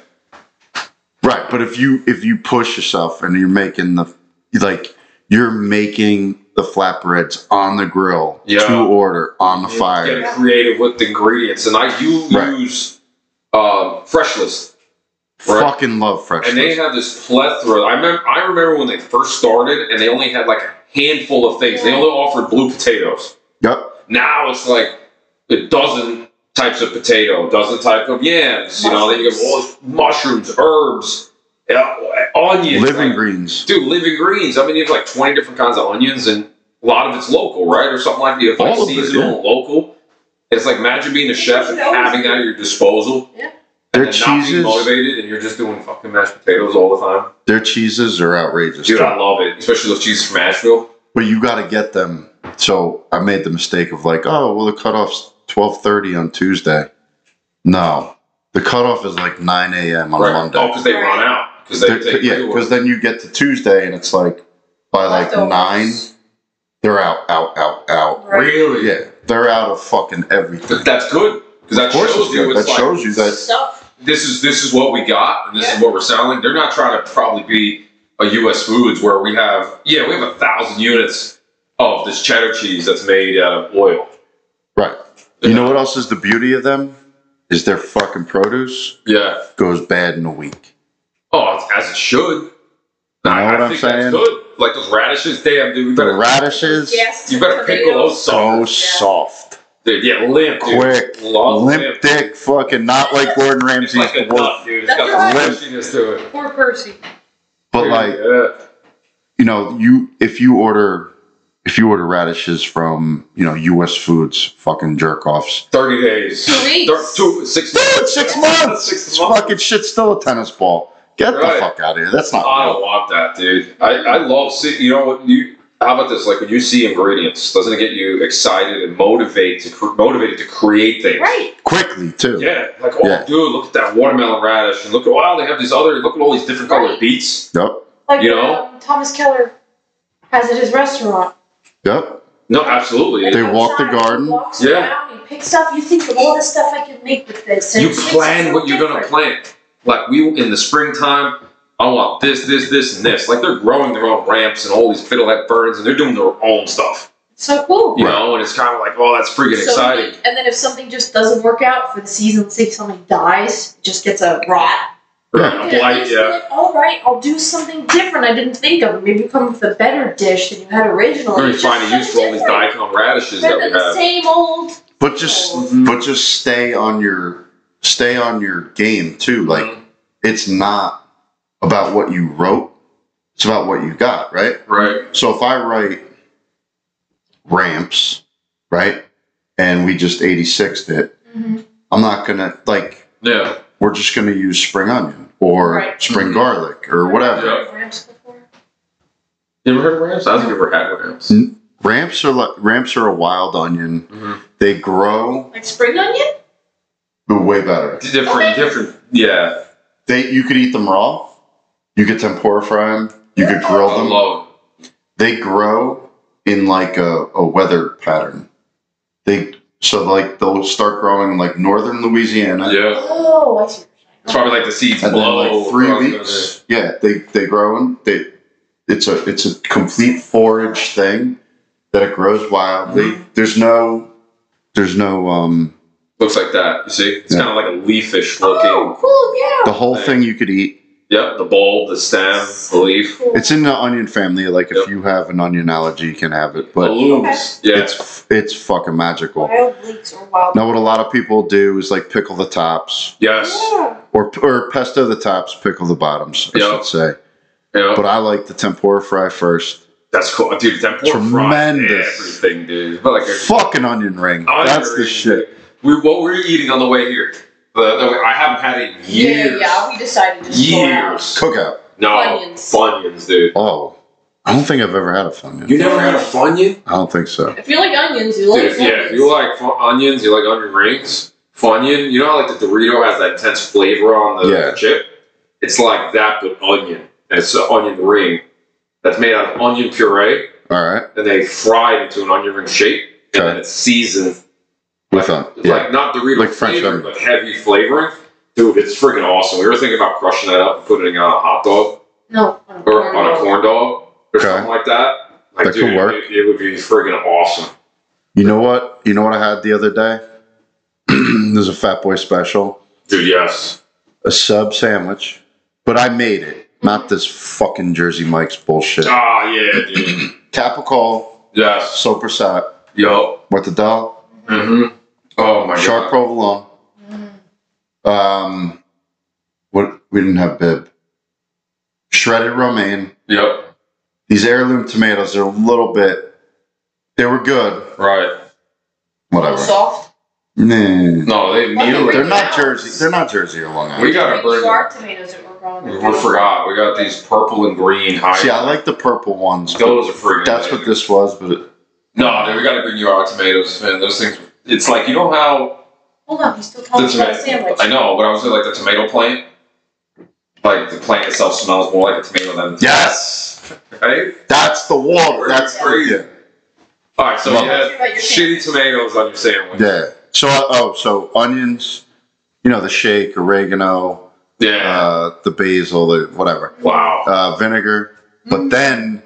Speaker 2: Right, but if you if you push yourself and you're making the like you're making the flatbreads on the grill
Speaker 1: Yeah.
Speaker 2: to order on the fire.
Speaker 1: Getting creative with the ingredients. And I you
Speaker 2: Right.
Speaker 1: use um, Fresh List. Right.
Speaker 2: Fucking love fresh.
Speaker 1: And they
Speaker 2: List.
Speaker 1: have this plethora. I remember, I remember when they first started and they only had like a handful of things. They only offered blue potatoes.
Speaker 2: Yep.
Speaker 1: Now it's like a dozen types of potato, a dozen types of yams, you know, then you get all these mushrooms, herbs, uh, onions.
Speaker 2: Living
Speaker 1: like,
Speaker 2: greens.
Speaker 1: Dude, living greens. I mean, you have like 20 different kinds of onions, and a lot of it's local, right? Or something like that. You have like
Speaker 2: All of it,
Speaker 1: seasonal,
Speaker 2: yeah.
Speaker 1: and local. It's like imagine being a chef and having that at your disposal.
Speaker 3: Yeah.
Speaker 2: Their
Speaker 1: and not being
Speaker 2: cheeses
Speaker 1: motivated, and you're just doing fucking mashed potatoes all the time.
Speaker 2: their cheeses are outrageous.
Speaker 1: Dude,
Speaker 2: too.
Speaker 1: I love it, especially those cheeses from Asheville.
Speaker 2: But you gotta get them. So I made the mistake of like, oh well the cutoff's twelve thirty on Tuesday. No. The cutoff is like nine AM on
Speaker 1: right?
Speaker 2: Monday.
Speaker 1: Oh, because they run out. Because they,
Speaker 2: They're-
Speaker 1: they
Speaker 2: yeah,
Speaker 1: do it.
Speaker 2: because then you get to Tuesday and it's like by like
Speaker 3: Leftovers.
Speaker 2: nine, they're out, out, out, out.
Speaker 3: Right.
Speaker 1: really,
Speaker 2: Yeah, they're out of fucking everything.
Speaker 1: But that's good because that
Speaker 2: Of course, it's
Speaker 1: shows you
Speaker 2: good.
Speaker 1: it's
Speaker 2: that
Speaker 1: like
Speaker 2: shows you that
Speaker 3: Stuff.
Speaker 1: this is this is what we got and this is
Speaker 3: Yeah.
Speaker 1: what we're selling. They're not trying to probably be a U.S. Foods where we have yeah we have a thousand units of this cheddar cheese that's made out of oil.
Speaker 2: right. You know what else is the beauty of them is their fucking produce
Speaker 1: Yeah.
Speaker 2: goes bad in a week.
Speaker 1: Oh, as it should. I,
Speaker 2: know what
Speaker 1: I
Speaker 2: I'm
Speaker 1: think
Speaker 2: saying?
Speaker 1: that's good. Like those radishes, damn, dude. You
Speaker 2: The
Speaker 1: better,
Speaker 2: radishes
Speaker 3: Yes.
Speaker 1: you better pickle
Speaker 3: tomatoes.
Speaker 1: those
Speaker 2: so
Speaker 1: suckers.
Speaker 2: soft,
Speaker 1: Dude, yeah, limp, dude.
Speaker 2: Quick,
Speaker 1: Love
Speaker 2: limp, dick, fucking not like Gordon
Speaker 1: It's
Speaker 2: Ramsay's
Speaker 1: like a
Speaker 2: dwarf.
Speaker 1: nut, dude. It's got
Speaker 3: That's
Speaker 2: right.
Speaker 1: some mushiness to it.
Speaker 3: Poor Percy.
Speaker 2: But
Speaker 1: Dude,
Speaker 2: like,
Speaker 1: yeah.
Speaker 2: you know, you if you order if you order radishes from you know U.S. Foods, fucking jerk offs.
Speaker 1: thirty days,
Speaker 3: Two weeks.
Speaker 1: Thir- two, six
Speaker 2: Dude,
Speaker 1: months,
Speaker 2: six months.
Speaker 1: six
Speaker 2: This
Speaker 1: months.
Speaker 2: fucking shit's still a tennis ball. Get the
Speaker 1: Right.
Speaker 2: fuck out of here. That's not.
Speaker 1: I don't want that, dude. I, I love see. You know what? You how about this? Like when you see ingredients, doesn't it get you excited and motivate to cr- motivated to create things?
Speaker 3: Right.
Speaker 2: Quickly too.
Speaker 1: Yeah. Like oh,
Speaker 2: Yeah.
Speaker 1: dude, look at that watermelon radish, and look at wow, they have these other. Look at all these different colored
Speaker 3: Right.
Speaker 1: beets.
Speaker 2: Yep.
Speaker 3: Like
Speaker 1: You know?
Speaker 3: um, Thomas Keller has at his restaurant.
Speaker 2: Yep.
Speaker 1: No, absolutely.
Speaker 2: They walk the
Speaker 3: Outside, he
Speaker 2: garden.
Speaker 3: walks
Speaker 1: Yeah.
Speaker 3: around, He picks up. You think of all the stuff I can make with this. and
Speaker 1: you
Speaker 3: it makes it
Speaker 1: plan
Speaker 3: so
Speaker 1: what you're gonna
Speaker 3: different.
Speaker 1: plant. Like we in the springtime, I want this, this, this, and this. Like they're growing their own ramps and all these fiddlehead ferns, and they're doing their own stuff.
Speaker 3: So cool.
Speaker 1: You
Speaker 2: Right.
Speaker 1: know, and it's kind of like, oh, that's freaking
Speaker 3: So,
Speaker 1: exciting.
Speaker 3: like, and then if something just doesn't work out for the season, say something dies, it just gets a rot.
Speaker 1: Right,
Speaker 3: Yeah,
Speaker 1: a blight,
Speaker 3: it's
Speaker 1: yeah.
Speaker 3: like, all right, I'll do something different. I didn't think of. Maybe you come up with a better dish than you had originally.
Speaker 1: We're gonna
Speaker 3: It's just
Speaker 1: find a use
Speaker 3: so
Speaker 1: for all these
Speaker 3: different.
Speaker 1: daikon radishes that
Speaker 3: Rather
Speaker 1: we
Speaker 3: than the
Speaker 1: have.
Speaker 3: same old.
Speaker 2: But just
Speaker 1: Mhm.
Speaker 2: but just stay on your stay on your game too. Like it's not about what you wrote. It's about what you got, right?
Speaker 1: Mm-hmm. right,
Speaker 2: So if I write ramps, right, and we just 86'd it,
Speaker 3: mm-hmm.
Speaker 2: I'm not gonna like
Speaker 1: yeah,
Speaker 2: we're just gonna use spring onion or
Speaker 3: Right.
Speaker 2: spring
Speaker 1: Mhm.
Speaker 2: garlic or whatever.
Speaker 1: Yeah. you ever heard of ramps? I don't think I've ever had ramps.
Speaker 2: Mm. Ramps are like ramps are a wild onion.
Speaker 1: Mhm.
Speaker 2: They grow
Speaker 3: Like spring onion?
Speaker 2: way better.
Speaker 1: Different,
Speaker 3: Okay.
Speaker 1: different, yeah.
Speaker 2: They you could eat them raw. You could tempura fry them. You could grill
Speaker 1: I
Speaker 2: them.
Speaker 1: love.
Speaker 2: they grow in like a, a weather pattern. They so like they'll start growing in like northern Louisiana.
Speaker 1: Yeah,
Speaker 3: Oh, I see.
Speaker 1: it's probably like the seeds
Speaker 2: And then
Speaker 1: blow.
Speaker 2: like three
Speaker 1: across the-
Speaker 2: weeks. Yeah, they, they grow and they it's a it's a complete forage thing that it grows wildly.
Speaker 1: Mm-hmm.
Speaker 2: There's no there's no um
Speaker 1: Looks like that. You see, it's
Speaker 2: Yeah.
Speaker 1: kind of like a leafish looking.
Speaker 3: Oh, cool,
Speaker 2: the whole
Speaker 1: Right.
Speaker 2: thing you could eat.
Speaker 1: Yep, the bulb, the stem, the leaf,
Speaker 3: yeah. Cool.
Speaker 2: It's in the onion family, like if
Speaker 1: Yep.
Speaker 2: you have an onion allergy you can have it.
Speaker 1: the
Speaker 2: But
Speaker 1: looms. Yeah,
Speaker 2: it's it's fucking magical.
Speaker 3: wild leeks or wild.
Speaker 2: Now what a lot of people do is like pickle the tops.
Speaker 1: yes,
Speaker 2: or or pesto the tops, pickle the bottoms. I
Speaker 1: Yeah.
Speaker 2: should say.
Speaker 1: yeah.
Speaker 2: But I like the tempura fry first.
Speaker 1: That's cool, dude. Tempura
Speaker 2: Tremendous.
Speaker 1: fries, everything, dude. But like a
Speaker 2: Fucking onion ring.
Speaker 1: Onion
Speaker 2: That's the
Speaker 1: ring.
Speaker 2: shit.
Speaker 1: We what we're eating on the way here. The, the I haven't had it in
Speaker 3: Yeah,
Speaker 1: years.
Speaker 3: yeah, we decided to just go out.
Speaker 1: years.
Speaker 2: Cookout.
Speaker 1: No
Speaker 3: Funyuns.
Speaker 1: Funyuns, dude.
Speaker 2: Oh, I don't think I've ever had a funyun.
Speaker 1: You never had a funyun,
Speaker 2: I don't think so.
Speaker 3: If you like onions, you
Speaker 1: dude.
Speaker 3: like
Speaker 1: if- yeah, if you like fu- onions, you like onion rings. Funyun, you know how like the Dorito has that intense flavor on the
Speaker 2: Yeah.
Speaker 1: chip. It's like that, but onion. And it's an onion ring that's made out of onion puree,
Speaker 2: All right,
Speaker 1: and they fry it into an onion ring shape, and then
Speaker 2: Okay.
Speaker 1: it's seasoned
Speaker 2: with on
Speaker 1: It's
Speaker 2: yeah.
Speaker 1: Like not Dorito
Speaker 2: Like French
Speaker 1: flavor,
Speaker 2: onion.
Speaker 1: but heavy flavoring. Dude, it's freaking awesome. We were thinking about crushing that up and putting it on a hot dog
Speaker 3: no, on a
Speaker 1: or on a
Speaker 3: corn.
Speaker 1: corn dog or
Speaker 2: Okay.
Speaker 1: something like that. Like,
Speaker 2: That could
Speaker 1: dude, it-
Speaker 2: work.
Speaker 1: It, would be freaking awesome.
Speaker 2: You know what? You know what I had the other day? There's a Fat Boy special,
Speaker 1: Dude, yes.
Speaker 2: a sub sandwich, but I made it. Not this fucking Jersey Mike's bullshit.
Speaker 1: Ah, yeah, dude.
Speaker 2: Capicola,
Speaker 1: yes.
Speaker 2: sopressata,
Speaker 1: Yo.
Speaker 2: mortadella,
Speaker 1: Mm-hmm. Oh my
Speaker 2: sharp
Speaker 1: god.
Speaker 2: provolone, Um, what we didn't have bib. Shredded romaine.
Speaker 1: Yep.
Speaker 2: These heirloom tomatoes are a little bit. They were good.
Speaker 1: Right.
Speaker 2: Whatever.
Speaker 3: soft.
Speaker 2: Nah.
Speaker 1: No, they
Speaker 3: What
Speaker 1: knew
Speaker 3: the-
Speaker 1: it.
Speaker 2: They're not Jersey. They're not Jersey or Long
Speaker 1: We
Speaker 2: Island.
Speaker 1: got a burger.
Speaker 3: sharp tomatoes that we're growing.
Speaker 1: We we forgot. We got these purple and green high.
Speaker 2: See, I like the purple ones. but
Speaker 1: those are freaking.
Speaker 2: That's
Speaker 1: amazing.
Speaker 2: what this was, but it,
Speaker 1: No, dude, we gotta bring you our tomatoes, man. Those things. It's like you know how
Speaker 3: Hold on, he's still talking
Speaker 1: The
Speaker 3: about Oh, a
Speaker 1: tomato-
Speaker 3: sandwich.
Speaker 1: I know, but I was saying, like the tomato plant. Like the plant itself smells more like a tomato than
Speaker 2: yes,
Speaker 1: right.
Speaker 2: that's the water. That's
Speaker 1: Crazy.
Speaker 2: yeah.
Speaker 1: All right, so
Speaker 2: Love
Speaker 1: you
Speaker 3: it.
Speaker 1: had shitty tomatoes on your sandwich.
Speaker 2: yeah. So oh, so onions. You know the shake, oregano,
Speaker 1: Yeah.
Speaker 2: uh, the basil, the whatever.
Speaker 1: wow.
Speaker 2: uh, vinegar.
Speaker 1: Mm.
Speaker 2: But then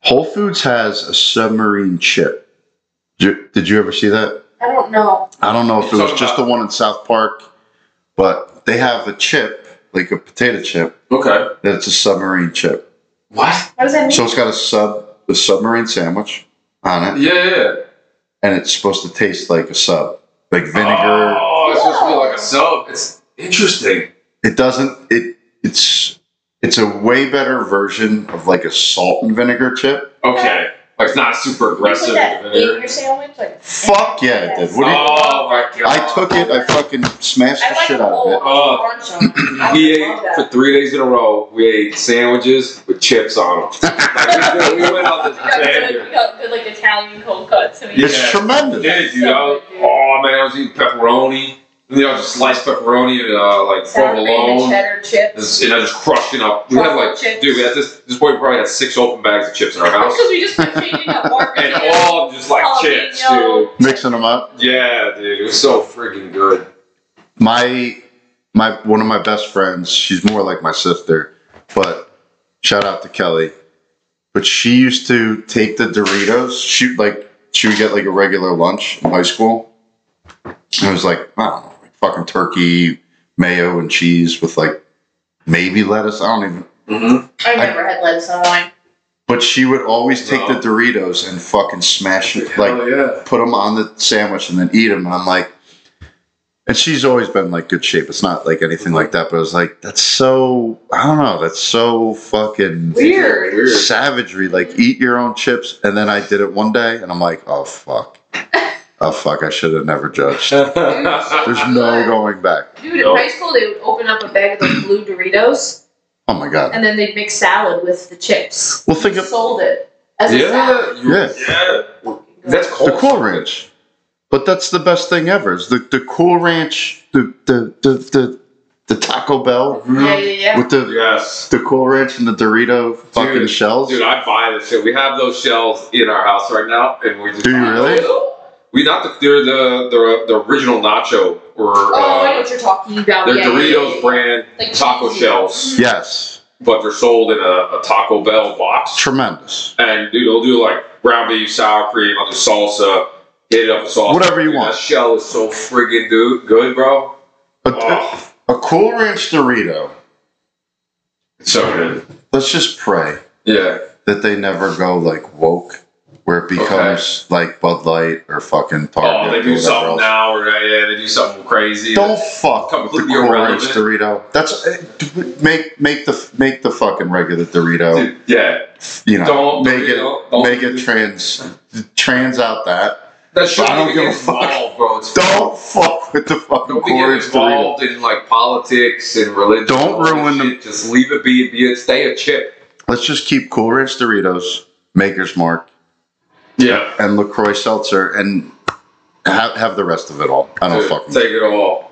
Speaker 2: Whole Foods has a submarine chip. Did you, did you ever see that?
Speaker 3: I don't know.
Speaker 2: I don't know if it
Speaker 1: You're
Speaker 2: was
Speaker 1: talking
Speaker 2: just the
Speaker 1: about-
Speaker 2: one in South Park, but they have a chip, like a potato chip,
Speaker 1: Okay.
Speaker 2: that's a submarine chip.
Speaker 1: What?
Speaker 3: What does that mean?
Speaker 2: So it's got a sub, a submarine sandwich on it,
Speaker 1: Yeah, yeah. yeah.
Speaker 2: and it's supposed to taste like a sub, like vinegar.
Speaker 1: Oh, it's supposed to be like a sub. It's interesting.
Speaker 2: It doesn't. It it's it's a way better version of like a salt and vinegar chip.
Speaker 1: Okay. Like it's not super
Speaker 3: you
Speaker 1: aggressive.
Speaker 3: put that in
Speaker 1: vinegar.
Speaker 3: your sandwich? Like,
Speaker 2: Fuck yeah, it did. What do you,
Speaker 1: Oh my god.
Speaker 2: I took it. I fucking smashed
Speaker 3: I
Speaker 2: the
Speaker 3: like
Speaker 2: shit
Speaker 3: the
Speaker 2: out of
Speaker 3: whole
Speaker 2: it.
Speaker 1: Oh.
Speaker 3: orange on it. I
Speaker 1: We
Speaker 3: love
Speaker 1: ate
Speaker 3: that.
Speaker 1: for three days in a row. We ate sandwiches with chips on them. Like, we, did- we went out this
Speaker 3: You got good,
Speaker 1: bender.
Speaker 3: you got good, like Italian cold cuts. I mean,
Speaker 1: Yeah.
Speaker 2: It's tremendous.
Speaker 1: Did you know? Oh man, I was eating pepperoni. You know, just sliced pepperoni and uh, like
Speaker 3: sour cream and
Speaker 1: provolone.
Speaker 3: cheddar chips.
Speaker 1: This- And I just crushed it up. We had like,
Speaker 3: Chips.
Speaker 1: dude, we had this. This boy probably had six open bags of chips in our house,
Speaker 3: Because we just kept changing up more
Speaker 1: and
Speaker 3: potatoes,
Speaker 1: all just like chips, dude.
Speaker 3: jalapeno.
Speaker 2: Mixing them up.
Speaker 1: Yeah, dude, it was so freaking good.
Speaker 2: my my one of my best friends she's more like my sister but shout out to kelly but she used to take the doritos shoot like she would get like a regular lunch in high school and it was like i don't know like fucking turkey mayo and cheese with like maybe lettuce i don't even
Speaker 1: Mm-hmm.
Speaker 3: I never had lettuce on mine.
Speaker 2: but she would always take
Speaker 1: No.
Speaker 2: the doritos and fucking smash it like
Speaker 1: yeah.
Speaker 2: put them on the sandwich and then eat them. And I'm like, and she's always been like good shape. It's not like anything like that, but I was like, that's so, I don't know, that's so fucking
Speaker 3: Weird.
Speaker 1: Weird.
Speaker 2: savagery. Like, eat your own chips. And then I did it one day and I'm like, oh fuck. Oh fuck, I should have never judged. There's no going back.
Speaker 3: Dude, in
Speaker 1: Nope.
Speaker 3: high school, they would open up a bag of those blue Doritos
Speaker 2: Oh my God.
Speaker 3: and then they'd mix salad with the chips.
Speaker 2: Well, think
Speaker 3: They
Speaker 2: of
Speaker 3: sold it as a
Speaker 1: yeah,
Speaker 3: salad.
Speaker 1: you-
Speaker 2: Yeah.
Speaker 1: yeah. That's cool.
Speaker 2: the Cool Ranch. But that's the best thing ever is the, the Cool Ranch, the, the, the, the, the Taco Bell
Speaker 3: Yeah, yeah, yeah.
Speaker 2: with the,
Speaker 1: Yes.
Speaker 2: the Cool Ranch and the Dorito fucking
Speaker 1: Dude,
Speaker 2: shells.
Speaker 1: Dude, I buy this shit. We have those shells in our house right now, and we just
Speaker 2: Do you really?
Speaker 3: Oh,
Speaker 1: We not the they're the the, the original nacho or
Speaker 3: Oh, I know
Speaker 1: uh,
Speaker 3: what you're talking about.
Speaker 1: they're
Speaker 3: yeah, yeah, yeah,
Speaker 1: Doritos
Speaker 3: yeah.
Speaker 1: brand
Speaker 3: Like
Speaker 1: taco
Speaker 3: cheesy.
Speaker 1: shells,
Speaker 2: yes,
Speaker 1: but they're sold in a, a Taco Bell box.
Speaker 2: tremendous.
Speaker 1: And dude, I'll do like brown beef, sour cream, I'll do salsa, hit it up with sauce.
Speaker 2: Whatever you
Speaker 1: Dude,
Speaker 2: want.
Speaker 1: That shell is so friggin' dude, good, bro.
Speaker 2: A,
Speaker 1: Oh,
Speaker 2: a Cool Ranch Dorito.
Speaker 1: it's so good.
Speaker 2: Let's just pray
Speaker 1: Yeah.
Speaker 2: that they never go like woke, where it becomes like Bud Light or fucking Target.
Speaker 1: Oh, they
Speaker 2: or
Speaker 1: do
Speaker 2: whatever
Speaker 1: something
Speaker 2: else.
Speaker 1: now, or yeah, they do something crazy.
Speaker 2: Don't fuck with the
Speaker 1: completely
Speaker 2: Cool Ranch
Speaker 1: irrelevant.
Speaker 2: Dorito. That's eh, d- make make the make the fucking regular Dorito.
Speaker 1: Dude, yeah.
Speaker 2: you know,
Speaker 1: Don't
Speaker 2: make it
Speaker 1: Dorito, don't
Speaker 2: make it
Speaker 1: Dorito.
Speaker 2: trans trans out that.
Speaker 1: That shit
Speaker 2: I
Speaker 1: don't
Speaker 2: don't give
Speaker 1: get
Speaker 2: a fuck.
Speaker 1: involved, bro. It's
Speaker 2: Don't fuck with the fucking
Speaker 1: Don't be
Speaker 2: Cool
Speaker 1: getting
Speaker 2: Ranch Dorito.
Speaker 1: involved in like politics and religion.
Speaker 2: Don't
Speaker 1: all that
Speaker 2: ruin
Speaker 1: shit. Just leave it be. Be it. Stay a chip.
Speaker 2: Let's just keep Cool Ranch Doritos, Maker's Mark,
Speaker 1: Yeah.
Speaker 2: and Lacroix Seltzer, and have, have the rest of it all. I don't fucking
Speaker 1: take it all.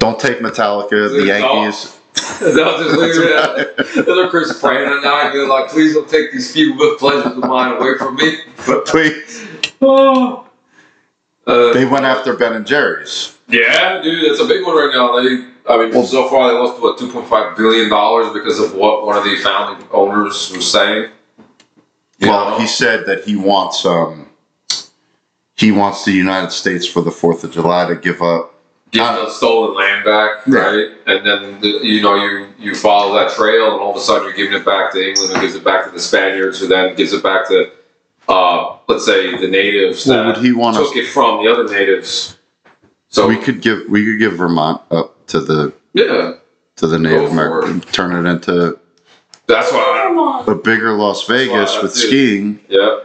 Speaker 2: don't take Metallica, the
Speaker 1: Dude,
Speaker 2: Yankees.
Speaker 1: They'll just leave it
Speaker 2: That's
Speaker 1: out. Little Chris praying at night, being like, "Please don't take these few pleasures of mine away from me."
Speaker 2: But please,
Speaker 1: Oh. Uh,
Speaker 2: they went after Ben and Jerry's.
Speaker 1: yeah, dude, that's a big one right now. They, I mean,
Speaker 2: Well-
Speaker 1: so far they lost what two point five billion dollars because of what one of the founding owners was saying. You
Speaker 2: Well,
Speaker 1: know?
Speaker 2: he said that he wants um he wants the United States for the Fourth of July to give up.
Speaker 1: get
Speaker 2: Uh,
Speaker 1: the stolen land back,
Speaker 2: Yeah.
Speaker 1: right? And then the, you know you you follow that trail, and all of a sudden you're giving it back to England, who gives it back to the Spaniards, who then gives it back to uh, let's say the natives
Speaker 2: Well,
Speaker 1: that
Speaker 2: would he want us?
Speaker 1: took it from the other natives. So
Speaker 2: We could give we could give Vermont up to the
Speaker 1: yeah,
Speaker 2: to the Native
Speaker 1: Go for
Speaker 2: American, turn it into
Speaker 1: that's why.
Speaker 3: Come on.
Speaker 2: a bigger Las Vegas with
Speaker 1: dude.
Speaker 2: skiing.
Speaker 1: Yeah,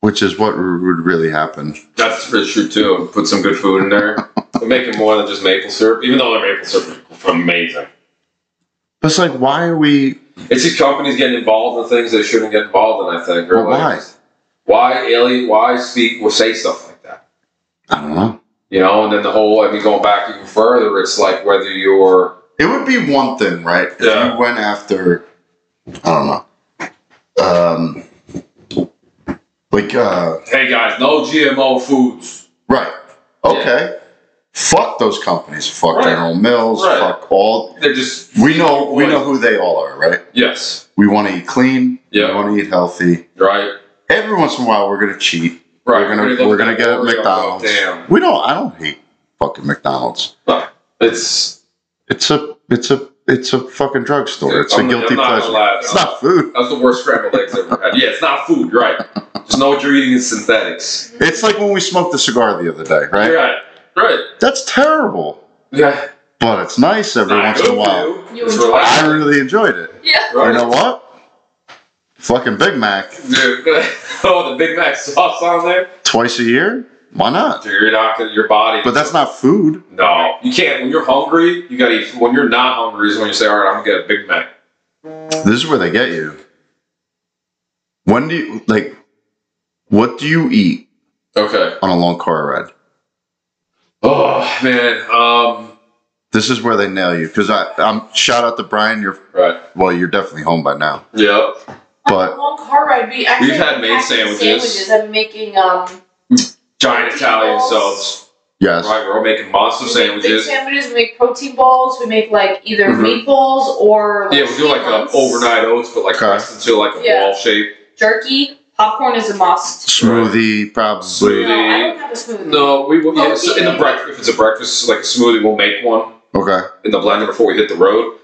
Speaker 2: which is what r- would really happen.
Speaker 1: that's pretty true too. Put some good food in there. We're making more than just maple syrup, even though their maple syrup is amazing.
Speaker 2: But it's like, why are we?
Speaker 1: It's just companies getting involved in things they shouldn't get involved in. I think. Or
Speaker 2: But why?
Speaker 1: like, Why alien? Why speak or say stuff like that?
Speaker 2: I don't know.
Speaker 1: You know, and then the whole, I mean, going back even further, it's like whether you're,
Speaker 2: It would be one thing, right? If
Speaker 1: Yeah.
Speaker 2: you went after, I don't know, um, like, uh,
Speaker 1: hey guys, no GMO foods.
Speaker 2: right? Okay, fuck those companies. Fuck
Speaker 1: Right.
Speaker 2: General Mills.
Speaker 1: Right.
Speaker 2: Fuck all.
Speaker 1: They're just,
Speaker 2: We know. We know who they all are, right?
Speaker 1: Yes.
Speaker 2: We want to eat clean.
Speaker 1: Yeah.
Speaker 2: We want to eat healthy.
Speaker 1: Right.
Speaker 2: Every once in a while, we're gonna cheat.
Speaker 1: Right.
Speaker 2: We're gonna
Speaker 1: look
Speaker 2: we're gonna
Speaker 1: at
Speaker 2: get Oh,
Speaker 1: Oreo,
Speaker 2: McDonald's.
Speaker 1: Damn.
Speaker 2: We don't. I don't hate fucking McDonald's.
Speaker 1: It's,
Speaker 2: It's a it's a It's a fucking drugstore. It's a
Speaker 1: I'm- I'm
Speaker 2: guilty
Speaker 1: not
Speaker 2: pleasure.
Speaker 1: allowed-
Speaker 2: It's not food.
Speaker 1: That was the worst scrambled eggs I've ever had. Yeah, it's not food, you're right? Just know what you're eating is synthetics.
Speaker 2: It's like when we smoked the cigar the other day, right?
Speaker 1: You're right. Right.
Speaker 2: That's terrible.
Speaker 1: Yeah.
Speaker 2: But it's nice every
Speaker 1: Not
Speaker 2: once in a
Speaker 1: good
Speaker 2: while.
Speaker 1: for
Speaker 3: You
Speaker 1: It's
Speaker 3: enjoy it.
Speaker 2: I
Speaker 1: relaxing.
Speaker 2: really enjoyed it.
Speaker 3: Yeah.
Speaker 2: You
Speaker 1: Right.
Speaker 2: know what? Fucking Big Mac
Speaker 1: Dude, oh, the Big Mac sauce on there.
Speaker 2: twice a year? Why not?
Speaker 1: Dude, you're not gonna, your body.
Speaker 2: But that's not food.
Speaker 1: No, you can't. When you're hungry, you gotta eat. When you're not hungry is when you say, "All right, I'm gonna get a Big Mac."
Speaker 2: This is where they get you. When do you like? What do you eat
Speaker 1: Okay.
Speaker 2: on a long car ride?
Speaker 1: Oh man. Um.
Speaker 2: This is where they nail you because I, I'm shout out to Brian. You're
Speaker 1: Right.
Speaker 2: well, you're definitely home by now.
Speaker 1: Yeah.
Speaker 2: But
Speaker 3: long car ride. We actually
Speaker 1: We've had made
Speaker 3: packing
Speaker 1: sandwiches.
Speaker 3: sandwiches. I'm making um.
Speaker 1: Giant Italian subs.
Speaker 2: yes,
Speaker 1: Right. We're all making monster
Speaker 3: we make big
Speaker 1: sandwiches.
Speaker 3: sandwiches. We make protein balls. We make like either
Speaker 1: Mhm.
Speaker 3: meatballs or like
Speaker 1: Yeah, we do like a
Speaker 3: sweet ones.
Speaker 1: overnight oats, but like
Speaker 2: Okay.
Speaker 1: pressed into like a
Speaker 3: Yeah.
Speaker 1: ball shape.
Speaker 3: jerky. Popcorn is a must.
Speaker 2: smoothie probably.
Speaker 3: No, I don't have a smoothie.
Speaker 1: No, we will.
Speaker 3: Oh,
Speaker 1: Yeah, so in the
Speaker 3: yeah.
Speaker 1: breakfast, if it's a breakfast like a smoothie, we'll make one
Speaker 2: Okay,
Speaker 1: in the blender before we hit the road. We'll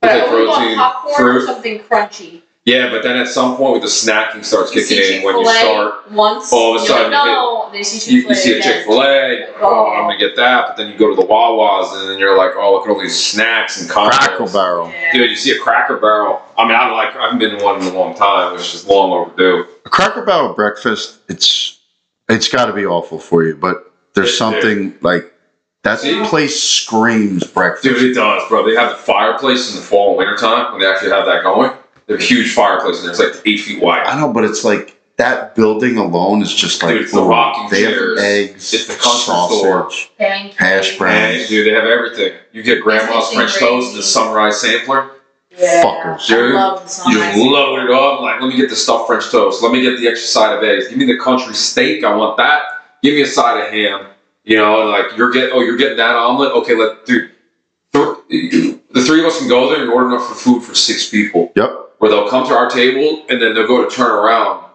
Speaker 3: but
Speaker 1: take
Speaker 3: I only want
Speaker 1: protein,
Speaker 3: popcorn or
Speaker 1: fruit.
Speaker 3: something crunchy.
Speaker 1: Yeah, but then at some point, with the snacking starts
Speaker 3: You see
Speaker 1: kicking in when you
Speaker 3: Chick-fil-A
Speaker 1: start.
Speaker 3: once,
Speaker 1: all of a
Speaker 3: you're like,
Speaker 1: sudden you
Speaker 3: no, and then you see
Speaker 1: you,
Speaker 3: Chick-fil-A
Speaker 1: you see a
Speaker 3: again.
Speaker 1: Chick Fil A, oh, I'm gonna get that. But then you go to the Wawas, and then you're like, oh, look at all these snacks and
Speaker 2: Crackle
Speaker 1: cocktails.
Speaker 2: Barrel.
Speaker 3: Yeah.
Speaker 1: Dude, you see a Cracker Barrel. I mean, I like I haven't been to one in a long time, which is long overdue.
Speaker 2: A Cracker Barrel breakfast. It's it's got to be awful for you, but there's
Speaker 1: It's there.
Speaker 2: something like that
Speaker 1: See?
Speaker 2: place screams breakfast.
Speaker 1: Dude, it does, bro. They have the fireplace in the fall and winter time when they actually have that going. They have a huge fireplace, and it's like eight feet wide.
Speaker 2: I know, but it's like that building alone is just like
Speaker 1: Dude, it's the
Speaker 2: oh,
Speaker 1: rocking
Speaker 2: they
Speaker 1: chairs.
Speaker 2: have eggs,
Speaker 1: It's the country store.
Speaker 2: sausage.
Speaker 3: Pancakes.
Speaker 2: Hash brown.
Speaker 1: And dude, they have everything. You get grandma's
Speaker 3: Everything
Speaker 1: French toast and the
Speaker 3: great.
Speaker 1: sunrise sampler.
Speaker 3: Yeah.
Speaker 2: Fuckers.
Speaker 1: Dude,
Speaker 3: I love the
Speaker 1: You
Speaker 3: sunrise.
Speaker 1: load it up. Like, let me get the stuffed French toast. Let me get the extra side of eggs. Give me the country steak. I want that. Give me a side of ham. You know, and like you're getting. Oh, you're getting that omelet. Okay, let dude. th- The three of us can go there and order enough for food for six people.
Speaker 2: Yep.
Speaker 1: Where they'll come to our table and then they'll go to turn around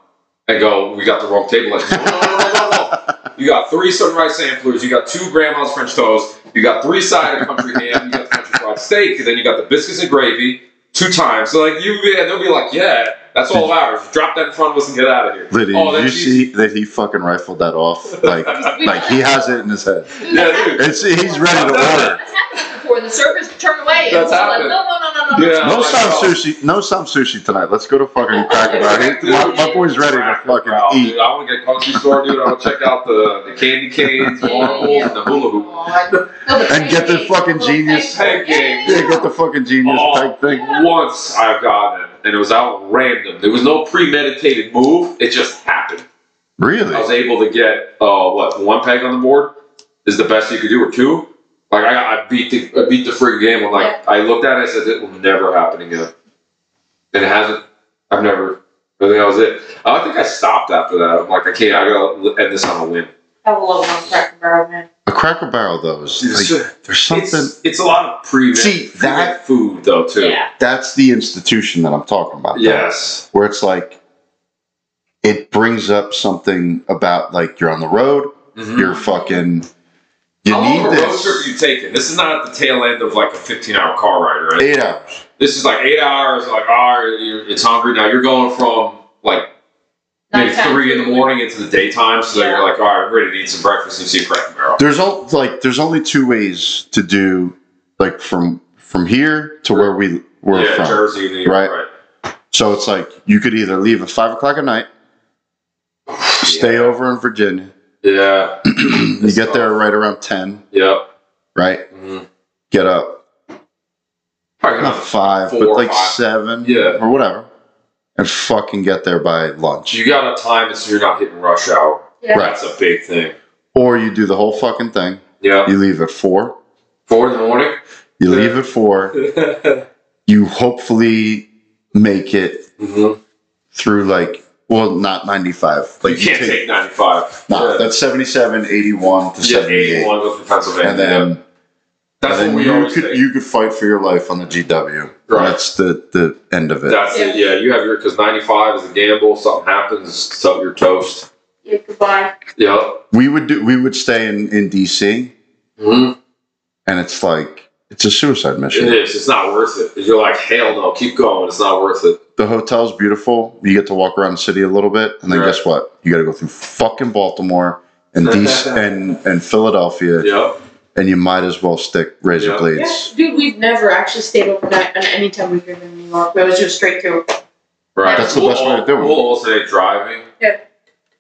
Speaker 1: and go, "We got the wrong table." Like, no, no, no, no, no, no. You got three sunrise samplers. You got two grandma's French toast. You got three side of country ham. You got the country fried steak. And then you got the biscuits and gravy two times. So like you, and they'll be like, "Yeah, that's all of ours. Drop that in front of us and get out of here."
Speaker 2: Liddy,
Speaker 1: Oh,
Speaker 2: did you
Speaker 1: that's
Speaker 2: see that he fucking rifled that off? Like, like he has it in his head.
Speaker 1: Yeah, dude.
Speaker 2: It's he's ready to order.
Speaker 3: That's happened before. The servers turn away. and
Speaker 1: That's
Speaker 3: it's like,
Speaker 1: happened.
Speaker 3: no, no, no, no, no.
Speaker 1: Yeah.
Speaker 2: No Sam sushi. No Sam sushi tonight. Let's go to fucking Cracker Barrel. He- My, my boy's ready to fucking
Speaker 1: Wow,
Speaker 2: eat.
Speaker 1: Dude, I want to get country store, dude. I want to check out the, the candy canes, the marbles, and the hula hoop.
Speaker 3: no.
Speaker 2: And get the fucking genius-
Speaker 1: Pancakes.
Speaker 2: Yeah, get the fucking genius
Speaker 1: Oh.
Speaker 2: type thing.
Speaker 1: Once I've gotten it, and it was out random. There was no premeditated move. It just happened. I was
Speaker 2: Really?
Speaker 1: able to get uh, what one peg on the board is the best you could do, or two. Like I, got- I beat the I beat the freaking game. I'm like I looked at it, I said it will never happen again, and it hasn't. I've never. I think that was it. I think I stopped after that. I'm like I can't. I gotta end this on a win.
Speaker 3: I love one Cracker Barrel, man.
Speaker 2: A Cracker Barrel though is like, there's something.
Speaker 1: It's, it's a lot of pre
Speaker 2: See, that-
Speaker 1: food though too.
Speaker 3: Yeah.
Speaker 2: That's the institution that I'm talking about. though.
Speaker 1: Yes.
Speaker 2: where it's like it brings up something about like you're on the road,
Speaker 1: Mhm.
Speaker 2: you're fucking you
Speaker 1: How long of
Speaker 2: need
Speaker 1: a road trip
Speaker 2: this
Speaker 1: are you taking? This is not at the tail end of like a 15 hour car ride, right?
Speaker 2: eight hours.
Speaker 1: This is like eight hours. Like, all right, you're, it's hungry now. You're going from like maybe
Speaker 3: Nighttime.
Speaker 1: three in the morning into the daytime, so that
Speaker 3: Yeah.
Speaker 1: you're like, all right, I'm ready to eat some breakfast and see a Cracker Barrel.
Speaker 2: There's all like there's only two ways to do like from from here to where we were
Speaker 1: yeah,
Speaker 2: from.
Speaker 1: Jersey, New York,
Speaker 2: Right.
Speaker 1: right?
Speaker 2: So it's like you could either leave at five o'clock at night, stay over in Virginia,
Speaker 1: Yeah.
Speaker 2: you get there right around ten,
Speaker 1: Yep.
Speaker 2: right?
Speaker 1: Mhm.
Speaker 2: Get up
Speaker 1: Probably
Speaker 2: not
Speaker 1: enough.
Speaker 2: five, but
Speaker 1: Four,
Speaker 2: like
Speaker 1: five.
Speaker 2: seven,
Speaker 1: Yeah.
Speaker 2: or whatever, and fucking get there by lunch.
Speaker 1: You gotta time it so you're not hitting rush hour.
Speaker 3: Yeah.
Speaker 2: Right.
Speaker 1: That's a big thing.
Speaker 2: Or you do the whole fucking thing.
Speaker 1: Yeah.
Speaker 2: You leave at four.
Speaker 1: Four in the morning.
Speaker 2: You leave at four. You hopefully make it
Speaker 1: Mhm.
Speaker 2: through like well, not ninety five. Like
Speaker 1: you can't take, 95.
Speaker 2: nah,
Speaker 1: yeah.
Speaker 2: that's 77, 81 to
Speaker 1: yeah,
Speaker 2: seventy eight.
Speaker 1: 81 goes to Pennsylvania.
Speaker 2: And then,
Speaker 1: yeah. That's what
Speaker 2: and then
Speaker 1: we
Speaker 2: you
Speaker 1: always
Speaker 2: could
Speaker 1: take.
Speaker 2: you could fight for your life on the GW.
Speaker 1: Right.
Speaker 2: That's the, the end of it.
Speaker 1: That's it. Yeah, you have your because ninety five is a gamble. Something happens, so you're toast.
Speaker 3: Yeah, goodbye.
Speaker 1: Yep.
Speaker 2: we would do we would stay in, in DC
Speaker 1: Mm-hmm.
Speaker 2: and it's like It's a suicide
Speaker 1: It
Speaker 2: mission.
Speaker 1: is. It's not worth it. You're like, hell no, keep going. It's not worth it.
Speaker 2: The hotel's beautiful. You get to walk around the city a little bit, and then
Speaker 1: Right.
Speaker 2: guess what? You got to go through fucking Baltimore and DC and and Philadelphia,
Speaker 1: Yep.
Speaker 2: and you might as well stick razor
Speaker 1: Yeah.
Speaker 2: blades.
Speaker 3: dude, we've never actually stayed overnight on any time we've been in New York. It was just straight to
Speaker 1: Right.
Speaker 2: That's the best way to do it.
Speaker 1: We'll alternate driving.
Speaker 3: Yeah.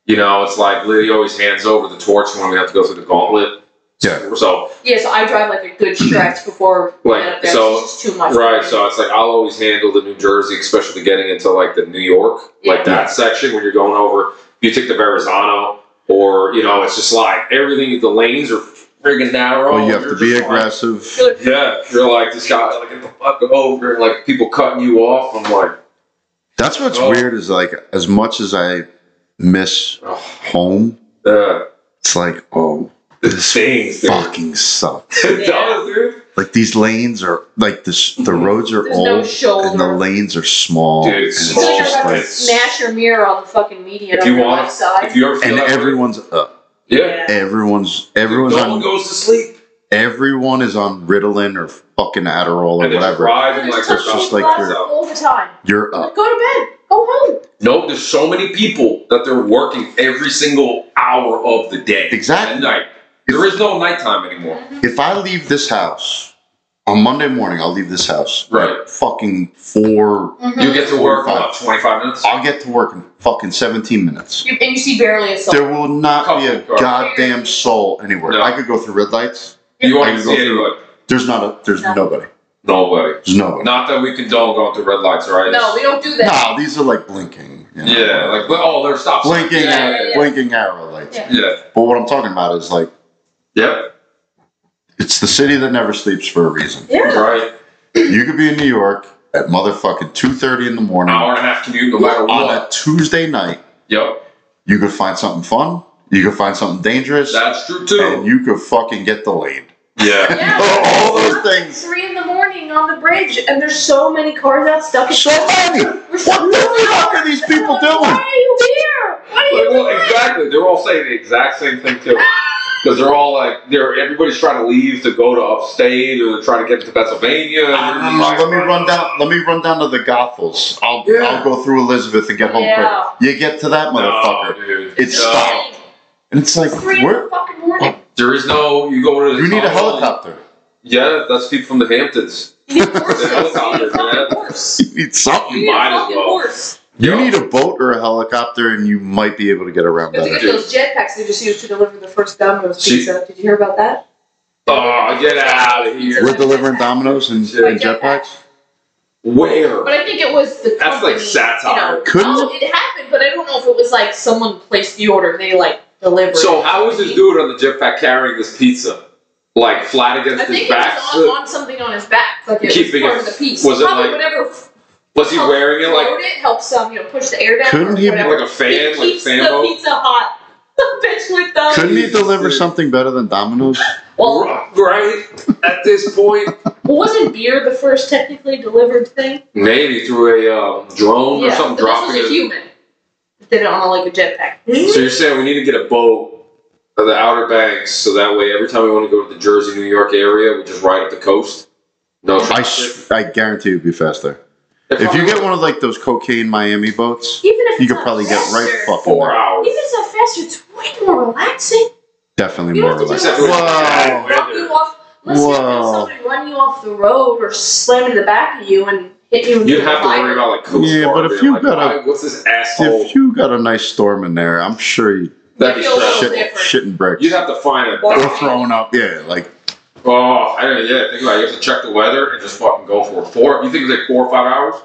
Speaker 1: You know, it's like Liddy always hands over the torch when we have to go through the gauntlet.
Speaker 2: Yeah.
Speaker 1: So
Speaker 3: yeah. So I drive like a good stretch before we
Speaker 1: Like,
Speaker 3: get up there.
Speaker 1: so-
Speaker 3: it's just too much.
Speaker 1: right, so it's like I'll always handle the New Jersey, especially getting into like the New York,
Speaker 3: Yeah.
Speaker 1: like that section when you're going over. You take the Verrazano, or you know, it's just like everything. The lanes are friggin' narrow.
Speaker 2: Well, you have
Speaker 1: Oh, You're
Speaker 2: to be
Speaker 1: just like-
Speaker 2: aggressive.
Speaker 1: Yeah, you're like this guy. Like get the fuck over, and like people cutting you off. I'm like,
Speaker 2: That's what's
Speaker 1: Oh.
Speaker 2: weird is like as much as I miss
Speaker 1: oh,
Speaker 2: home,
Speaker 1: uh,
Speaker 2: it's like oh
Speaker 1: the things, dude.
Speaker 2: fucking sucks.
Speaker 1: It does, dude.
Speaker 2: Like these lanes are like this. The roads are
Speaker 3: Mm-hmm. There's
Speaker 2: old
Speaker 3: no shoulder.
Speaker 2: and the lanes are small.
Speaker 1: Dud,
Speaker 2: and
Speaker 1: it's
Speaker 3: So
Speaker 1: small.
Speaker 3: you're about to
Speaker 1: like-
Speaker 3: smash your mirror on the fucking median
Speaker 1: If
Speaker 3: on
Speaker 1: you
Speaker 3: the
Speaker 1: want-
Speaker 3: left side.
Speaker 1: If you ever feel
Speaker 2: and
Speaker 1: that way-
Speaker 2: everyone's up.
Speaker 1: yeah,
Speaker 2: Everyone's everyone's
Speaker 1: no one
Speaker 2: on.
Speaker 1: goes to sleep.
Speaker 2: Everyone is on Ritalin or fucking Adderall or
Speaker 1: And they're
Speaker 2: whatever.
Speaker 1: driving like
Speaker 3: There's
Speaker 1: they're
Speaker 3: tons of
Speaker 2: just
Speaker 1: about
Speaker 2: like
Speaker 3: people
Speaker 1: to pass out.
Speaker 2: you're-
Speaker 3: out all the time.
Speaker 2: You're up.
Speaker 3: Go to bed. Go home.
Speaker 1: No, there's so many people that they're working every single hour of the day.
Speaker 2: Exactly.
Speaker 1: At night. There is no nighttime anymore.
Speaker 2: If I leave this house on Monday morning, I'll leave this house.
Speaker 1: Right.
Speaker 2: at Fucking four.
Speaker 3: Mhm.
Speaker 1: You get to work in about 25 minutes.
Speaker 2: I'll get to work in fucking seventeen minutes.
Speaker 3: You- and you see barely a soul.
Speaker 2: There will not be a
Speaker 1: Couple cars.
Speaker 2: goddamn soul anywhere.
Speaker 1: No.
Speaker 2: I could go through red lights.
Speaker 1: You
Speaker 2: I
Speaker 1: won't
Speaker 2: can
Speaker 1: see
Speaker 2: go through-
Speaker 1: anybody.
Speaker 2: There's not a. There's
Speaker 3: No.
Speaker 2: nobody.
Speaker 1: Nobody.
Speaker 2: There's nobody.
Speaker 1: Not that we condone going through red lights, all right?
Speaker 3: no, we don't do
Speaker 2: No,
Speaker 3: that.
Speaker 2: these are like blinking. you know?
Speaker 1: Yeah, like, but, oh, there's stop signs.
Speaker 2: blinking,
Speaker 1: Yeah.
Speaker 2: arrow-
Speaker 3: yeah, yeah.
Speaker 2: blinking arrow lights.
Speaker 3: Yeah.
Speaker 1: Yeah.
Speaker 2: But what I'm talking about is like
Speaker 1: Yep.
Speaker 2: it's the city that never sleeps for a reason.
Speaker 3: Yeah.
Speaker 1: Right.
Speaker 2: You could be in New York at motherfucking two thirty in the
Speaker 1: An
Speaker 2: morning
Speaker 1: hour and a half commute, no matter
Speaker 2: on
Speaker 1: what.
Speaker 2: a Tuesday night.
Speaker 1: Yep.
Speaker 2: You could find something fun. You could find something dangerous,
Speaker 1: That's true
Speaker 2: and Oh,
Speaker 1: too.
Speaker 2: you could fucking get delayed.
Speaker 1: Yeah.
Speaker 3: Yeah.
Speaker 2: All those things.
Speaker 3: Three in the morning on the bridge, and there's so many cars out stuck in
Speaker 2: So many.
Speaker 3: We're
Speaker 2: What
Speaker 3: so-
Speaker 2: the fuck are these people
Speaker 3: Why
Speaker 2: doing?
Speaker 3: are you here? Why are you
Speaker 1: Like, well,
Speaker 3: doing?
Speaker 1: exactly. They're all saying the exact same thing too. Because they're all like, they're everybody's trying to leave to go to upstate or they're trying to get into Pennsylvania. and they're just like-
Speaker 2: Let me run down. Let me run down to the Gothels. I'll
Speaker 1: Yeah.
Speaker 2: I'll go through Elizabeth and get home
Speaker 3: Yeah.
Speaker 2: quick. You get to that
Speaker 1: No,
Speaker 2: motherfucker,
Speaker 1: dude.
Speaker 2: It's
Speaker 1: No.
Speaker 2: stuck. and it's like,
Speaker 3: It's three in
Speaker 2: where?
Speaker 3: the fucking morning.
Speaker 1: There is no. You go to. The
Speaker 2: You need a
Speaker 1: tunnel.
Speaker 2: helicopter.
Speaker 1: Yeah, that's people from the Hamptons.
Speaker 3: You need horses. You need
Speaker 1: Helicopter,
Speaker 3: a fucking
Speaker 1: man.
Speaker 3: horse.
Speaker 2: You need something.
Speaker 3: You need a
Speaker 1: Might as
Speaker 3: fucking
Speaker 1: well.
Speaker 3: horse.
Speaker 2: You
Speaker 1: Yeah.
Speaker 2: need a boat or a helicopter, and you might be able to get around
Speaker 3: You have to
Speaker 2: better.
Speaker 3: get those jetpacks they just used to deliver the first Domino's
Speaker 1: She-
Speaker 3: pizza. Did you hear about that?
Speaker 1: Oh, get out of here.
Speaker 2: We're delivering Dominoes and,
Speaker 1: Sure.
Speaker 2: and jetpacks.
Speaker 3: But
Speaker 1: Where?
Speaker 3: I think it was the
Speaker 1: That's
Speaker 3: company,
Speaker 1: like satire.
Speaker 3: You know,
Speaker 2: Couldn't-
Speaker 3: oh, it happened, but I don't know if it was like someone placed the order and they like delivered.
Speaker 1: So
Speaker 3: it.
Speaker 1: how is this dude on the jetpack carrying this pizza, like flat
Speaker 3: I
Speaker 1: against his
Speaker 3: think it
Speaker 1: back?
Speaker 3: was on, on something on his back, like it was
Speaker 1: Keeping
Speaker 3: part
Speaker 1: it-
Speaker 3: of the piece.
Speaker 1: was it
Speaker 3: Probably
Speaker 1: like-
Speaker 3: whatever
Speaker 1: Was he wearing it like
Speaker 3: float it helps um you know push the air down.
Speaker 2: Couldn't
Speaker 3: or
Speaker 2: he be
Speaker 3: whatever.
Speaker 1: like a fan,
Speaker 3: It
Speaker 1: like a
Speaker 3: keeps the
Speaker 1: fan boat?
Speaker 3: pizza hot. Bitch with the
Speaker 2: Couldn't he
Speaker 1: Jesus,
Speaker 2: deliver
Speaker 1: dude.
Speaker 2: something better than Dominoes?
Speaker 3: well,
Speaker 1: Right at this point,
Speaker 3: well, wasn't beer the first technically delivered thing?
Speaker 1: maybe through a um, drone or
Speaker 3: yeah,
Speaker 1: something
Speaker 3: but
Speaker 1: dropping
Speaker 3: this was a
Speaker 1: it.
Speaker 3: human. Did it on like a jetpack.
Speaker 1: So you're saying we need to get a boat of the Outer Banks, so that way every time we want to go to the Jersey, New York area, we just ride up the coast. No,
Speaker 2: I, s- I guarantee you'd be faster.
Speaker 1: If
Speaker 2: If
Speaker 1: I'm
Speaker 2: you get one of like those cocaine Miami boats,
Speaker 3: Even if
Speaker 2: you
Speaker 3: it's
Speaker 2: could
Speaker 3: not
Speaker 2: probably get right
Speaker 3: faster-
Speaker 2: fucking
Speaker 1: four
Speaker 2: there.
Speaker 1: hours.
Speaker 3: Even if it's not faster, it's way more relaxing.
Speaker 2: Definitely
Speaker 3: You
Speaker 2: more
Speaker 3: don't have to
Speaker 2: relaxed.
Speaker 3: do
Speaker 1: relaxed.
Speaker 3: anything.
Speaker 1: Wow.
Speaker 3: Run you off. Unless you
Speaker 2: Wow.
Speaker 3: have somebody run you off the road or slam into the back of you and hit you.
Speaker 1: You'd have to worry about like Coast
Speaker 2: Yeah,
Speaker 1: Guard
Speaker 2: but if
Speaker 1: being
Speaker 2: you
Speaker 1: like,
Speaker 2: got
Speaker 1: "Why-
Speaker 2: a-
Speaker 1: what's this asshole?
Speaker 2: If you got a nice storm in there, I'm sure you
Speaker 1: That'd be
Speaker 3: If you-
Speaker 1: stressful.
Speaker 2: shit,
Speaker 3: different.
Speaker 2: shitting bricks
Speaker 1: You'd have to find a.
Speaker 3: Or-
Speaker 2: or throwing up. Yeah, like
Speaker 1: Oh, I don't, yeah. Think about it. You have to check the weather and just fucking go for it. four. You think it's like four or five hours?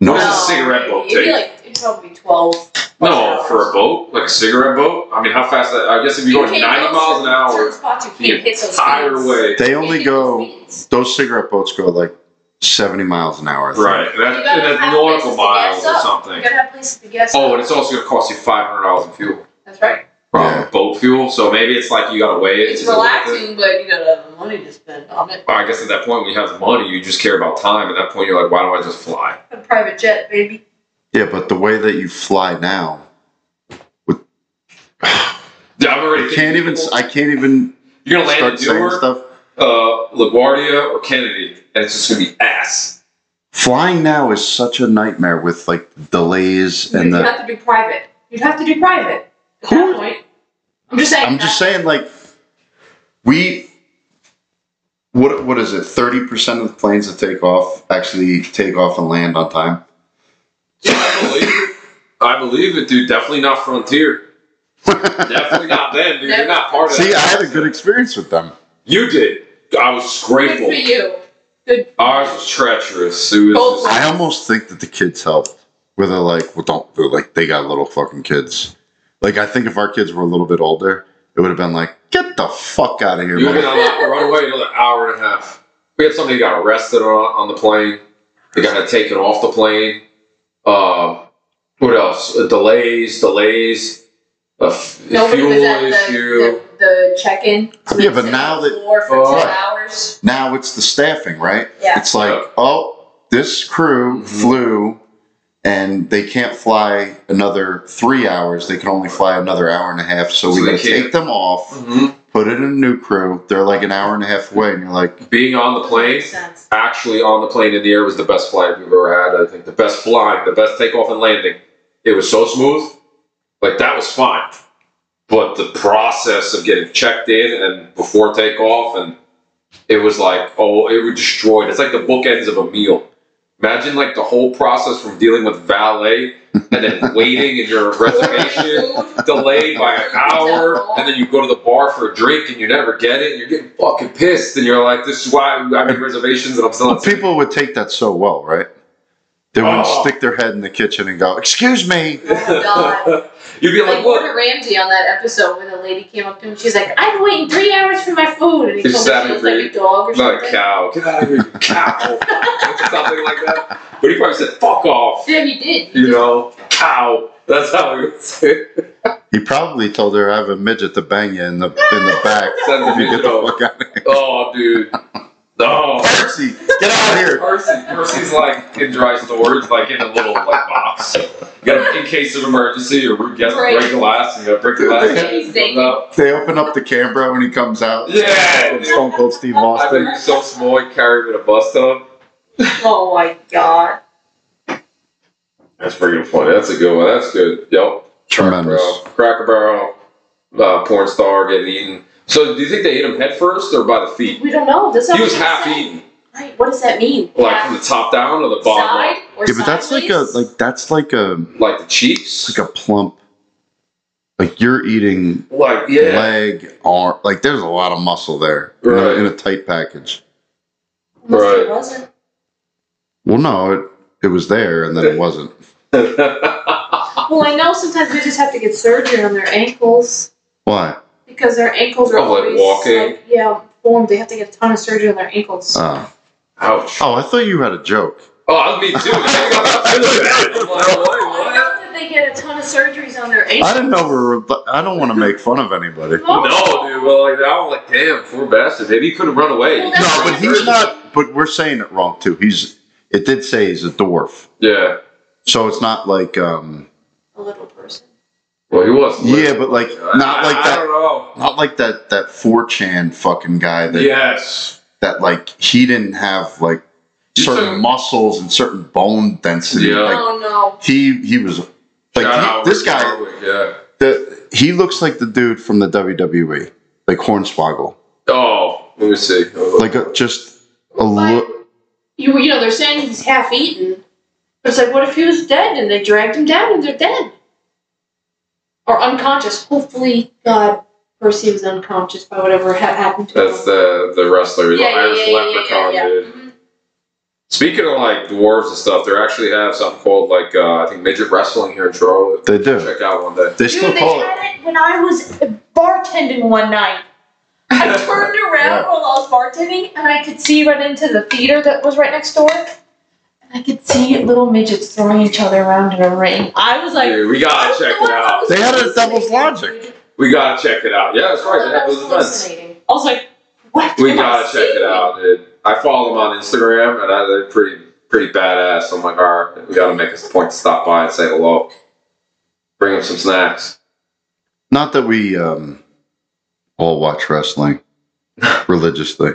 Speaker 2: no.
Speaker 1: What does a cigarette boat
Speaker 3: it'd be
Speaker 1: take?
Speaker 3: like it'd probably be twelve.
Speaker 1: No, for a boat, like a cigarette boat. I mean, how fast? That, I guess if you're going
Speaker 3: can't
Speaker 1: 90
Speaker 3: go
Speaker 1: miles an
Speaker 3: certain- certain
Speaker 1: hour
Speaker 3: spots you
Speaker 1: the
Speaker 3: can't hit those
Speaker 1: entire
Speaker 3: speeds.
Speaker 1: way,
Speaker 2: They
Speaker 3: You
Speaker 2: only
Speaker 3: can't hit those
Speaker 2: go.
Speaker 3: speeds.
Speaker 2: Those cigarette boats go like 70 miles an hour. I think.
Speaker 1: right? And
Speaker 3: You
Speaker 1: that's,
Speaker 3: gotta
Speaker 1: and that's
Speaker 3: have
Speaker 1: nautical
Speaker 3: places to gas
Speaker 1: miles or
Speaker 3: up.
Speaker 1: something.
Speaker 3: You gotta have places to guess.
Speaker 1: Oh, and it's also going to cost you five hundred dollars in fuel,
Speaker 3: that's right.
Speaker 1: from
Speaker 2: Yeah.
Speaker 1: boat fuel. So maybe it's like you got to weigh it.
Speaker 3: It's
Speaker 1: Is it worth it?
Speaker 3: relaxing, but you gotta have the money to spend on it.
Speaker 1: Well, I guess at that point, when you have the money, you just care about time. At that point, you're like, why don't I just fly?
Speaker 3: A private jet, baby.
Speaker 2: Yeah, but the way that you fly now,
Speaker 1: Yeah, I'm already.
Speaker 2: I can't even. I can't even
Speaker 1: You're gonna land
Speaker 2: start
Speaker 1: in
Speaker 2: saying
Speaker 1: Newark.
Speaker 2: stuff.
Speaker 1: Uh, uh, LaGuardia or Kennedy, and it's just gonna be ass.
Speaker 2: Flying now is such a nightmare with like the delays
Speaker 3: You'd
Speaker 2: and the.
Speaker 3: have to do private. You'd have to do private at that point. I'm just saying.
Speaker 2: I'm just
Speaker 3: that-
Speaker 2: saying, like, we. What what is it? Thirty percent of the planes that take off actually take off and land on time.
Speaker 1: Yeah, I believe it. I believe it, dude. Definitely not Frontier. Definitely not them, dude. You're not part of
Speaker 2: See, I
Speaker 1: that.
Speaker 2: had a good experience with them.
Speaker 1: You did. I was
Speaker 3: Good
Speaker 1: grateful.
Speaker 3: for you. Good.
Speaker 1: Ours was treacherous. It was
Speaker 3: Both
Speaker 1: just-
Speaker 2: I almost think that the kids helped, where they're like, well, don't, they're like, they got little fucking kids. Like, I think if our kids were a little bit older, it would have been like, get the fuck out of here,
Speaker 1: you were
Speaker 2: man.
Speaker 1: gonna allow- run away another hour and a half. We had somebody who got arrested on, on the plane. They got taken off the plane. Uh, what else? Uh, delays, delays. Uh, f-
Speaker 3: Nobody
Speaker 1: fuel
Speaker 3: was at
Speaker 1: issue.
Speaker 3: the, the, the check-in.
Speaker 2: Yeah, but now that-
Speaker 3: Floor for
Speaker 1: Oh.
Speaker 3: two hours.
Speaker 2: Now it's the staffing, right?
Speaker 3: Yeah.
Speaker 2: It's like,
Speaker 1: Yeah.
Speaker 2: oh, this crew
Speaker 1: Mhm.
Speaker 2: flew and they can't fly another three hours. They can only fly another hour and a half. So,
Speaker 1: So
Speaker 2: we
Speaker 1: they
Speaker 2: gotta
Speaker 1: can't-
Speaker 2: take them off,
Speaker 1: Mhm.
Speaker 2: put it in a new crew. They're like an hour and a half away, and you're like,
Speaker 1: Being on the plane,
Speaker 3: Makes sense.
Speaker 1: actually on the plane in the air was the best flight we've ever had. I think the best flying, the best takeoff and landing. It was so smooth. Like that was fine. But the process of getting checked in and before takeoff and it was like, oh, it was destroyed. It's like the bookends of a meal. Imagine like the whole process from dealing with valet and then waiting in your reservation
Speaker 3: Food.
Speaker 1: delayed by an hour, and then you go to the bar for a drink and you never get it, and you're getting fucking pissed, and you're like, "This is why I made reservations and I'm still."
Speaker 2: But people would take that so well, right? They wouldn't
Speaker 1: Oh.
Speaker 2: stick their head in the kitchen and go, "Excuse me."
Speaker 3: Oh, God.
Speaker 1: You'd be
Speaker 3: Like
Speaker 1: like, "What?"
Speaker 3: Gordon Ramsay on that episode when the lady came up to him, she's like, "I've been waiting three hours for my food," and he
Speaker 1: Is
Speaker 3: told her
Speaker 1: that
Speaker 3: she was
Speaker 1: agree-
Speaker 3: like a dog
Speaker 1: Not a
Speaker 3: or something.
Speaker 1: cow. Get out of here, you cow. Something like that. But he probably said, "Fuck off,"
Speaker 3: Yeah, he did. He
Speaker 1: you
Speaker 3: just-
Speaker 1: know, cow. That's how we would say. it.
Speaker 2: He probably told her, "I have a midget to bang you in the in the back
Speaker 1: Send the
Speaker 2: if you get
Speaker 1: midget
Speaker 2: the
Speaker 1: over.
Speaker 2: fuck out of here."
Speaker 1: Oh, dude. Oh. No.
Speaker 2: Percy, get out of here!
Speaker 1: Percy, Percy's like in dry storage, like in a little like box. You got in case of emergency or root gets
Speaker 3: Right.
Speaker 1: break glass, and you got break glass.
Speaker 3: Amazing.
Speaker 1: No.
Speaker 2: They open up the camera when he comes out.
Speaker 1: Yeah, dude.
Speaker 2: Stone Cold Steve
Speaker 1: I
Speaker 2: Austin.
Speaker 1: think he's so small he carried him in a bus tub.
Speaker 3: Oh my God.
Speaker 1: That's pretty funny. That's a good one. That's good. Yep.
Speaker 2: Tremendous.
Speaker 1: Bro, Cracker Barrel, uh, porn star getting eaten. So do you think they ate him head first or by the feet?
Speaker 3: We don't know. This
Speaker 1: He was half eaten,
Speaker 3: Right. What does that mean?
Speaker 1: like from the top down or the bottom
Speaker 3: side
Speaker 1: up,
Speaker 3: or
Speaker 2: Yeah, but that's like a
Speaker 3: sideways?
Speaker 2: like that's like a
Speaker 1: like the cheeks,
Speaker 2: it's like a plump. Like you're eating
Speaker 1: like yeah.
Speaker 2: leg, arm. Like there's a lot of muscle there in a-
Speaker 1: Right.
Speaker 2: in a tight package.
Speaker 3: Unless it
Speaker 1: Right.
Speaker 3: wasn't.
Speaker 2: Well, no, it it was there and then it wasn't.
Speaker 3: Well, I know sometimes they just have to get surgery on their ankles
Speaker 2: Why?
Speaker 3: because their ankles are
Speaker 1: Oh, like
Speaker 3: always
Speaker 1: walking?
Speaker 3: like, yeah formed. They have to get a ton of surgery on their ankles.
Speaker 2: Oh.
Speaker 1: Ouch. Oh,
Speaker 2: Oh, I thought you had a joke.
Speaker 1: I me too. I'm
Speaker 3: I
Speaker 1: like, what?
Speaker 3: know that they get a ton of surgeries on their ankles.
Speaker 2: I didn't know we were. I don't want to make fun of anybody. No,
Speaker 3: No.
Speaker 1: No, dude. Well, like that one, like damn, poor bastard. Maybe he could have run away.
Speaker 3: No,
Speaker 2: but he's not. But we're saying it wrong too. He's. It did say he's a dwarf,
Speaker 1: Yeah.
Speaker 2: so it's not like. um
Speaker 3: A little person.
Speaker 1: Well, he was.
Speaker 2: Yeah, but like not
Speaker 1: I-
Speaker 2: like
Speaker 1: I
Speaker 2: that.
Speaker 1: don't know.
Speaker 2: Not like that. That four chan fucking guy that
Speaker 1: Yes.
Speaker 2: that like he didn't have like
Speaker 1: You
Speaker 2: certain
Speaker 1: took-
Speaker 2: muscle muscles and certain bone density.
Speaker 1: Yeah.
Speaker 2: Like
Speaker 3: oh no.
Speaker 2: he he was like
Speaker 1: Shout out
Speaker 2: he, this
Speaker 1: Rick
Speaker 2: guy.
Speaker 1: Hardwick, yeah.
Speaker 2: The, he looks like the dude from the WWE, like Hornswoggle,
Speaker 1: Oh, let me see.
Speaker 2: like a, just a
Speaker 3: Like,
Speaker 2: look.
Speaker 3: you, you know, they're saying he's half eaten. But it's like, what if he was dead and they dragged him down and they're dead? Or unconscious. Hopefully, God, Percy was unconscious by whatever ha- happened to
Speaker 1: that's
Speaker 3: him.
Speaker 1: the the wrestler, the
Speaker 3: yeah, yeah,
Speaker 1: Irish
Speaker 3: yeah, yeah, yeah, yeah,
Speaker 1: leprechaun
Speaker 3: yeah.
Speaker 1: dude.
Speaker 3: Mhm.
Speaker 1: Speaking of like dwarves and stuff, they actually have something called like uh, I think midget wrestling here in Charlotte.
Speaker 2: They do.
Speaker 1: Check out one day.
Speaker 2: They
Speaker 3: Dude,
Speaker 2: still
Speaker 3: they
Speaker 2: call it.
Speaker 3: had it when I was bartending one night. I turned around
Speaker 2: Yeah.
Speaker 3: while I was bartending and I could see right into the theater that was right next door. And I could see little midgets throwing each other around in a ring. I was like,
Speaker 1: Dude, we
Speaker 3: I
Speaker 1: gotta
Speaker 3: was
Speaker 1: check
Speaker 3: the
Speaker 1: it
Speaker 3: one that
Speaker 1: out.
Speaker 3: was
Speaker 2: They had it at Devil's
Speaker 3: hallucinating.
Speaker 2: Logic.
Speaker 1: We gotta check it out. Yeah, that's right. They have those events.
Speaker 3: hallucinating. I was like, what?
Speaker 1: We
Speaker 3: am I
Speaker 1: gotta check it
Speaker 3: seeing?
Speaker 1: out, dude. I follow them on Instagram, and I, they're pretty pretty badass. I'm like, all right, we gotta make us a point to stop by and say hello. Bring them some snacks.
Speaker 2: Not that we um, all watch wrestling religiously.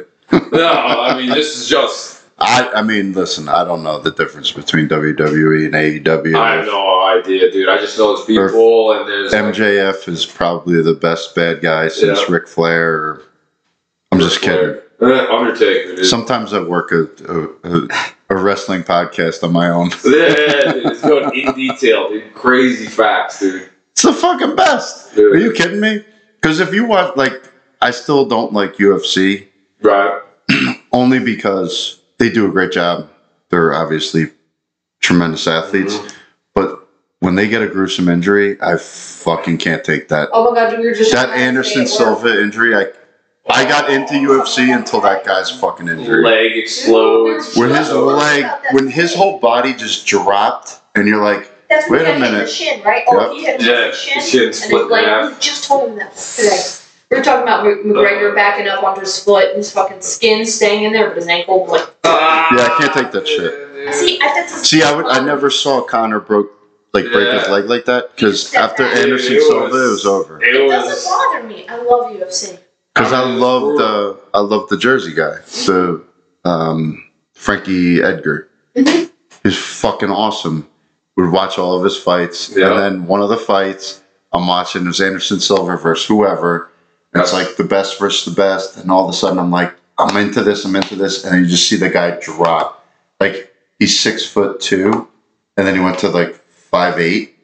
Speaker 1: No, I mean this is just.
Speaker 2: I, I mean, listen, I don't know the difference between WWE and E AEW.
Speaker 1: I have no idea, dude. I just know it's people and there's like,
Speaker 2: MJF is probably the best bad guy since
Speaker 1: Yeah.
Speaker 2: Ric Flair. Or, I'm just kidding.
Speaker 1: Uh, Undertaker, dude.
Speaker 2: Sometimes I work a, a, a, a wrestling podcast on my own.
Speaker 1: yeah, dude, it's going in detail, dude. Crazy facts, dude.
Speaker 2: It's the fucking best.
Speaker 1: Dude.
Speaker 2: Are you kidding me? Because if you watch, like, I still don't like UFC
Speaker 1: Right.
Speaker 2: only because they do a great job. They're obviously tremendous athletes,
Speaker 1: Mhm.
Speaker 2: but when they get a gruesome injury, I fucking can't take that.
Speaker 3: Oh my god, we were just
Speaker 2: That
Speaker 3: trying to
Speaker 2: Anderson
Speaker 3: say it worked.
Speaker 2: Silva injury, I I got into UFC until that guy's fucking injury.
Speaker 1: Leg explodes.
Speaker 2: When his leg, when his whole body just dropped, and you're like,
Speaker 4: That's when
Speaker 2: Wait a
Speaker 4: he had
Speaker 2: minute.
Speaker 4: The shin, right? Oh, he had
Speaker 1: Yeah,
Speaker 4: the shin.
Speaker 1: the shin split in
Speaker 4: and his leg.
Speaker 1: half.
Speaker 4: We just told him that
Speaker 3: today. We were talking about Mc-
Speaker 1: Uh,
Speaker 3: McGregor backing up onto his split and his fucking skin staying in there, but his ankle was like.
Speaker 1: Yeah,
Speaker 2: I can't take that shit.
Speaker 4: See, I, that's
Speaker 2: see, I would, I never saw Connor broke like break his
Speaker 1: Yeah.
Speaker 2: leg like that because after
Speaker 4: Dude,
Speaker 2: Anderson
Speaker 1: it
Speaker 2: Silva,
Speaker 1: was-
Speaker 2: it was over.
Speaker 1: It
Speaker 4: It
Speaker 1: was.
Speaker 4: doesn't bother me. I love UFC.
Speaker 2: Because I
Speaker 1: I mean,
Speaker 2: love
Speaker 1: it's
Speaker 2: the I love the Jersey guy, the um, Frankie Edgar.
Speaker 3: Mhm.
Speaker 2: He's fucking awesome. Would watch all of his fights,
Speaker 1: Yeah.
Speaker 2: and then one of the fights I'm watching is Anderson Silva versus whoever. And it's
Speaker 1: Yes.
Speaker 2: like the best versus the best, and all of a sudden I'm like, I'm into this, I'm into this, and you just see the guy drop. Like he's six foot two, and then he went to like five eight.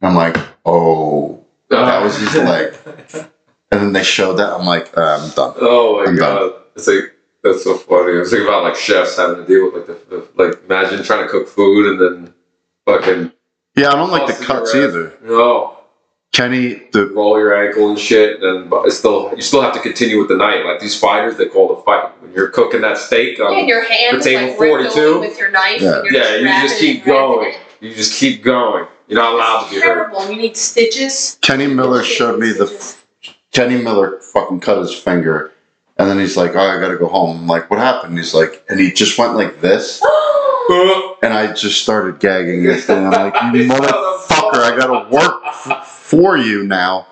Speaker 2: And I'm like, oh, that was his leg. And then they showed that. I'm like, uh, I'm done.
Speaker 1: Oh my
Speaker 2: I'm
Speaker 1: god, it's like that's so funny. I was thinking about like chefs having to deal with like the, the like imagine trying to cook food and then fucking
Speaker 2: Yeah, I don't like the
Speaker 1: Austin
Speaker 2: cuts
Speaker 1: Perez.
Speaker 2: either.
Speaker 1: no
Speaker 2: Kenny, the
Speaker 1: roll your ankle and shit. Then but it's still you still have to continue with the night. Like these fighters, they call the fight when you're cooking that steak.
Speaker 3: Yeah, and
Speaker 1: Um,
Speaker 3: your hand
Speaker 1: for
Speaker 3: is
Speaker 1: table
Speaker 3: like ripped
Speaker 1: 42?
Speaker 3: open with your knife.
Speaker 2: Yeah.
Speaker 3: and you're
Speaker 1: yeah, you
Speaker 3: wrapping
Speaker 1: just
Speaker 3: it
Speaker 1: keep
Speaker 3: and wrapping
Speaker 1: going.
Speaker 3: it.
Speaker 1: You just keep going. You're not allowed to
Speaker 3: It's
Speaker 1: get hurt.
Speaker 3: terrible. You need stitches.
Speaker 2: Kenny Miller showed me the Kenny Miller fucking cut his finger, and then he's like, "Oh, I gotta go home." I'm like, "What happened?" He's like, and he just went like this,
Speaker 1: Uh,
Speaker 2: and I just started gagging. This thing. I'm like, "You "Motherfucker, I gotta work f- for you now."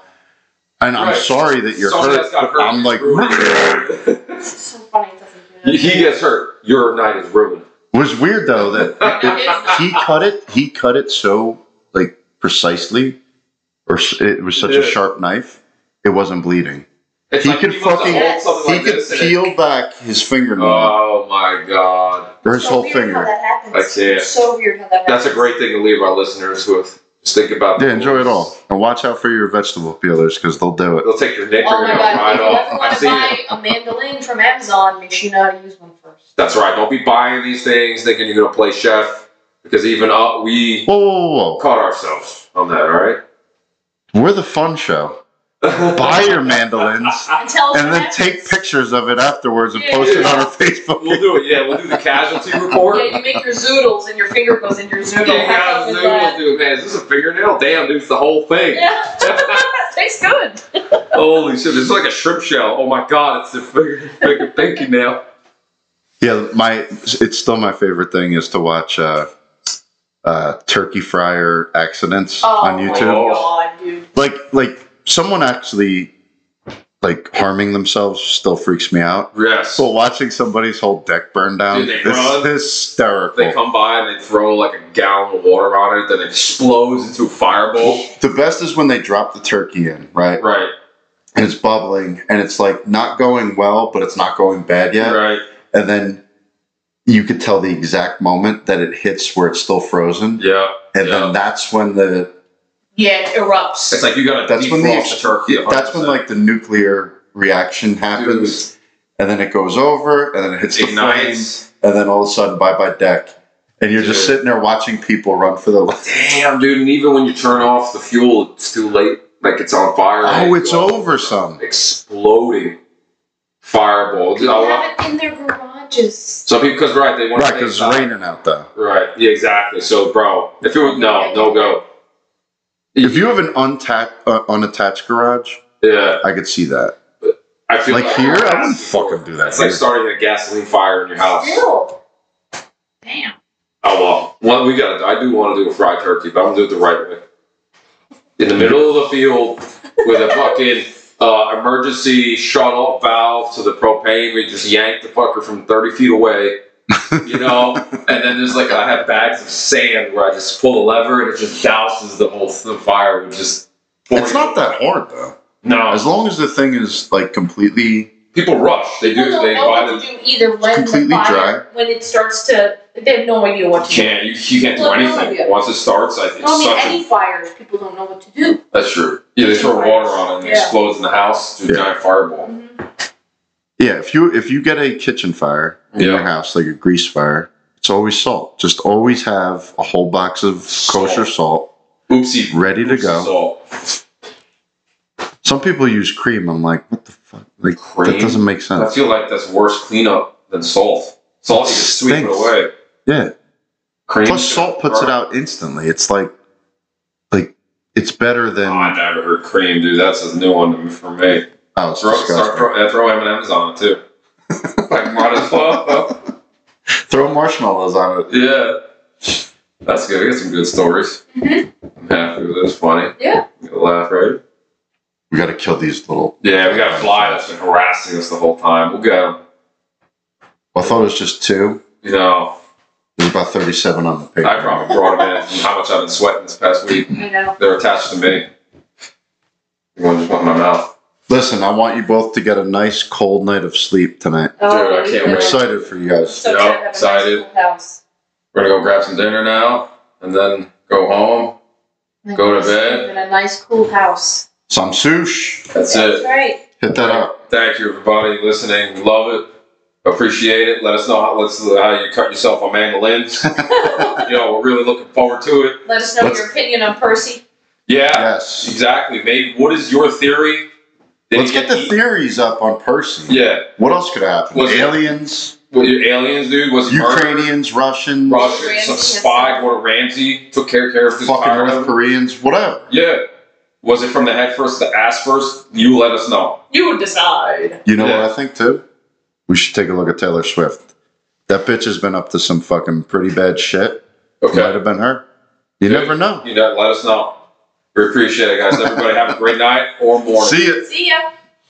Speaker 2: And I'm
Speaker 1: Right.
Speaker 2: sorry that you're
Speaker 1: someone
Speaker 2: hurt,
Speaker 1: else got
Speaker 2: but I'm
Speaker 1: it's
Speaker 2: like,
Speaker 1: ruined.
Speaker 3: It's so funny. It doesn't
Speaker 1: he gets hurt. Your night is ruined.
Speaker 2: was weird though that
Speaker 3: It
Speaker 2: he cut it. He cut it so like precisely, or s- it was such a
Speaker 1: Yeah.
Speaker 2: sharp knife. It wasn't bleeding.
Speaker 1: It's
Speaker 2: He could
Speaker 1: must have
Speaker 2: fucking-
Speaker 1: rolled something
Speaker 2: He
Speaker 1: like
Speaker 2: could
Speaker 1: this and it-
Speaker 2: peel back his fingernail
Speaker 1: Oh my god.
Speaker 2: or his
Speaker 4: so
Speaker 2: whole
Speaker 4: weird How
Speaker 2: finger.
Speaker 4: that happens.
Speaker 1: I can't.
Speaker 4: It's so weird how that
Speaker 1: That's a
Speaker 4: happens.
Speaker 1: great thing to leave our listeners with. Just think about
Speaker 2: Yeah, enjoy it all, and watch out for your vegetable peelers because they'll do it.
Speaker 1: They'll take your neck
Speaker 3: Oh
Speaker 1: and
Speaker 3: my
Speaker 1: they'll
Speaker 3: god,
Speaker 1: ride
Speaker 3: if you ever
Speaker 1: off.
Speaker 3: want
Speaker 1: I've
Speaker 3: to
Speaker 1: seen it.
Speaker 3: buy a mandolin from Amazon, make sure you know how to use one first.
Speaker 1: That's right. Don't be buying these things thinking you're going to play chef because even uh, we
Speaker 2: Whoa, whoa, whoa,
Speaker 1: caught ourselves on that, all right?
Speaker 2: whoa! We're the fun show. Buy your mandolins
Speaker 3: And tell us
Speaker 2: and
Speaker 3: what
Speaker 2: then take
Speaker 3: happens.
Speaker 2: pictures of it afterwards and post it on our
Speaker 1: We'll
Speaker 2: Facebook.
Speaker 1: do it. Yeah, we'll do the casualty report.
Speaker 3: Yeah, you make your zoodles and your finger goes in your
Speaker 1: You
Speaker 3: zoodle. Have
Speaker 1: guys
Speaker 3: fun with
Speaker 1: knew
Speaker 3: that.
Speaker 1: we'll do it, man. Is this a fingernail? Damn, dude, it's the whole thing.
Speaker 3: Yeah. Tastes good.
Speaker 1: Holy shit, it's like a shrimp shell. Oh my god, it's the finger, finger, pinky nail.
Speaker 2: Yeah, my it's still my favorite thing is to watch uh, uh, turkey fryer accidents on
Speaker 3: Oh my
Speaker 2: YouTube.
Speaker 3: god, dude.
Speaker 2: Like, like someone actually like harming themselves still freaks me out.
Speaker 1: Yes.
Speaker 2: So watching somebody's whole deck burn down
Speaker 1: Dude, they
Speaker 2: is
Speaker 1: run. They
Speaker 2: hysterical.
Speaker 1: come by and they throw like a gallon of water on it, then it explodes into a fireball.
Speaker 2: The best is when they drop the turkey in, right?
Speaker 1: Right,
Speaker 2: And it's bubbling and it's like not going well, but it's not going bad yet.
Speaker 1: right.
Speaker 2: And then you could tell the exact moment that it hits where it's still frozen.
Speaker 1: Yeah.
Speaker 2: And
Speaker 1: Yeah.
Speaker 2: then that's when the
Speaker 3: Yeah, it erupts.
Speaker 1: It's like you gotta
Speaker 2: that's
Speaker 1: defrost
Speaker 2: when the,
Speaker 1: the turkey.
Speaker 2: yeah, that's when
Speaker 1: 100%.
Speaker 2: like the nuclear reaction happens and then it goes over and then it hits
Speaker 1: Dude,
Speaker 2: the
Speaker 1: ignites.
Speaker 2: flame and then all of a sudden bye bye deck. And you're just
Speaker 1: Dude.
Speaker 2: sitting there watching people run for the
Speaker 1: Damn, dude, and even when you turn off the fuel, it's too late. Like it's on fire.
Speaker 2: Oh,
Speaker 1: Like,
Speaker 2: it's
Speaker 1: you know,
Speaker 2: over some.
Speaker 1: Exploding fireball. Dude, I
Speaker 4: They
Speaker 1: love-
Speaker 4: have it in their garages.
Speaker 1: So people, because right, they want
Speaker 2: Right,
Speaker 1: to
Speaker 2: because it's raining out though.
Speaker 1: Right, yeah, exactly. So, bro, if it was no, no go.
Speaker 2: If you have an untapped, uh, unattached garage,
Speaker 1: Yeah,
Speaker 2: I could see that.
Speaker 1: I feel
Speaker 2: Like here, I wouldn't fucking do that.
Speaker 1: It's like starting a gasoline fire in your house.
Speaker 4: Still.
Speaker 3: Damn.
Speaker 1: Oh well, one, we got. to I do want to do a fried turkey, but I'm gonna do it the right way. In the middle of the field with a fucking uh, emergency shuttle valve to the propane. We just yanked the fucker from 30 feet away, you know? and then there's like, I have bags of sand where I just pull a lever and it just douses the whole the fire with just.
Speaker 2: It's not that hard though.
Speaker 1: No.
Speaker 2: As long as the thing is like completely
Speaker 1: People rush. They do.
Speaker 4: People don't
Speaker 1: They
Speaker 4: know
Speaker 1: buy
Speaker 4: what
Speaker 1: the.
Speaker 4: to do either when the
Speaker 2: completely
Speaker 4: fire, when it starts to, they have no idea what to do.
Speaker 1: Can't you, you can't do
Speaker 4: Well, no idea.
Speaker 1: anything once it starts. I, it's
Speaker 3: Well, I mean,
Speaker 1: such a
Speaker 3: any fires, people don't know what to do.
Speaker 1: That's true. Yeah, they throw water on it and it
Speaker 4: Yeah.
Speaker 1: explodes in the house to a
Speaker 2: Yeah.
Speaker 1: giant fireball.
Speaker 4: Mm-hmm.
Speaker 2: Yeah, if you if you get a kitchen fire in your
Speaker 1: Yeah.
Speaker 2: house, like a grease fire, it's always salt. Just always have a whole box of kosher salt
Speaker 1: Oopsie.
Speaker 2: ready to
Speaker 1: oopsie
Speaker 2: go.
Speaker 1: Salt.
Speaker 2: Some people use cream. I'm like, what the fuck? Like
Speaker 1: Cream?
Speaker 2: that doesn't make
Speaker 1: I
Speaker 2: sense.
Speaker 1: feel like that's worse cleanup than salt. Salt, you just sweep it
Speaker 2: Stinks.
Speaker 1: away.
Speaker 2: Yeah.
Speaker 1: Cream
Speaker 2: Plus, salt puts it out instantly. It's like, like it's better
Speaker 1: Oh,
Speaker 2: than
Speaker 1: I never heard cream, dude. That's a new one to me- for me.
Speaker 2: oh, it's
Speaker 1: Throw, start
Speaker 2: disgusting.
Speaker 1: throw, yeah, throw M&M's on it, too. like, might as well.
Speaker 2: Throw marshmallows on it.
Speaker 1: yeah. That's good. We got some good stories. I'm happy with it. It's funny.
Speaker 3: Yeah.
Speaker 1: You gotta laugh, right?
Speaker 2: We gotta kill these little.
Speaker 1: Yeah, we got a fly that's been harassing us the whole time. We'll get him.
Speaker 2: I thought it was just two.
Speaker 1: You know,
Speaker 2: There's about thirty-seven on the paper.
Speaker 1: I probably brought them in from how much I've been sweating this past week.
Speaker 3: I know.
Speaker 1: They're attached to me. You want to just want my mouth?
Speaker 2: Listen, I want you both to get a nice cold night of sleep tonight.
Speaker 1: I
Speaker 3: we
Speaker 1: can't
Speaker 2: I'm
Speaker 1: wait.
Speaker 3: could.
Speaker 2: excited for you guys.
Speaker 4: So
Speaker 1: Yeah,
Speaker 4: try to have a nice
Speaker 1: excited.
Speaker 4: little house.
Speaker 1: We're gonna go grab some dinner now, and then go home. Go to bed.
Speaker 3: In a nice cool house.
Speaker 2: Some sush.
Speaker 1: That's
Speaker 4: That's
Speaker 1: it.
Speaker 4: right.
Speaker 2: Hit that up.
Speaker 1: Thank you, everybody listening. We Love it. Appreciate it. Let us know how, let's, how you cut yourself on mandolins. you know, we're really looking forward to it.
Speaker 4: Let us know
Speaker 2: Let's-
Speaker 4: your opinion on Percy.
Speaker 1: Yeah,
Speaker 2: Yes.
Speaker 1: exactly. Maybe what is your theory? Did
Speaker 2: Let's
Speaker 1: he
Speaker 2: get the
Speaker 1: eat-
Speaker 2: theories up on Percy.
Speaker 1: Yeah,
Speaker 2: What else could happen?
Speaker 1: Was it-
Speaker 2: Aliens,
Speaker 1: what your aliens, dude? Was it murder?
Speaker 2: Ukrainians, Russians,
Speaker 1: Russia, some
Speaker 4: Ramsey
Speaker 1: spy,
Speaker 4: himself.
Speaker 1: what Ramsey took care, care of this
Speaker 2: fucking
Speaker 1: pirate.
Speaker 2: North Koreans, whatever.
Speaker 1: Yeah. Was it from the head first, the ass first? You let us know.
Speaker 4: You decide.
Speaker 2: You know
Speaker 1: Yeah.
Speaker 2: what I think too? We should take a look at Taylor Swift. That bitch has been up to some fucking pretty bad shit. It Might
Speaker 1: Okay.
Speaker 2: have been her. You
Speaker 1: Yeah.
Speaker 2: never know.
Speaker 1: You know, let us know. We appreciate it, guys. Everybody have a great night or morning.
Speaker 2: See ya.
Speaker 4: See ya.